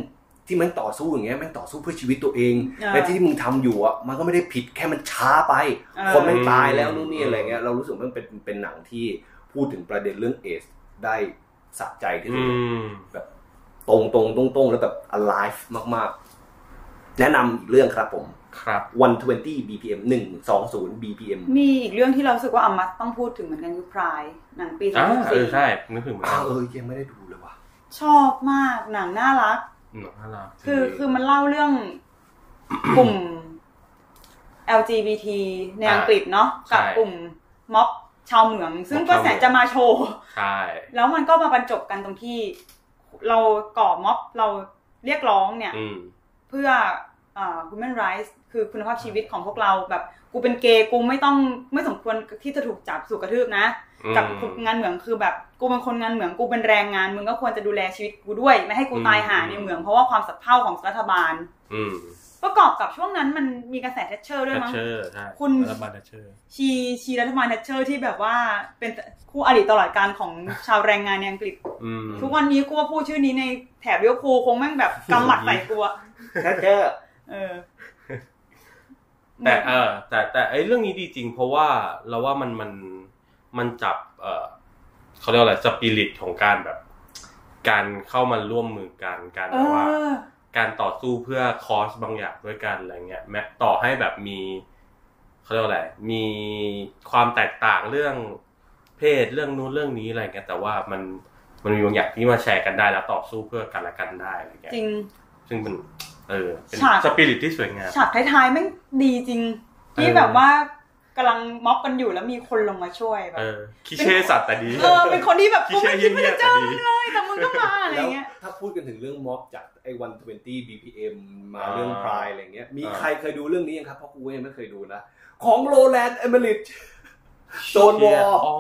S4: ที่แม่งต่อสู้อย่างเงี้ยแม่งต่อสู้เพื่อชีวิตตัวเอง
S3: อ่า
S4: และที่มึงทำอยู่อ่ะมันก็ไม่ได้ผิดแค่มันช้าไป
S3: อ่า
S4: คนแม่งตายแล้วนู่นนี่อะไรเงี้ยเรารู้สึกว่ามันเป็นเป็นหนังที่พูดถึงประเด็นเรื่องเอสได้สะใจที่สุ
S2: อื
S4: ด
S2: ม
S4: ตรงตรงตรงตรงๆแล้วแบบ alive มากๆ แนะนำอีกเรื่องครับผม
S2: ครับ
S4: 120 BPM 120 BPM
S3: มีอีกเรื่องที่เรารู้สึกว่าอามัตต้องพูดถึงเหมือนกันคือพรายหนังปีสอ
S2: อ่าง
S3: พัน
S2: เอ
S3: สี่
S2: อใช่นึกถึงเหมือน
S4: อ้าว
S2: กั
S4: น เออยังไม่ได้ดูเลยว่ะ
S3: ชอบมากหนังน่ารัก
S2: หนังน่ารัก
S3: คือคือมันเล่าเรื่อง กลุ่ม LGBT ในอังกฤษเนาะกับกลุ่มม็อบชาวเหมือง ซึ่งก็แสนจะมาโชว์
S2: ใช่
S3: แล้วมันก็มาบรรจบกันตรงที่ เราก่อม็อบเราเรียกร้องเนี่ย
S2: อืม
S3: เพื่อเอ่อ human rights คือคุณภาพชีวิตของพวกเราแบบกูเป็นเกย์กูไม่ต้องไม่สมควรที่จะถูกจับสู่กระทืบนะ
S2: อืม
S3: กับงานเหมืองคือแบบกูเป็นคนงานเหมืองกูเป็นแรงงานมึงก็ควรจะดูแลชีวิตกูด้วย ไม่ให้กูตายหาในเหมืองเพราะว่าความสับเพ่าของรัฐบาล
S2: อืม
S3: ประกอบกับช่วงนั้นมันมีกระแสเทชเชอร์ด้วย
S2: ดัช
S3: มั้ง
S2: เชอร์ใช่
S3: คุณ
S2: รัฐบาลดัชเชอร์
S3: ชีชีรัฐบาลเทชเชอร์ที่แบบว่าเป็นคู่อริตลอดการของชาวแรงงานในอังกฤษ
S2: อืม
S3: ทุกวันนี้กูว่าพูดชื่อนี้ในแถบเลี้ยวคูลคงแม่งแบบกำหมัดใส่กูอะ
S4: แค่
S3: เออ
S2: แต่เออแต่แต่ไอ้เรื่องนี้ดีจริง เพราะว่าเราว่ามันมันมันจับ เออเขาเรียกว่าอะไรสปิริตของการแบบ การเข้ามาร่วมมือกันการ
S3: เอ
S2: แบบว่า
S3: อ
S2: การต่อสู้เพื่อคอสบางอย่างด้วยกันอะไรเงี้ยแม้ต่อให้แบบมีเขาเรียกว่าอะไรมีความแตกต่างเรื่องเพศเรื่องนู้นเรื่องนี้อะไรเงี้ยแต่ว่ามันมันมีบางอย่างที่มาแชร์กันได้แล้วต่อสู้เพื่อกันและกันได้อะไรเงี้ย
S3: จริง
S2: ซึ่งเป็นเออเป็น
S3: ฉาก
S2: สปิริตที่สวยงาม
S3: ฉากท้ายๆแม่งดีจริง ที่
S2: เออ
S3: แบบว่ากำลังม็อบกันอยู่แล้วมีคนลงมาช่วยแบบ
S2: เออคิเช่สัตว์แต่ดี
S3: เออเป็นคนที่แบบ
S2: ที่
S3: กู
S2: เชื่
S3: ไม่
S2: อ
S3: คิดว่าจะ
S2: เงียบๆ
S3: เจอ
S2: แต่ดี
S3: มึงเลยแต่มึงก็มาอะไร
S1: แล้ว
S3: เงี้ย
S1: ถ้าพูดกันถึงเรื่องม็อบจากไอ้วันทเวนตี้บีพีเอ็มมา
S2: อ่า
S1: เรื่องพรายอะไรเงี้ย มี
S2: อ่า
S1: ใครเคยดูเรื่องนี้ยังครับ เพราะกูก็ยังไม่เคยดูนะ ของโรแลนด์เอเมริต โจนวอ
S2: อ๋อ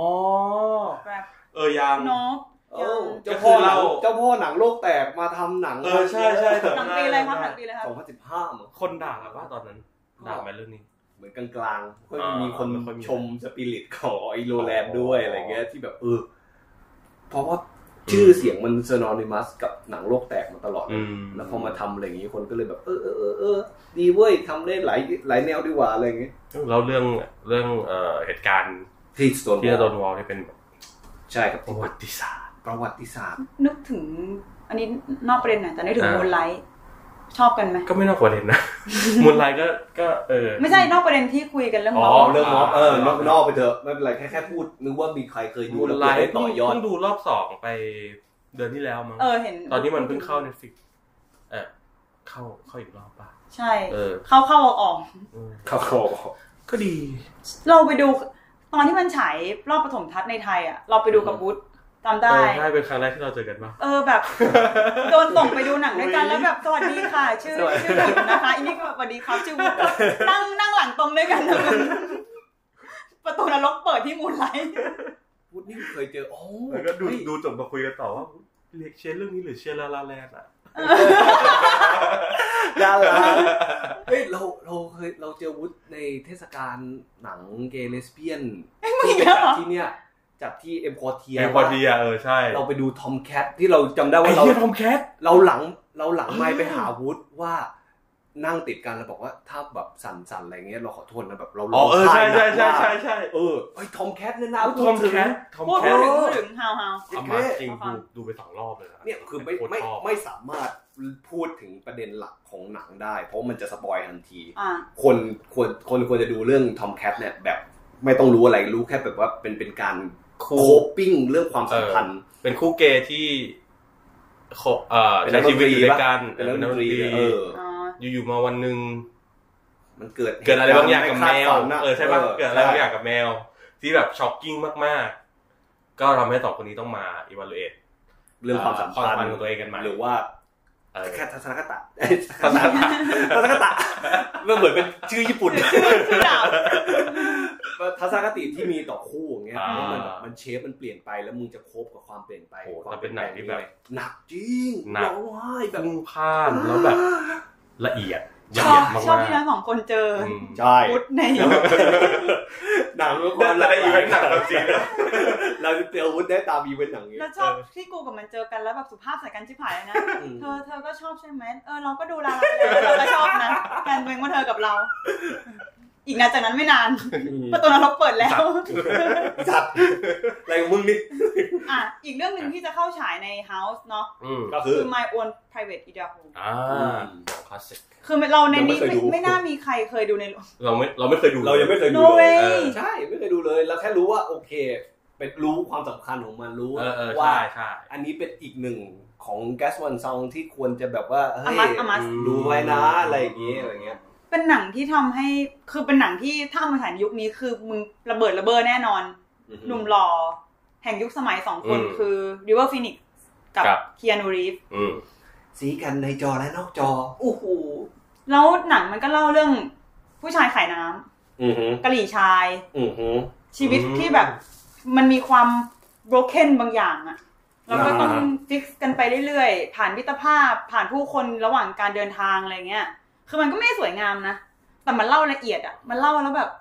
S3: แบบ
S2: เออยัง
S3: เนาะ
S1: เจ้าพ่อหนัง
S2: ก็คือเรา
S1: เจ้าพ่อหนังโลกแตกมาทำหนัง
S2: เออใช่ใช่
S3: หนังปีอะไรครับหนังปีอะไรครับ
S1: สองพันสิบห้า
S2: คนด่ากันว่าตอนนั้นด่าไหมเรื่องนี้
S1: เหมือนกลางๆก็
S2: อ่า
S1: มีคน
S2: ไม่ค่อยมี
S1: ชมสปิริตของไอโรแลนด์ด้วยอะไรเงี้ยที่แบบเออเพราะว่าชื่อเสียงมันซ y นอนิมัสกับหนังโลกแตกมาตลอด
S2: อืม
S1: แล้วพอมาทำอะไรอย่างงี้คนก็เลยแบบเออเออเออเออดีเว้ยทำได้หลายหลายแนวดีกว่าอะไรอย่างงี้
S2: แล้วเรื่องเรื่องเอ่อเหตุการณ์
S1: ที่สโตน
S2: ที่โดนวอลที่เป็น
S1: ใช่ครับ
S2: ประวัติศาสตร์
S1: ประวัติศาสตร์
S3: นึกถึง อันนี้นอกประเด็นหน่อยแต่นึกถึง
S2: อ่า
S3: มูนไลท์ชอบกันไหม
S2: ก็ไม่นอกประเด็น นะ มูลไลก็ก็เออ
S3: ไม่ใช่นอกประเด็นที่คุยกันเรื่อง
S2: อ๋อ
S3: ม็อบ
S1: เอาเรื่องม็อบเออนอกนอกไปเถอะไม่เป็นไรแค่แค่พูดนึกว่ามีใครเคยดู
S2: มูล
S1: แล้ว
S2: ไล
S1: เผื่อได้
S2: เพิ่
S1: ต่
S2: ง
S1: อยอด
S2: เพิ่งดูรอบสองไปเดือนที่แล้วมั้ง
S3: เออเห็น
S2: ตอนนี้มันเพิ่งเข้าเน็ตฟิกเออเข้าเข้าอีกรอบป่ะ
S3: ใช่
S2: เออ
S3: เข้าเข้าออกออก
S2: เออ
S1: ครับผม
S2: ก็ดี
S3: เราไปดูตอนที่มันฉายรอบปฐมทัศน์ในไทยอ่ะ เราไปดูกับวุฒิจำได้
S2: เออใช่เป็นครั้งแรกที่เราเจอกันป่ะ
S3: เออแบบ โดนส่งไปดู หนังด้วยกันแล้วแบบสวัสดีค่ะ ชื่อ
S1: สวัสดี
S3: ชื่อหนุ่มนะคะอันนี้ก็แบบสวัสดีครับชื่อวุฒินั่งนั่งหลังตรงด้วยกันนะ ประตูนรกเปิดที่มูนไลท์
S1: พูดนี่เคยเจอโอ้
S2: แล้วก็ดู
S1: เฮ้ย
S2: ดูจบมาคุยกันต่อว่าเรียกเชียร์เรื่องนี้หรือเชียร์ลาลาแลนด์อ่ะ
S1: ดา ราเฮ้ยเราเราเคยเราเจอวุฒิในเทศกาลหนังเกย์เลสเบี้ยนที่ไปจัดที่เนี่ยจัดที่เอ็มคอเทีย
S2: ไอพอดีอ่ะเออใช่
S1: เราไปดูทอมแคทที่เราจำได้
S2: ไอ
S1: ว่าเรา
S2: เชียทอมแคท
S1: เราหลังเราหลังไม่ไปหาวุฒิว่านั่งติดกันแล้วบอกว่าถ้าแบบสั่นๆอะไรเงี้ยเราขอโทษนะแบบเราร้
S2: อ๋อเออใช่
S1: ไห้
S2: ใช่
S1: หนั
S2: ใช่
S1: กมาก
S2: ใช่ใช่
S1: เออไอ้ทอมแคทเนี่ยนะ
S2: ทอมแคททอม
S3: พูด
S2: แค
S3: ถึ
S2: ท
S3: งพูดถึงฮาวฮาว
S2: เอามาจริงดูดูไปสองรอบเลยะ
S1: เนี่ยคือไม่
S2: โตร
S1: ไม่
S2: ชอบ
S1: ไม่สามารถพูดถึงประเด็นหลักของหนังได้ เพราะมันจะสปอยทันที
S3: อ่า
S1: คนควรคนควรจะดูเรื่องทอมแคทเนี่ยแบบไม่ต้องรู้อะไรรู้แค่แบบว่าเป็นเป็นการโคปิ้งเรื่องความสัมพันธ์
S2: เป็นคู่เกย์ที่โคเอ่อ
S1: เป็นนั
S2: ใช้ชี
S1: กดน
S2: วิต
S1: ตรี
S2: อยู่ด้วยกัน
S1: เป็นนักดนตรี
S2: เป็นนักดนต
S1: เอ
S2: รี
S1: อ
S3: อ่า
S2: อยู่ๆมาวันหนึ่ง
S1: มันเกิด
S2: เกิดอะไรบางอย่างกับแมว
S1: ไคดฝันะ
S2: เออใช่ปะเกิดอะไรบางอย่างกับแมว ที่แบบช็อกกิ้งมากๆ ก็ทำให้สองคนนี้ต้องมาอีว l ลเอท
S1: เรื่องความสัมพันธ์
S2: ของตัวเองกันใหม่
S1: หรือว่า
S2: เออ
S1: แค่ทัศนคตะทัศนคตะทัศนคตะ มันเหมือนเป็นชื่อญี่ ปุ่น
S3: คือดาบ
S1: ทัศนคติที่มีต่อคู่อย่างเงี้ย
S2: อ่า
S1: มันแบบมันเชฟมันเปลี่ยนไปแล้วมึงจะคบกับความเปลี่ยนไป
S2: โอ้
S1: ความ
S2: แต่เป็นหนังที่แบบ
S1: หนักจริง
S2: หนัก
S1: ร้องไห้แบบ
S2: พุ่งพลาดแล้วแบบละเอียด
S3: ช
S2: ละ
S3: อ
S2: เอีย
S3: บ
S2: ดมาก
S3: ชอบที่ทั้งสองคนเจอ
S2: ๆอืม
S1: ใช่
S3: พุทธใน
S1: หนัง
S2: เดินอะไรอีเวนต์หนัก
S1: เรา
S2: จริงๆนะ
S1: เราจะเจออาวุธได้ตามอีเวนต์หนังนี้
S3: แล้วชอบที่กูกับมันเจอกันแล้วแบบสุภาพใส่กันชิบหายเลยนะ
S1: อืม
S3: เธอเธอก็ชอบใช่ไหมเออเราก็ดูลาลาแลนด์เราก็ชอบนะการเมืองว่าเธอกับเรา อีกนะจากนั้นไม่นานประตูนรกเปิดแล้ว
S1: จัดอะไรของมึงนี่
S3: อ่ะอีกเรื่องหนึ่งที่จะเข้าฉายใน House เนาะ
S2: อืม
S1: ก็คื
S3: คือ อ My Own Private Idaho
S2: อ่า
S1: อืม
S2: คลาสสิก
S3: คือเราในนี้
S1: ยังไม่เคย
S3: ไม่
S1: ดู
S3: ไม่น่ามีใครเคยดูใน
S2: เราไม่เราไม่เคยดู
S1: เรายังไม่เคยดู
S3: No
S1: เลย
S3: way
S2: เออ
S1: ใช่ไม่เคยดูเลยเราแค่รู้ว่าโอเค เป็นรู้ความสำคัญของมันรู้
S2: เออเออ
S1: ว่า
S2: ใช่ใช่
S1: อันนี้เป็นอีกหนึ่งของแกสวันซองที่ควรจะแบบว่าเฮ้
S3: อย มัสอมัส
S1: ดูไว้นะอะไรอย่างนี้อะไรเงี้ย
S3: เป็นหนังที่ทำให้คือเป็นหนังที่ถ้าเอามาฉายในยุคนี้คือมึงระเบิดระเบ้อแน่นอน หนุ่มหล่อแห่งยุคสมัยสองคน
S2: อืม
S3: คือริเวอร์ฟินิกกับ
S2: ครับ
S3: เคียนูรีฟ
S2: อืม
S1: สีกันในจอและนอกจอโอ้โห
S3: แล้วหนังมันก็เล่าเรื่องผู้ชายขายน้ำ
S1: อือหือก
S3: ะหรี่ชาย
S1: อือหือ
S3: ชีวิต
S2: อืม
S3: ที่แบบมันมีความ broken บางอย่างอะแล้วก็ต้อง
S1: อ่า
S3: ฟิกกันไปเรื่อยๆ ผ่านมิตรภาพผ่านผู้คนระหว่างการเดินทางอะไรเงี้ย คือมันก็ไม่ได้สวยงามนะ แต่มันเล่าละเอียดอะมันเล่าแล้วแบบ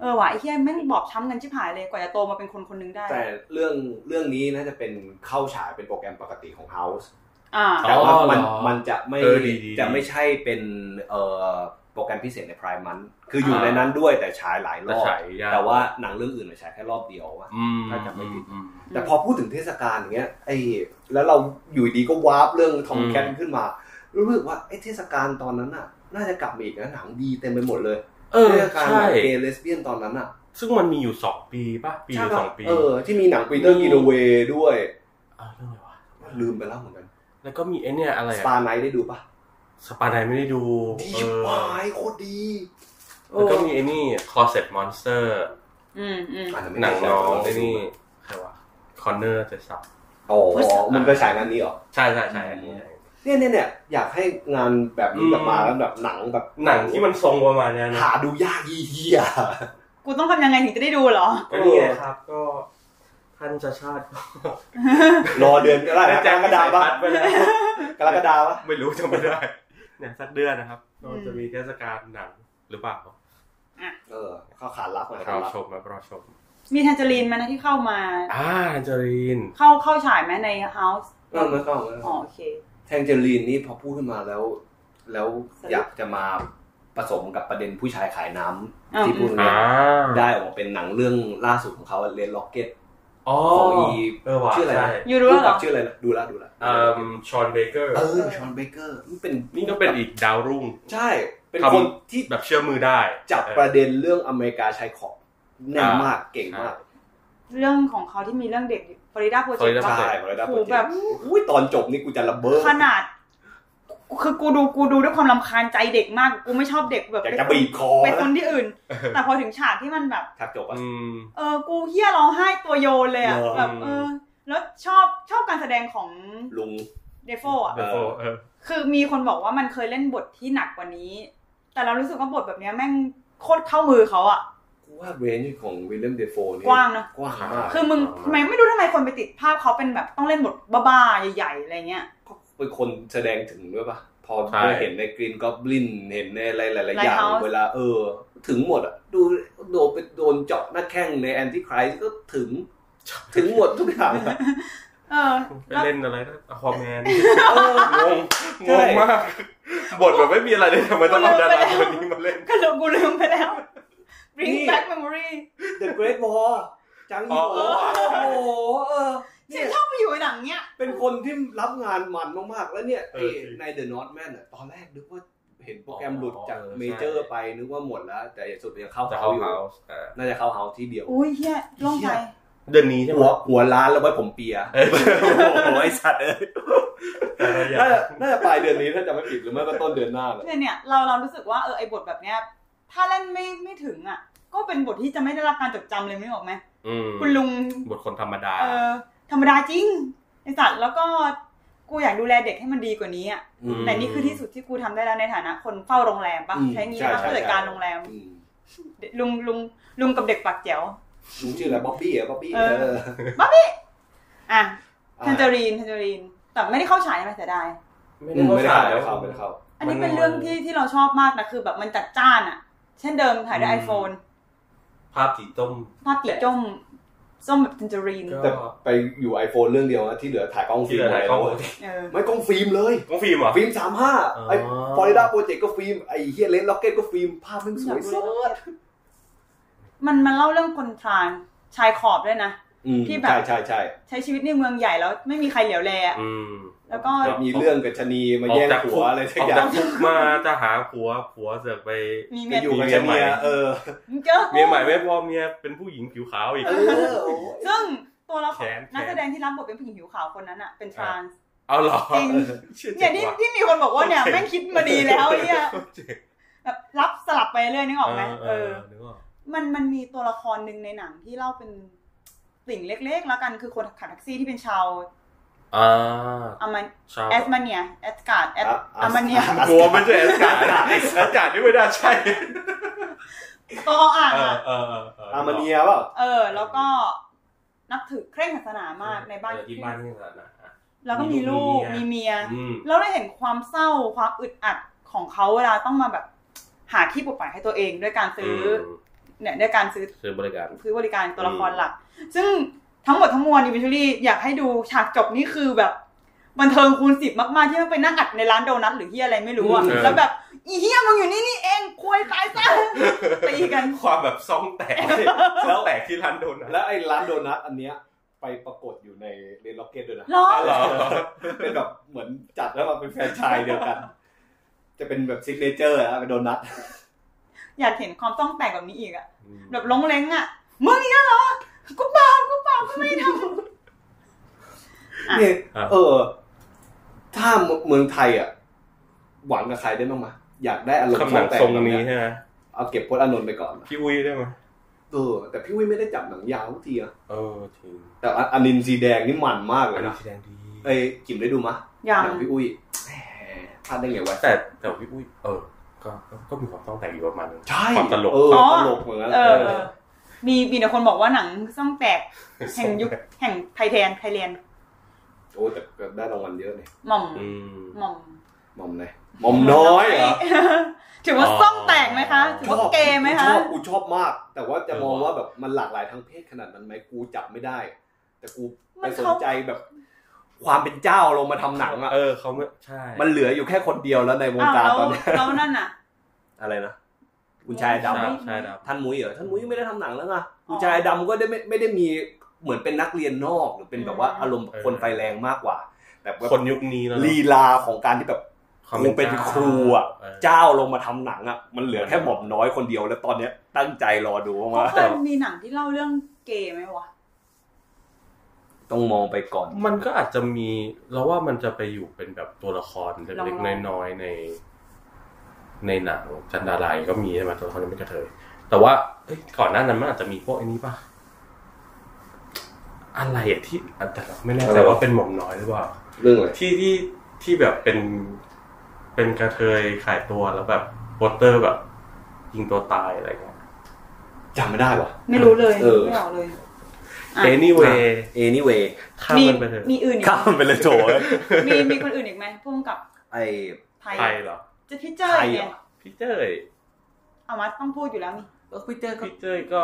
S3: เออว่ะไอ้เฮียแม่งบอบช้ำกันชิบหายเลยกว่าจะโตมาเป็นคนคนหนึงได้
S1: แต่เรื่องเรื่องนี้น่าจะเป็นเข้าฉายเป็นโปรแกรมปกติของ House
S3: อ่า
S2: อ๋อ
S1: แต่ว่ามัน
S2: เหรอ
S1: มันจะไม่
S2: เออดีดีดี
S1: จะไม่ใช่เป็นเอ่อ
S4: โปรแกรมพิเศษใน Prime มันคืออยู่ในนั้นด้วยแต่ฉายหลายร
S2: แต่
S4: อบ
S2: ฉายยาก
S4: แต่ว่าหนังเรื่องอื่นมันฉายแค่รอบเดียววะ
S2: อืม
S4: ถ้าจำไม่ผิด
S2: อืม
S1: แต่พอพูดถึงเทศกาลอย่างเงี้ยไอ้แล้วเราอยู่ดีก็วาร์ปเรื่องทอม
S2: อืม
S1: แคทขึ้นมา รู้สึกว่าไอ้เทศกาลตอนนั้นน่ะ น่าจะกลับมาอีกนะหนังดีเต็มไปหมดเลย
S2: เออ
S1: เทศกาล
S2: ใช่
S1: เกย์เลสเบี้ยนตอนนั้นน่ะ
S2: ซึ่งมันมีอยู่สองปีป่ะ ปีหรือสองปี
S1: เออที่มีหนังปีเตอร์กิโดเวด้วย
S2: เอาเรื่องอะไรวะ
S1: ลืมไปแล้วเหมือนกัน
S2: แล้วก็มีไอเนี่ยอะไร
S1: ส
S2: อะ
S1: ปาไนท์ได้ดูปะ
S2: สปาไนไม่ได้ดู
S1: ดี
S2: เอ
S1: ชิบ
S2: อ
S1: หายโคตรดี
S2: แล้วก็มีไอนี่คอเซ็ตมอนสเตอร์
S3: อืมอืม
S1: อ่ะแต่ไม่
S2: หนังน้อง
S1: ได้
S2: ไอ้
S1: ดู
S2: นี่ใครวะคอนเนอร์เจสับ
S1: อ๋อมันก็ฉายงานนี้เหรอ
S2: ใช่ใช่ใช่อันนี้
S1: เนี่ยเนี่ยเนี่ยอยากให้งานแบบนี้กลับมา
S2: อืม
S1: แล้วแบบหนังแบบ
S2: หนังที่มันทรงประมาณเนี้ยนะ
S1: หาดูยากยี่เหี้ย
S3: กูต้องทำยังไงถึงจะได้ดูเหรอ
S2: ก็นี่ไงครับก็ท่านชาช าติ
S1: รอเดือนก็ได้นะกรกฎาปะ
S2: พัดไปแล้ว
S1: กรกฎาปะ
S2: ไม่รู้จำไม่ได้เนี่ยสักเดือนนะครับเราจะมีเทศกาลหนังหรือเปล่า
S1: เออเข้าขาดรับหน่อย
S2: ร
S1: ขา
S2: อ
S1: ดรับ
S2: ชมนะรอชม
S3: มีแทนเจอรีนไหมนะที่เข้ามา
S2: อ่าเจรีน
S3: เข้าเข้าฉายไหมในเฮาส์
S1: เออไม่ต้องไม่
S3: อ๋
S1: ต้
S3: อ
S1: อง
S3: โอเค
S1: แทงเจอรีนนี่พอพูดขึ้นมาแล้ว แล้วอยากจะมาผสมกับประเด็นผู้ชายขายน้ำ
S3: อ่า
S1: ที่พูด
S2: อ่า
S1: เนี่ยได้ออกมาเป็นหนังเรื่องล่าสุดของเขาเลนล็อกเก็ต
S2: อ๋อ
S1: ของอี
S2: เออว่ะ
S1: ชื่ออะไรนะ
S2: ใช่
S3: อยู่ด้วยเหร
S1: กั
S3: อ
S1: บชื่ออะไรนะดูละดูละ
S2: เอ่อชอนเบเกอร์
S1: เออชอนเบเกอร์มันเป็น
S2: นี่ก็เป็นอีกดาวรุ่ง
S1: ใช่ เป็น
S2: ทำ
S1: คนที่
S2: แบบเชื่อมือได้
S1: จับประเด็นเรื่องอเมริกาชายขอบแน่นมากเก่งมาก
S3: เรื่องของเขาที่มีเรื่องเด็กฟลอริดาโปรเจก
S2: Florida
S3: ต์
S1: ใช่
S3: ปะ
S1: บริดา
S3: โอ้
S1: โป
S3: โห
S1: รเจ
S3: แบ
S1: ก
S3: บ
S1: ต์อุ้ยตอนจบนี่กูจะระเบิด
S3: ขนาด คือกูดูกูดูด้วยความรำคาญใจเด็กมาก กูไม่ชอบเด็กแบบ
S1: อยากจะบีบคอ
S3: ไปคน
S1: นะ
S3: ที่อื่น แต่พอถึงฉากที่มันแบบ
S1: ทักจบอ่ะ
S2: อืม
S3: เออกูเฮี้ยร้องไห้ตัวโยนเลยอะ
S1: เหรอ
S3: แบบเออ แล้วชอบชอบการแสดงของ
S1: ลุง
S3: เดฟโฟอะ
S1: เออ
S2: เออ
S3: คือมีคนบอกว่ามันเคยเล่นบทที่หนักกว่านี้ แต่เรารู้สึกว่าบทแบบเนี้ยแม่งโคตรเข้ามือเขาอะ
S1: กูว่าเรนจ์ของวิลเลียมเดฟโฟนี่
S3: กว้างเนอะ
S1: กว้างมาก
S3: คือมึง
S2: อ่า
S3: ทำไมไม่รู้ทำไมคนไปติดภาพเขาเป็นแบบต้องเล่นบทบ้าๆใหญ่ๆอะไรเงี้ย
S1: เป็นคนแสดงถึงด้วยปะพอ
S2: ใช่
S1: ได้เห็นในกรีนก็บลินเห็นในอะไรหลาย ๆ อย่าง
S3: Lighthouse
S1: เวลาเออ ถึงหมดอ่ะ ดูโดนไปโดนเจาะหน้าแข้งในแอนติไครส์ก็ถึง ถึงหมดทุกอย่างอะ
S3: เออ
S2: ไป
S3: แล้ว
S2: เล่นอะไรนะควาแมน
S1: เออ
S2: งงง
S1: ใช่
S2: งมากบทแบบไม่มีอะไรเลยทำไมต้องเอาดาราคนนี้มาเล่น
S3: ก็เลยกูลืมไปแล้ว bring
S1: นี่
S3: back memory
S1: The Great Wall จังอีโอ
S2: อ๋อ
S1: โอ้โหเออเนี่
S3: ฉั
S1: ย
S3: นชอบไปอยู่ในหนังเนี้ย
S1: เป็นคนที่รับงานมันมากๆ แล้วเนี่ย
S2: เออ
S1: ไอ้
S2: จริง
S1: ในเดอะนอตแมนตอนแรกนึกว่าเห็นโปรแกรมหลุดจาก
S2: อ๋อ
S1: เมเจอ
S2: ใช่
S1: ร์ไปนึกว่าหมดแล้ว แต่อย่างสุดยังเข้า
S2: จะ
S1: เฮา
S2: เข้า
S1: อยู่
S2: เฮาส์อ่า
S1: น่าจะเข้าเฮาที่เดียว
S3: อุ้ยเฮียโล่งใจ
S2: เดือนนี้ใช่ไหม
S1: หัวหัวร้านแล้วไว้ผมเปีย
S2: เออ
S1: โอ้โหไอสัตว์เอ้ย
S2: แต่ละอย่า
S1: น่าง จะน่าจะปลายเดือนนี้ถ้าจะไม่ผิดหรือไม่ก็ต้นเดือนหน้าเลย
S3: เนี่ยเนี่ยเราเรารู้สึกว่าเออไอบทแบบเนี้ย ถ้าเล่นไม่ไม่ถึงอ่ะ ก็เป็นบทที่จะไม่ได้รับการจดจำเลยไม่ออกไหม
S2: อืม
S3: คุณลุง
S2: บทคนธรรมดา
S3: เออธรรมดาจริงไอสัตว์แล้วก็กูอยากดูแลเด็กให้มันดีกว่านี้อ่ะ
S2: อืม
S3: แต่นี่คือที่สุดที่กูทำได้แล้วในฐานะ คนเฝ้าโรงแรมปะใช้งี้ปะผู้จัดการโรงแรม
S1: อืม
S3: ลุงลุงลุงกับเด็กปากแจ๋ว
S1: ลุงชื่ออะไรบ๊อบบี้เหรอ่ะบ๊อบบี้
S3: เอ
S1: เอ
S3: อ
S1: อ
S3: อ่ะ
S1: อ่ะ
S3: ทันเจอรีนทันเจอรีน แต่ไม่ได้เข้าฉายใช่ไหมเสียดาย
S1: อืมไม่ได้เข้าไม่ได้เข้าไม่ได้เข้า
S3: อันนี้เป็นเรื่องที่ที่เราชอบมากนะ คือแบบมันจัดจ้านอ่ะ เช่นเดิมถ่ายด้วยไอโฟน
S2: ภาพสีต้ม
S3: ภาพติดจ้มส้มแบบทันเจอรีน
S2: ก็
S1: แต่ไปอยู่ iPhone เรื่องเดียวนะที่เหลือถ่ายกล้องฟิ
S2: ที่
S1: ล์ม
S2: เดินถ่ายกล้อง
S3: เออ
S1: ไม่กล้องฟิล์มเลย
S2: กล้องฟิล์มเหรอ
S1: ฟิล์มสามห้า
S2: อ๋อ
S1: ไอ้ฟลอริดาโปรเจกต์ก็ฟิล์ม ไอ้เฮียเลนล็อกเก็ตก็ฟิล์ม ภาพมันสวยสุด
S3: มันมันเล่าเรื่องคนพรานชายขอบด้วยนะ
S1: อืม
S3: ที่แบบ
S1: ใช่ใช่ใช่
S3: ใช้ชีวิตในเมืองใหญ่แล้วไม่มีใครเหลียวแลอะ
S2: อืม
S3: แล้วก็
S2: ครับ
S1: มีเรื่องกับชะนีมา
S2: ออก
S1: แย่ง
S2: จาก
S1: ผั
S2: คุ
S1: ว
S2: ก
S1: อะไรสัก
S2: ออก
S1: อย่า
S2: จาก
S1: ง
S2: คุกมาจะหาผัวผัวเสือกไป
S3: มี
S1: ไป
S3: เมีย
S1: อยู่กับชะเนี
S2: เมี
S1: ย
S2: ยใหม่
S1: เออ
S3: มึงเจอกู
S2: เมียใหม่ไม่พอเมียเป็นผู้หญิงผิวขาวอีก
S1: เออโอ้ย
S3: ซึ่งตัวละคร
S2: แขนแขน
S3: นักแสดงที่รับบทเป็นผู้หญิงผิวขาวคนนั้นอ่ะเป็นทรานส์
S2: เอาเหรอ
S3: จริง
S2: ชื่อ
S3: เนี่
S2: เจ๋
S3: ย
S2: ง
S3: ที่
S2: ว่ะ
S3: ที่มีคนบอกว่าเนี่ยแม่งคิดมาดีแล้วเนี่ย
S2: เจ๋ง
S3: แบบรับสลับไปเรื่อยนึกออกไหมเออ
S2: นึกออก
S3: มันมันมีตัวละครหนึ่งในหนังที่เล่าเป็นสิ่งเล็กๆ แล้วกันคือคนขับแท็กซี่ที่เป็นชาว
S2: อ่า
S3: อามัน
S2: ชาว
S3: แอสมาเนียแอสการ์ดแอส
S1: อ่ะ
S3: อามาเนีย
S1: อ่ะ
S2: กลัวไม่ใช่แอสการ์ดอะแอสการ์ดนี่ไม่ได้ใช่
S3: ตัวเอาอ่านอะ
S2: เออเออเออเออ
S1: อามาเนียเปล่า
S3: เออ แล้วก็นับถือเคร่งศาสนามากในบ้าน
S2: เออที่บ้านนี่แหละนะ
S3: แล้วก็มีลูก
S2: มีลูกมี
S3: มี
S2: เมี
S3: เมี
S2: ย
S3: ย
S2: อืม
S3: เราได้เห็นความเศร้าความอึดอัดของเขาเวลาต้องมาแบบ หาที่ปลดปล่อยให้ตัวเองด้วยการซื้ออเนี่ยด้วยการซื้อ
S2: ซื้อบริการ
S3: ซื้อบริการตัวละคร
S2: อืม
S3: หลัก ซึ่งทั้งหมดทั้งมวลอีเวนท l ลี่อยากให้ดูฉากจบนี่คือแบบ บันเทิงคูณสิบมาก ๆ ที่มันไปนั่งอัดในร้านโดนัทหรือที่อะไรไม่รู้อะ
S2: อืม
S3: แล้วแบบ อีเหี้ยมึงอยู่นี่นี่เองควยตายซะตีกัน
S2: ความแบบซ่องแตก ซ่องแตกที่ร้านโดนัท
S1: แล้วไอ้ร้านโดนัทอันเนี้ยไปปรากฏอยู่ในเรนล็อกเก็ตด้วยนะ
S3: เหรอ
S2: อ๋อเหรอ
S1: เป็นแบบเหมือนจัดแล้วมาเป็นแฟรนไชายเดียวกัน จะเป็นแบบซิกเนเจอร์นะเป็นโดนัท
S3: อยากเห็นความต้องแตกแบบนี้อีกอะ
S2: อืม
S3: แบบลงเล้งอะมึงอีกแล้วเหรอกูเปล่ากูเปล่ากูไม่ท
S1: เนี่ยเออ ถ้าเมืองไทยอ่ะ หวังกับใครได้บ้างมะอยากได้อารมณ์
S2: คำหนัง
S1: แต่
S2: ทรง
S1: แบบ
S2: นี้
S1: เนี้ย
S2: ใช่ไหม
S1: เอาเก็บพจน์อานนท์ไปก่อนนะ
S2: พี่อุ้ยได้ไหม
S1: เออ แต่พี่วิไม่ได้จับหนังยาวทุกทีอะ
S2: เออจริง
S1: แต่อันอันนินสีแดงนี่มันมากเล
S2: อัน
S1: ย
S2: นี้
S1: นะ
S2: แสดงดี
S1: ไอ้ยกิมได้ดูมะ
S3: ำอย่าง
S1: หนังพี่อุ้ยแหมพลาดได้ไงวะ
S2: แต่แต่พี่อุ้ยเออ ก็ก็ก็มีความต้องแตกอยู่ประมาณนึง
S1: ใช่
S2: ความตลก
S1: เออตลกเหมือนกัน
S3: เออเออ มีมีแต่คนบอกว่าหนังต้องแตกแห่งยุคแห่งไทยแทนไทยแลนด์
S1: โอ้แต่ได้รางวัลเยอะเลย
S3: หม่อม
S2: อืม
S3: หม่อม
S1: มอมเลยมอมน้อยเหรอ
S3: ถือว่าซ่องแตกไหมคะถือว่าเกย์ไหม
S1: ช
S3: คะ
S1: อบกูชอบมาก แต่ว่าจะ
S2: เออ
S1: มอง
S2: ว่ะ
S1: ว่าแบบมันหลากหลายทางเพศขนาดนั้นไหมกูจับไม่ได้ แต่กูไป
S3: มัน
S1: สน
S3: เขา
S1: ใจแบบ ความเป็นเจ้าลงมาทำหนังอ่ะ
S2: เออเขาไม่ใช่
S1: มันเหลืออยู่แค่คนเดียวแล้วในวง
S3: อ้าว
S1: การ
S3: แล้ว
S1: ตอนเนี้ย
S3: แล้วนั่นน่ะ
S1: อะไรนะคุณชายดำ
S2: ครั
S1: อะ
S2: บใช่ครับ
S1: ท่านมุ้ยเหรอท่านมุ้ยไม่ได้ทำหนังแล้วไงคุณชายดำก็ได้ไม่ไม่ได้มีเหมือนเป็นนักเรียนนอกหรือเป็นแบบว่า
S3: อืม
S1: อารมณ์แบบคนไฟแรงมากกว่า แต่ว่า
S2: คนยุคนี้แล้วเนอะ
S1: ลีลาของการที่แบบ
S2: ความ
S1: กูเป็นครูอ่ะ
S2: เ
S1: เจ้าลงมาทำหนังอ่ะมันเหลือแค่หม่อมน้อยคนเดียวแล้วตอนเนี้ยตั้งใจรอดู
S3: เขา
S1: มาก
S3: เคยมีหนังที่เล่าเรื่องเกย์ไหมวะ
S1: ๆ ต้องมองไปก่อน
S2: มันก็อาจจะมีเราว่ามันจะไปอยู่เป็นแบบตัวละครเล็ก
S3: ลอง
S2: ๆ
S3: ๆ
S2: น้อยๆใน ในหนังจันดาลายก็มีใช่ไหมตัวละครนี้เป็นกระเทยแต่ว่าเอ้ยก่อนหน้านั้นมันอาจจะมีพวกไอ้นี้ป่ะอะไรอะที่อันแต่เราไม่แน่ใจ
S1: อะไรวะ
S2: ว่าเป็นหม่อมน้อยหรือเปล่า
S1: เรื่องอะไร
S2: ที่ที่ที่แบบเป็นเป็นกระเทยขายตัวแล้วแบบโปสเตอร์แบบ ยิงตัวตายอะไรเงี้ย
S1: จำไม่ได้ว่ะ
S3: ไม่รู้เลย
S1: เออ
S3: ไม่ออกเลย อ่ะ
S2: anyway
S1: anyway
S2: ข้าม
S3: มี
S2: มันไปเถอะ
S3: มีอื่นอีก
S1: ข้ามไปเลยโถ
S3: มีมีคนอื่นอีกไหมพ่วงกับ
S1: ไอ
S3: ไทย
S2: ไทยเหรอ
S3: จะพี่เจ้ย
S1: ไทยเหรอ
S3: เนี่ย
S2: พี่เจ้ย
S3: เอามาต้องพูดอยู่แล้วนี่
S1: เออพี่เจ้ก็
S2: พี่เจ้ยก็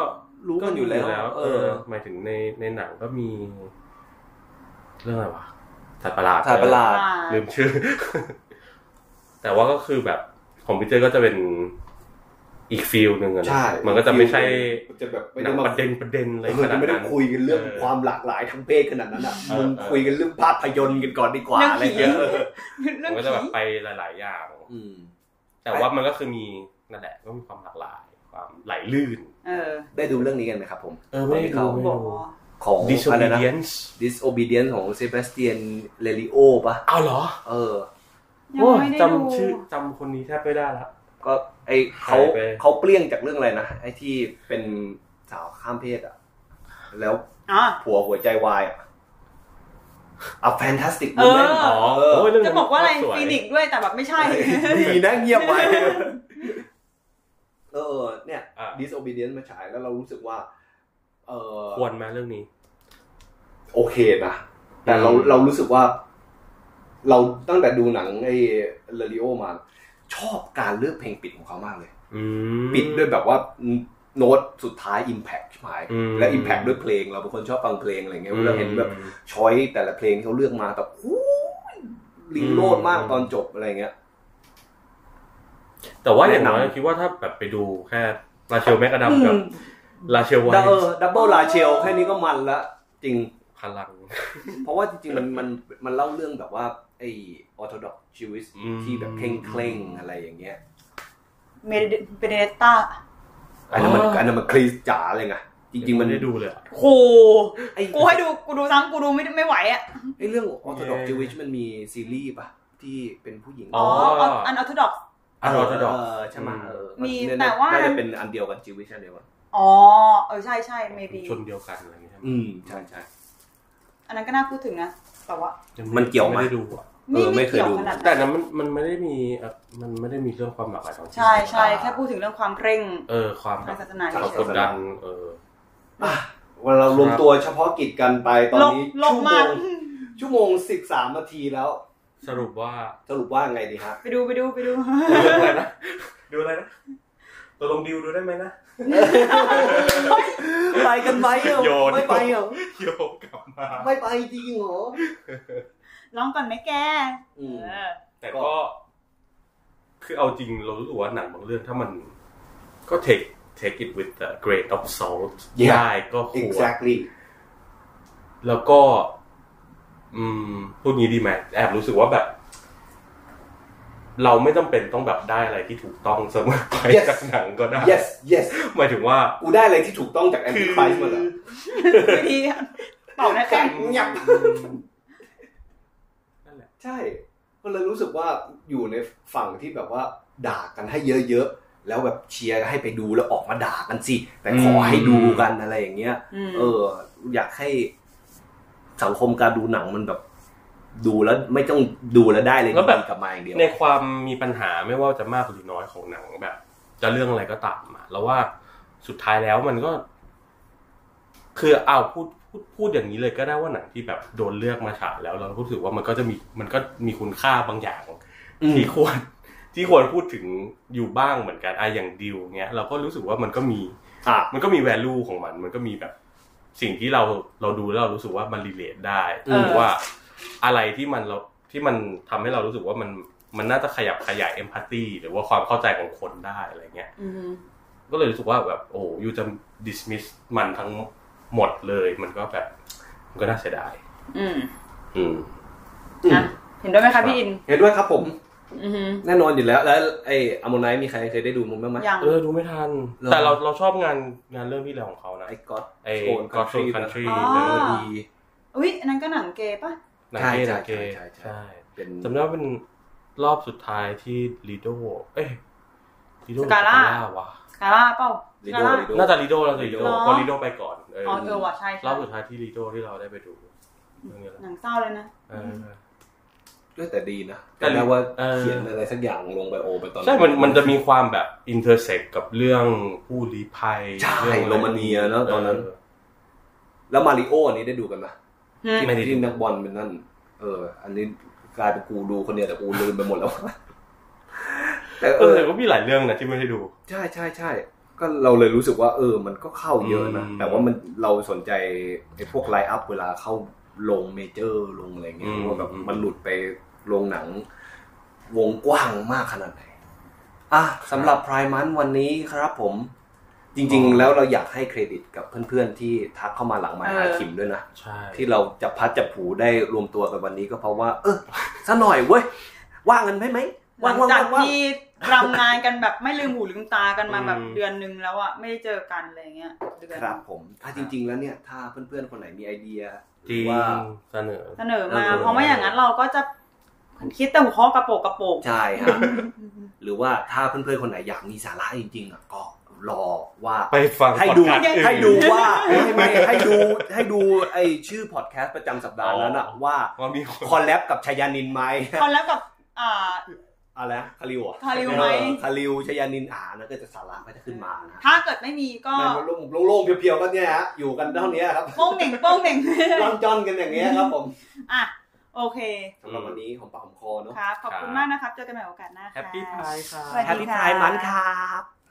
S1: รู้กันอยู่แล้ว
S2: เออ หมายถึงในในหนังก็มี เรื่องอะไรวะสัตว์ประหลาด
S1: ถ่ายประหลาด
S3: อ่า
S2: ลืมชื่อ แต่ว่าก็คือแบบ ของพี่เจ้ยก็จะเป็นอีกฟิลหนึ่งอะนะ
S1: ใช่
S2: มันก็จะไม่ใช่
S1: มันจะแบบไม่
S2: หนั
S1: ได้
S2: ง
S1: มา
S2: ประเด็นประเด็นอะไร
S1: เอ
S2: ข
S1: อ
S2: นา
S1: จะ
S2: ด
S1: ไม่ได้
S2: นั้น
S1: คุยกันเรื่องความหลากหลายทางเพศขนาดนั้นอ่ะ
S2: เออ
S1: มึงคุยกันเรื่องภาพยนตร์กันก่อนดีกว่าอะไรเงี้ยเออ
S3: เรื่อ
S2: มั
S3: ง
S2: นก็จะแบบ
S3: ผี
S2: ไปหลาย ๆ อย่าง
S1: อืม
S2: แต่ว่ามันก็คือมีนั่นแหละก็มีความหลากหลาย ความไหลลื่น
S3: เออ
S1: ได้ดูเรื่องนี้กันไหมครับผม
S2: เออไม่ได้ดู
S1: ของ
S3: บอกว่า
S1: ของอะไรนะ
S2: disobedience
S1: disobedience ของเซบาสเตียนเรลิโอปะ
S2: เอาเหรอ
S1: เออ
S3: ยังไม่ได้ดู
S2: โอ้ยจำชื่อจำคนนี้แทบไม่ได้ละ
S1: ก็ไอเขา
S2: หายไป
S1: เขาเปลี่ยงจากเรื่องอะไรนะไอที่เป็นสาวข้ามเพศอ่ะ แล้ว
S3: อ๋อ
S1: ผัวหัวใจวายอ่ะอ่ะแฟนตาสติก
S3: เออ
S1: อ๋อ
S2: โยเง
S3: จะบอกว่าอะไร
S2: สย
S3: ฟีนิกซ์ด้วยแต่แบบไม่ใช่
S1: ดีนะเงียบไปเออ เนี่ย
S2: อ่ะ
S1: disobedience มาฉายแล้วเรารู้สึกว่า เออ
S2: ควรไหมเรื่องนี้
S1: โอเคนะ แต่เรา
S2: อืม
S1: เรารู้สึกว่า เราตั้งแต่ดูหนังไอ้เลริโอมา ชอบการเลือกเพลงปิดของเขามากเลย
S2: อืม
S1: ปิดด้วยแบบว่าโน้ตสุดท้าย impact ใช่ไหม
S2: อืม
S1: และ impact ด้วยเพลง เราเป็นคนชอบฟังเพลงอะไรเงี้ย
S2: อืม
S1: เราเห็นแบบ ช้อยแต่ละเพลงที่เขาเลือกมาแบบหูยลิงโลดมาก
S2: อืม
S1: ตอนจบอะไรเงี้ย
S2: แต่ว่าอย่างน้อย
S1: แนะนำ
S2: คิดว่าถ้าแบบไปดูแค่ลาเชลแมกกาดัม
S3: อืม
S2: กับลาเชลไว
S1: ดับเออ
S2: ท์
S1: ดับเบิลลาเชลแค่นี้ก็มันละจริง
S2: พลัง
S1: เพราะว่าจริงๆมันมันมันเล่าเรื่องแบบว่า ไอ้ออร์โธดอกจิวิส
S2: อืม
S1: ที่แบบเคร่งเคร่งๆอะไรอย่างเงี้ย
S3: เมเบเนตตา
S1: อันนั้นมันอันนั้นมันคริสจ๋าเลยไงจริง ๆ มัน
S2: ไได้ดูเลยอะ
S3: โอ้
S1: ไอ้
S3: กูให้ดูกูดูซ้ำกูดูไม่ไม่ไหวอ่ะ
S1: ไอ้เรื่องออร์โธดอกจิวิสมันมีซีรีส์ป่ะ ที่เป็นผู้หญิง
S3: อ๋ออ๋ออันออร์โธดอก
S2: อันออร์โธดอก
S1: เใช่ไหมเออ
S3: มี
S1: เนี่ย
S3: แต่ว่า
S1: น่าจะเป็นอันเดียวกันจิวิชอันเดียวกัน
S3: อ๋อเออใช่ใช่ maybe
S2: ชนเดียวกันอะไรอย่างเงี้ยใช่ไหม
S1: อืมใช่ใช่
S3: อันนั้นก็น่าพูดถึงนะแต่ว่า
S1: มันเกี่ยวไหม
S2: ไม่ได้ดูอะ
S3: ไม่
S1: เออไม่
S3: ไม่
S1: เคย
S3: เกี่ยว
S1: ดู
S3: ขนาด
S2: แต่
S3: นั้น
S2: นั้นมันมันไม่ได้มีเอ่อมันไม่ได้มีเรื่องความหลากหลายทางเพศ
S3: ใช่ใช่แค่พูดถึงเรื่องความเคร่ง
S2: เออความแบ
S3: ทาง
S2: บ
S3: ศาสนา
S2: ความ
S3: เฉ
S2: ก
S3: ย
S2: ดดันเออ
S1: อ่ะวันเรารวมตัวเฉพาะกิจกันไปตอน
S3: โลก
S1: นี้
S3: โลกมาก
S1: ชั่วโมงสิบสามนาทีแล้ว
S2: สรุปว่า
S1: สรุปว่าไงดีฮะ
S3: ไปดูไปดู ไปดู
S2: ดูอะไรนะดูอะไรนะตกลงดิวดูได้ไหมนะ
S1: ไปกันไหมเหรอ
S2: โยน
S1: ไม่ไปเหรอ
S2: โยกกลับมา
S1: ไม่ไปจริงเหรอ
S3: ร้องก่อนไหมแก
S1: อืม
S3: เออ
S2: แต่ก็ คือเอาจริงเรารู้สึกว่าหนังบางเรื่องถ้ามันก็ take take it with a grain of salt
S6: Yeah.
S2: ได้ก็ควร
S6: exactly
S2: แล้วก็ อืมพูดงี้ดีไหมแอบรู้สึกว่าแบบ เราไม่จำเป็นต้องแบบได้อะไรที่ถูกต้องเสมอไป
S6: Yes.
S2: จากหนังก็ได้
S6: yes yes
S2: หมายถึงว่า
S6: กูได้อะไรที่ถูกต้องจากแอมพลิฟายมาเหรอ
S3: วิธีตอบในแฟ
S6: แค่
S3: น
S6: เงียบ
S2: นั่นแหละ
S6: ใช่ มันเลยรู้สึกว่าอยู่ในฝั่งที่แบบว่าด่ากันให้เยอะๆ แล้วแบบเชียร์ให้ไปดูแล้วออกมาด่ากันสิ แต่ขอให้
S2: อืม
S6: ดูกันอะไรอย่างเงี้ย
S3: อืม
S1: เออ อยากให้สังคมการดูหนังมันแบบ ดูแล้วไม่ต้องดูแล้วได้เลย
S2: แล้วแบบ
S1: ดีกลับมาอย่างเดียว
S2: ในความมีปัญหาไม่ว่าจะมากหรือน้อยของหนังแบบ จะเรื่องอะไรก็ตามอะแล้วว่าสุดท้ายแล้วมันก็ คือเอาพูดพูดพูดอย่างนี้เลยก็ได้ว่าหนังที่แบบโดนเลือกมาฉายแล้ว เรารู้สึกว่ามันก็จะมีมันก็มีคุณค่าบางอย่าง
S1: อืม
S2: ที่ควรที่ควรพูดถึงอยู่บ้างเหมือนกันไอะอย่างดิวเงี้ยเราก็รู้สึกว่ามันก็มี
S1: อ่ะ
S2: มันก็มี value ของมัน มันก็มีแบบสิ่งที่เราเราดูแล้วเรารู้สึกว่ามันรีเลทได้
S1: เอ
S2: ห
S1: อ
S2: รือว่าอะไรที่มันเราที่มันทำให้เรารู้สึกว่ามันมันน่าจะขยับขยายเอมพัตตีหรือว่าความเข้าใจของคนได้อะไรเงี้ย
S3: อืม
S2: ก็เลยรู้สึกว่าแบบโอ้ยูจะ dismiss มันทั้งหมดเลย มันก็แบบมันก็น่าเสียดาย
S3: อืม
S2: อืม
S3: อ่ะเห็นด้วยไหมคะพี่อิน
S1: เห็นด้วยครับผม
S3: อือหือ
S1: แน่นอนอยู่แล้ว แล้วไอ้อมอนไนมีใครเคยได้ดูมั้งบ้างไหม
S3: ยัง
S2: เออดูไม่ทัน
S1: เหรอ
S2: แต่เราเราชอบงานงานเรื่องที่แล้วของเขานะ
S1: ไอ้ก็อด
S2: ไอ้ God s o Country
S3: อ๋อ
S2: เออ
S1: ดี
S3: อุ้ยอันนั้นก็หนังเกย์ปะ
S2: หนังเกย์
S1: ใช่
S2: หนังเกย์
S1: ใช่ใช่
S2: ใช่
S1: เป็น
S2: จำได้ว่าเป็นรอบสุดท้ายที่ลีโดเอ้ยลีโดวะ
S3: กาล่าเปล่า
S1: ลิ
S3: กา
S1: โด
S3: ล่า
S1: ลิโด
S2: น่าจะลีโดแล้วลีโด
S3: เหรอ
S2: เพราะลีโดไปก่อนเออ
S3: อ๋อเออว่ะใช่ใช่
S2: รอบสุดท้ายที่ลีโดที่เราได้ไปดูเรื่องนี้แหละ
S3: หนังเศร้าเลยนะ
S2: เออ
S1: ด้วยแต่ดีนะ
S2: แต่
S1: แต่แล้ว่า
S2: เออ
S1: เขียนอะไรสักอย่างลงไบโอไปตอน
S2: ใช่มันมันจะมีความแบบอินเ r อร์เซ็กกับเรื่องผู้ลี้ภัย
S1: ใช่
S2: เรื่อง
S1: โรมาเนียเนาะตอนนั้น
S2: เ
S1: แล้วมาริโออันนี้ได้ดูกันไหม
S3: อืม
S1: ที่
S2: ไม่ได้ดู
S1: ที่นักบอลเป็นนั่น เออ อันนี้กลายเป็นกูดูคนเดียวแต่กูลืมไปหมดแล้ว แต่
S2: เอ
S1: เอ
S2: อ
S1: อ
S2: แต่ก็มีหลายเรื่องนะที่ไม่ได้ดู
S1: ใช่ใช่ใช่ก็เราเลยรู้สึกว่า เออ มันก็เข้าเยอะนะ
S2: อืม
S1: แต่ว่ามันเราสนใจไอ้พวกไลน์อัพเวลาเข้าลงเมเจอร์ลงอะไรเงี้ยว่าแบบมันหลุดไปลงหนัง วงกว้างมากขนาดไหน อ่ะสำหรับพรายมันวันนี้ครับผม จริง ๆ แล้วเราอยากให้เครดิตกับเพื่อนๆที่ทักเข้ามาหลังมาหา
S3: เออ
S1: คิมด้วยนะ
S2: ใช่
S1: ที่เราจับพัดจับผูได้รวมตัวกันวันนี้ก็เพราะว่า เออซะหน่อยเว้ย ว่างกันไหมไหม
S3: หลั
S1: ว่าง งว่าง
S3: จาก
S1: ว่าง
S3: ที่รำงานกันแบบไม่ลืมหูลืมตากันมาแบบเดือนนึงแล้วอะไม่ได้เจอกันอะไรเงี้ยเดือน
S1: ครับผมถ้าจริง ๆ แล้วเนี่ย ถ้าเพื่อนๆ คนไหนมีไอเดียห
S2: จ
S1: รื
S2: ริ
S1: อง ว่า
S2: เสนอ
S3: เสนอมา
S1: เออ
S3: เพราะไม่อย่างนั้นเราก็จะคิดแต่หัวข้อกระโปกกระโปก
S1: ใช่ฮะ หรือว่าถ้าเพื่อนๆ คนไหนอยากมีสาระจริงๆอ่ะก็รอว่า
S2: ไปฟัง
S1: ให้ดู
S2: พอคาสอื่น
S1: ให้ดูว่า ให้ไม่ให้ดูให้ดูไอชื่อพอดแคสต์ประจำสัปดาห์นั้นอ่ะ
S2: อ๋อ
S1: ว่า
S2: ว่ามีคน
S1: คอลแลบกับชยานินไหม
S3: ตอนแล้วกับอ่า
S1: อะไรนะคาริวอ่ะ
S3: คาริวไหม
S1: เออคาริวชยานินอ่านั่นก็จะสาระก็จะขึ้นมานะ
S3: ถ้าเกิดไม่มีก็
S6: ในมันโล่งๆเพียวๆก็เนี่ยฮะ อยู่กันเท่านี้ครับ
S3: โป้งเหน่งโป้งเหน่ง
S6: ร่อนจอนกันอย่างเงี้ยครับผม
S3: อ่ะโอเค
S1: สำหรับวันนี้ของปากของคอเนาะ
S3: ครับขอบคุณมากนะครับเจอกันใหม่โอกาสหน้าค
S2: แฮ
S3: รั
S2: ป
S3: บ
S2: ปี้พายค่ะ
S3: สวัสดี
S1: แฮปปี้ไทม์มันครับ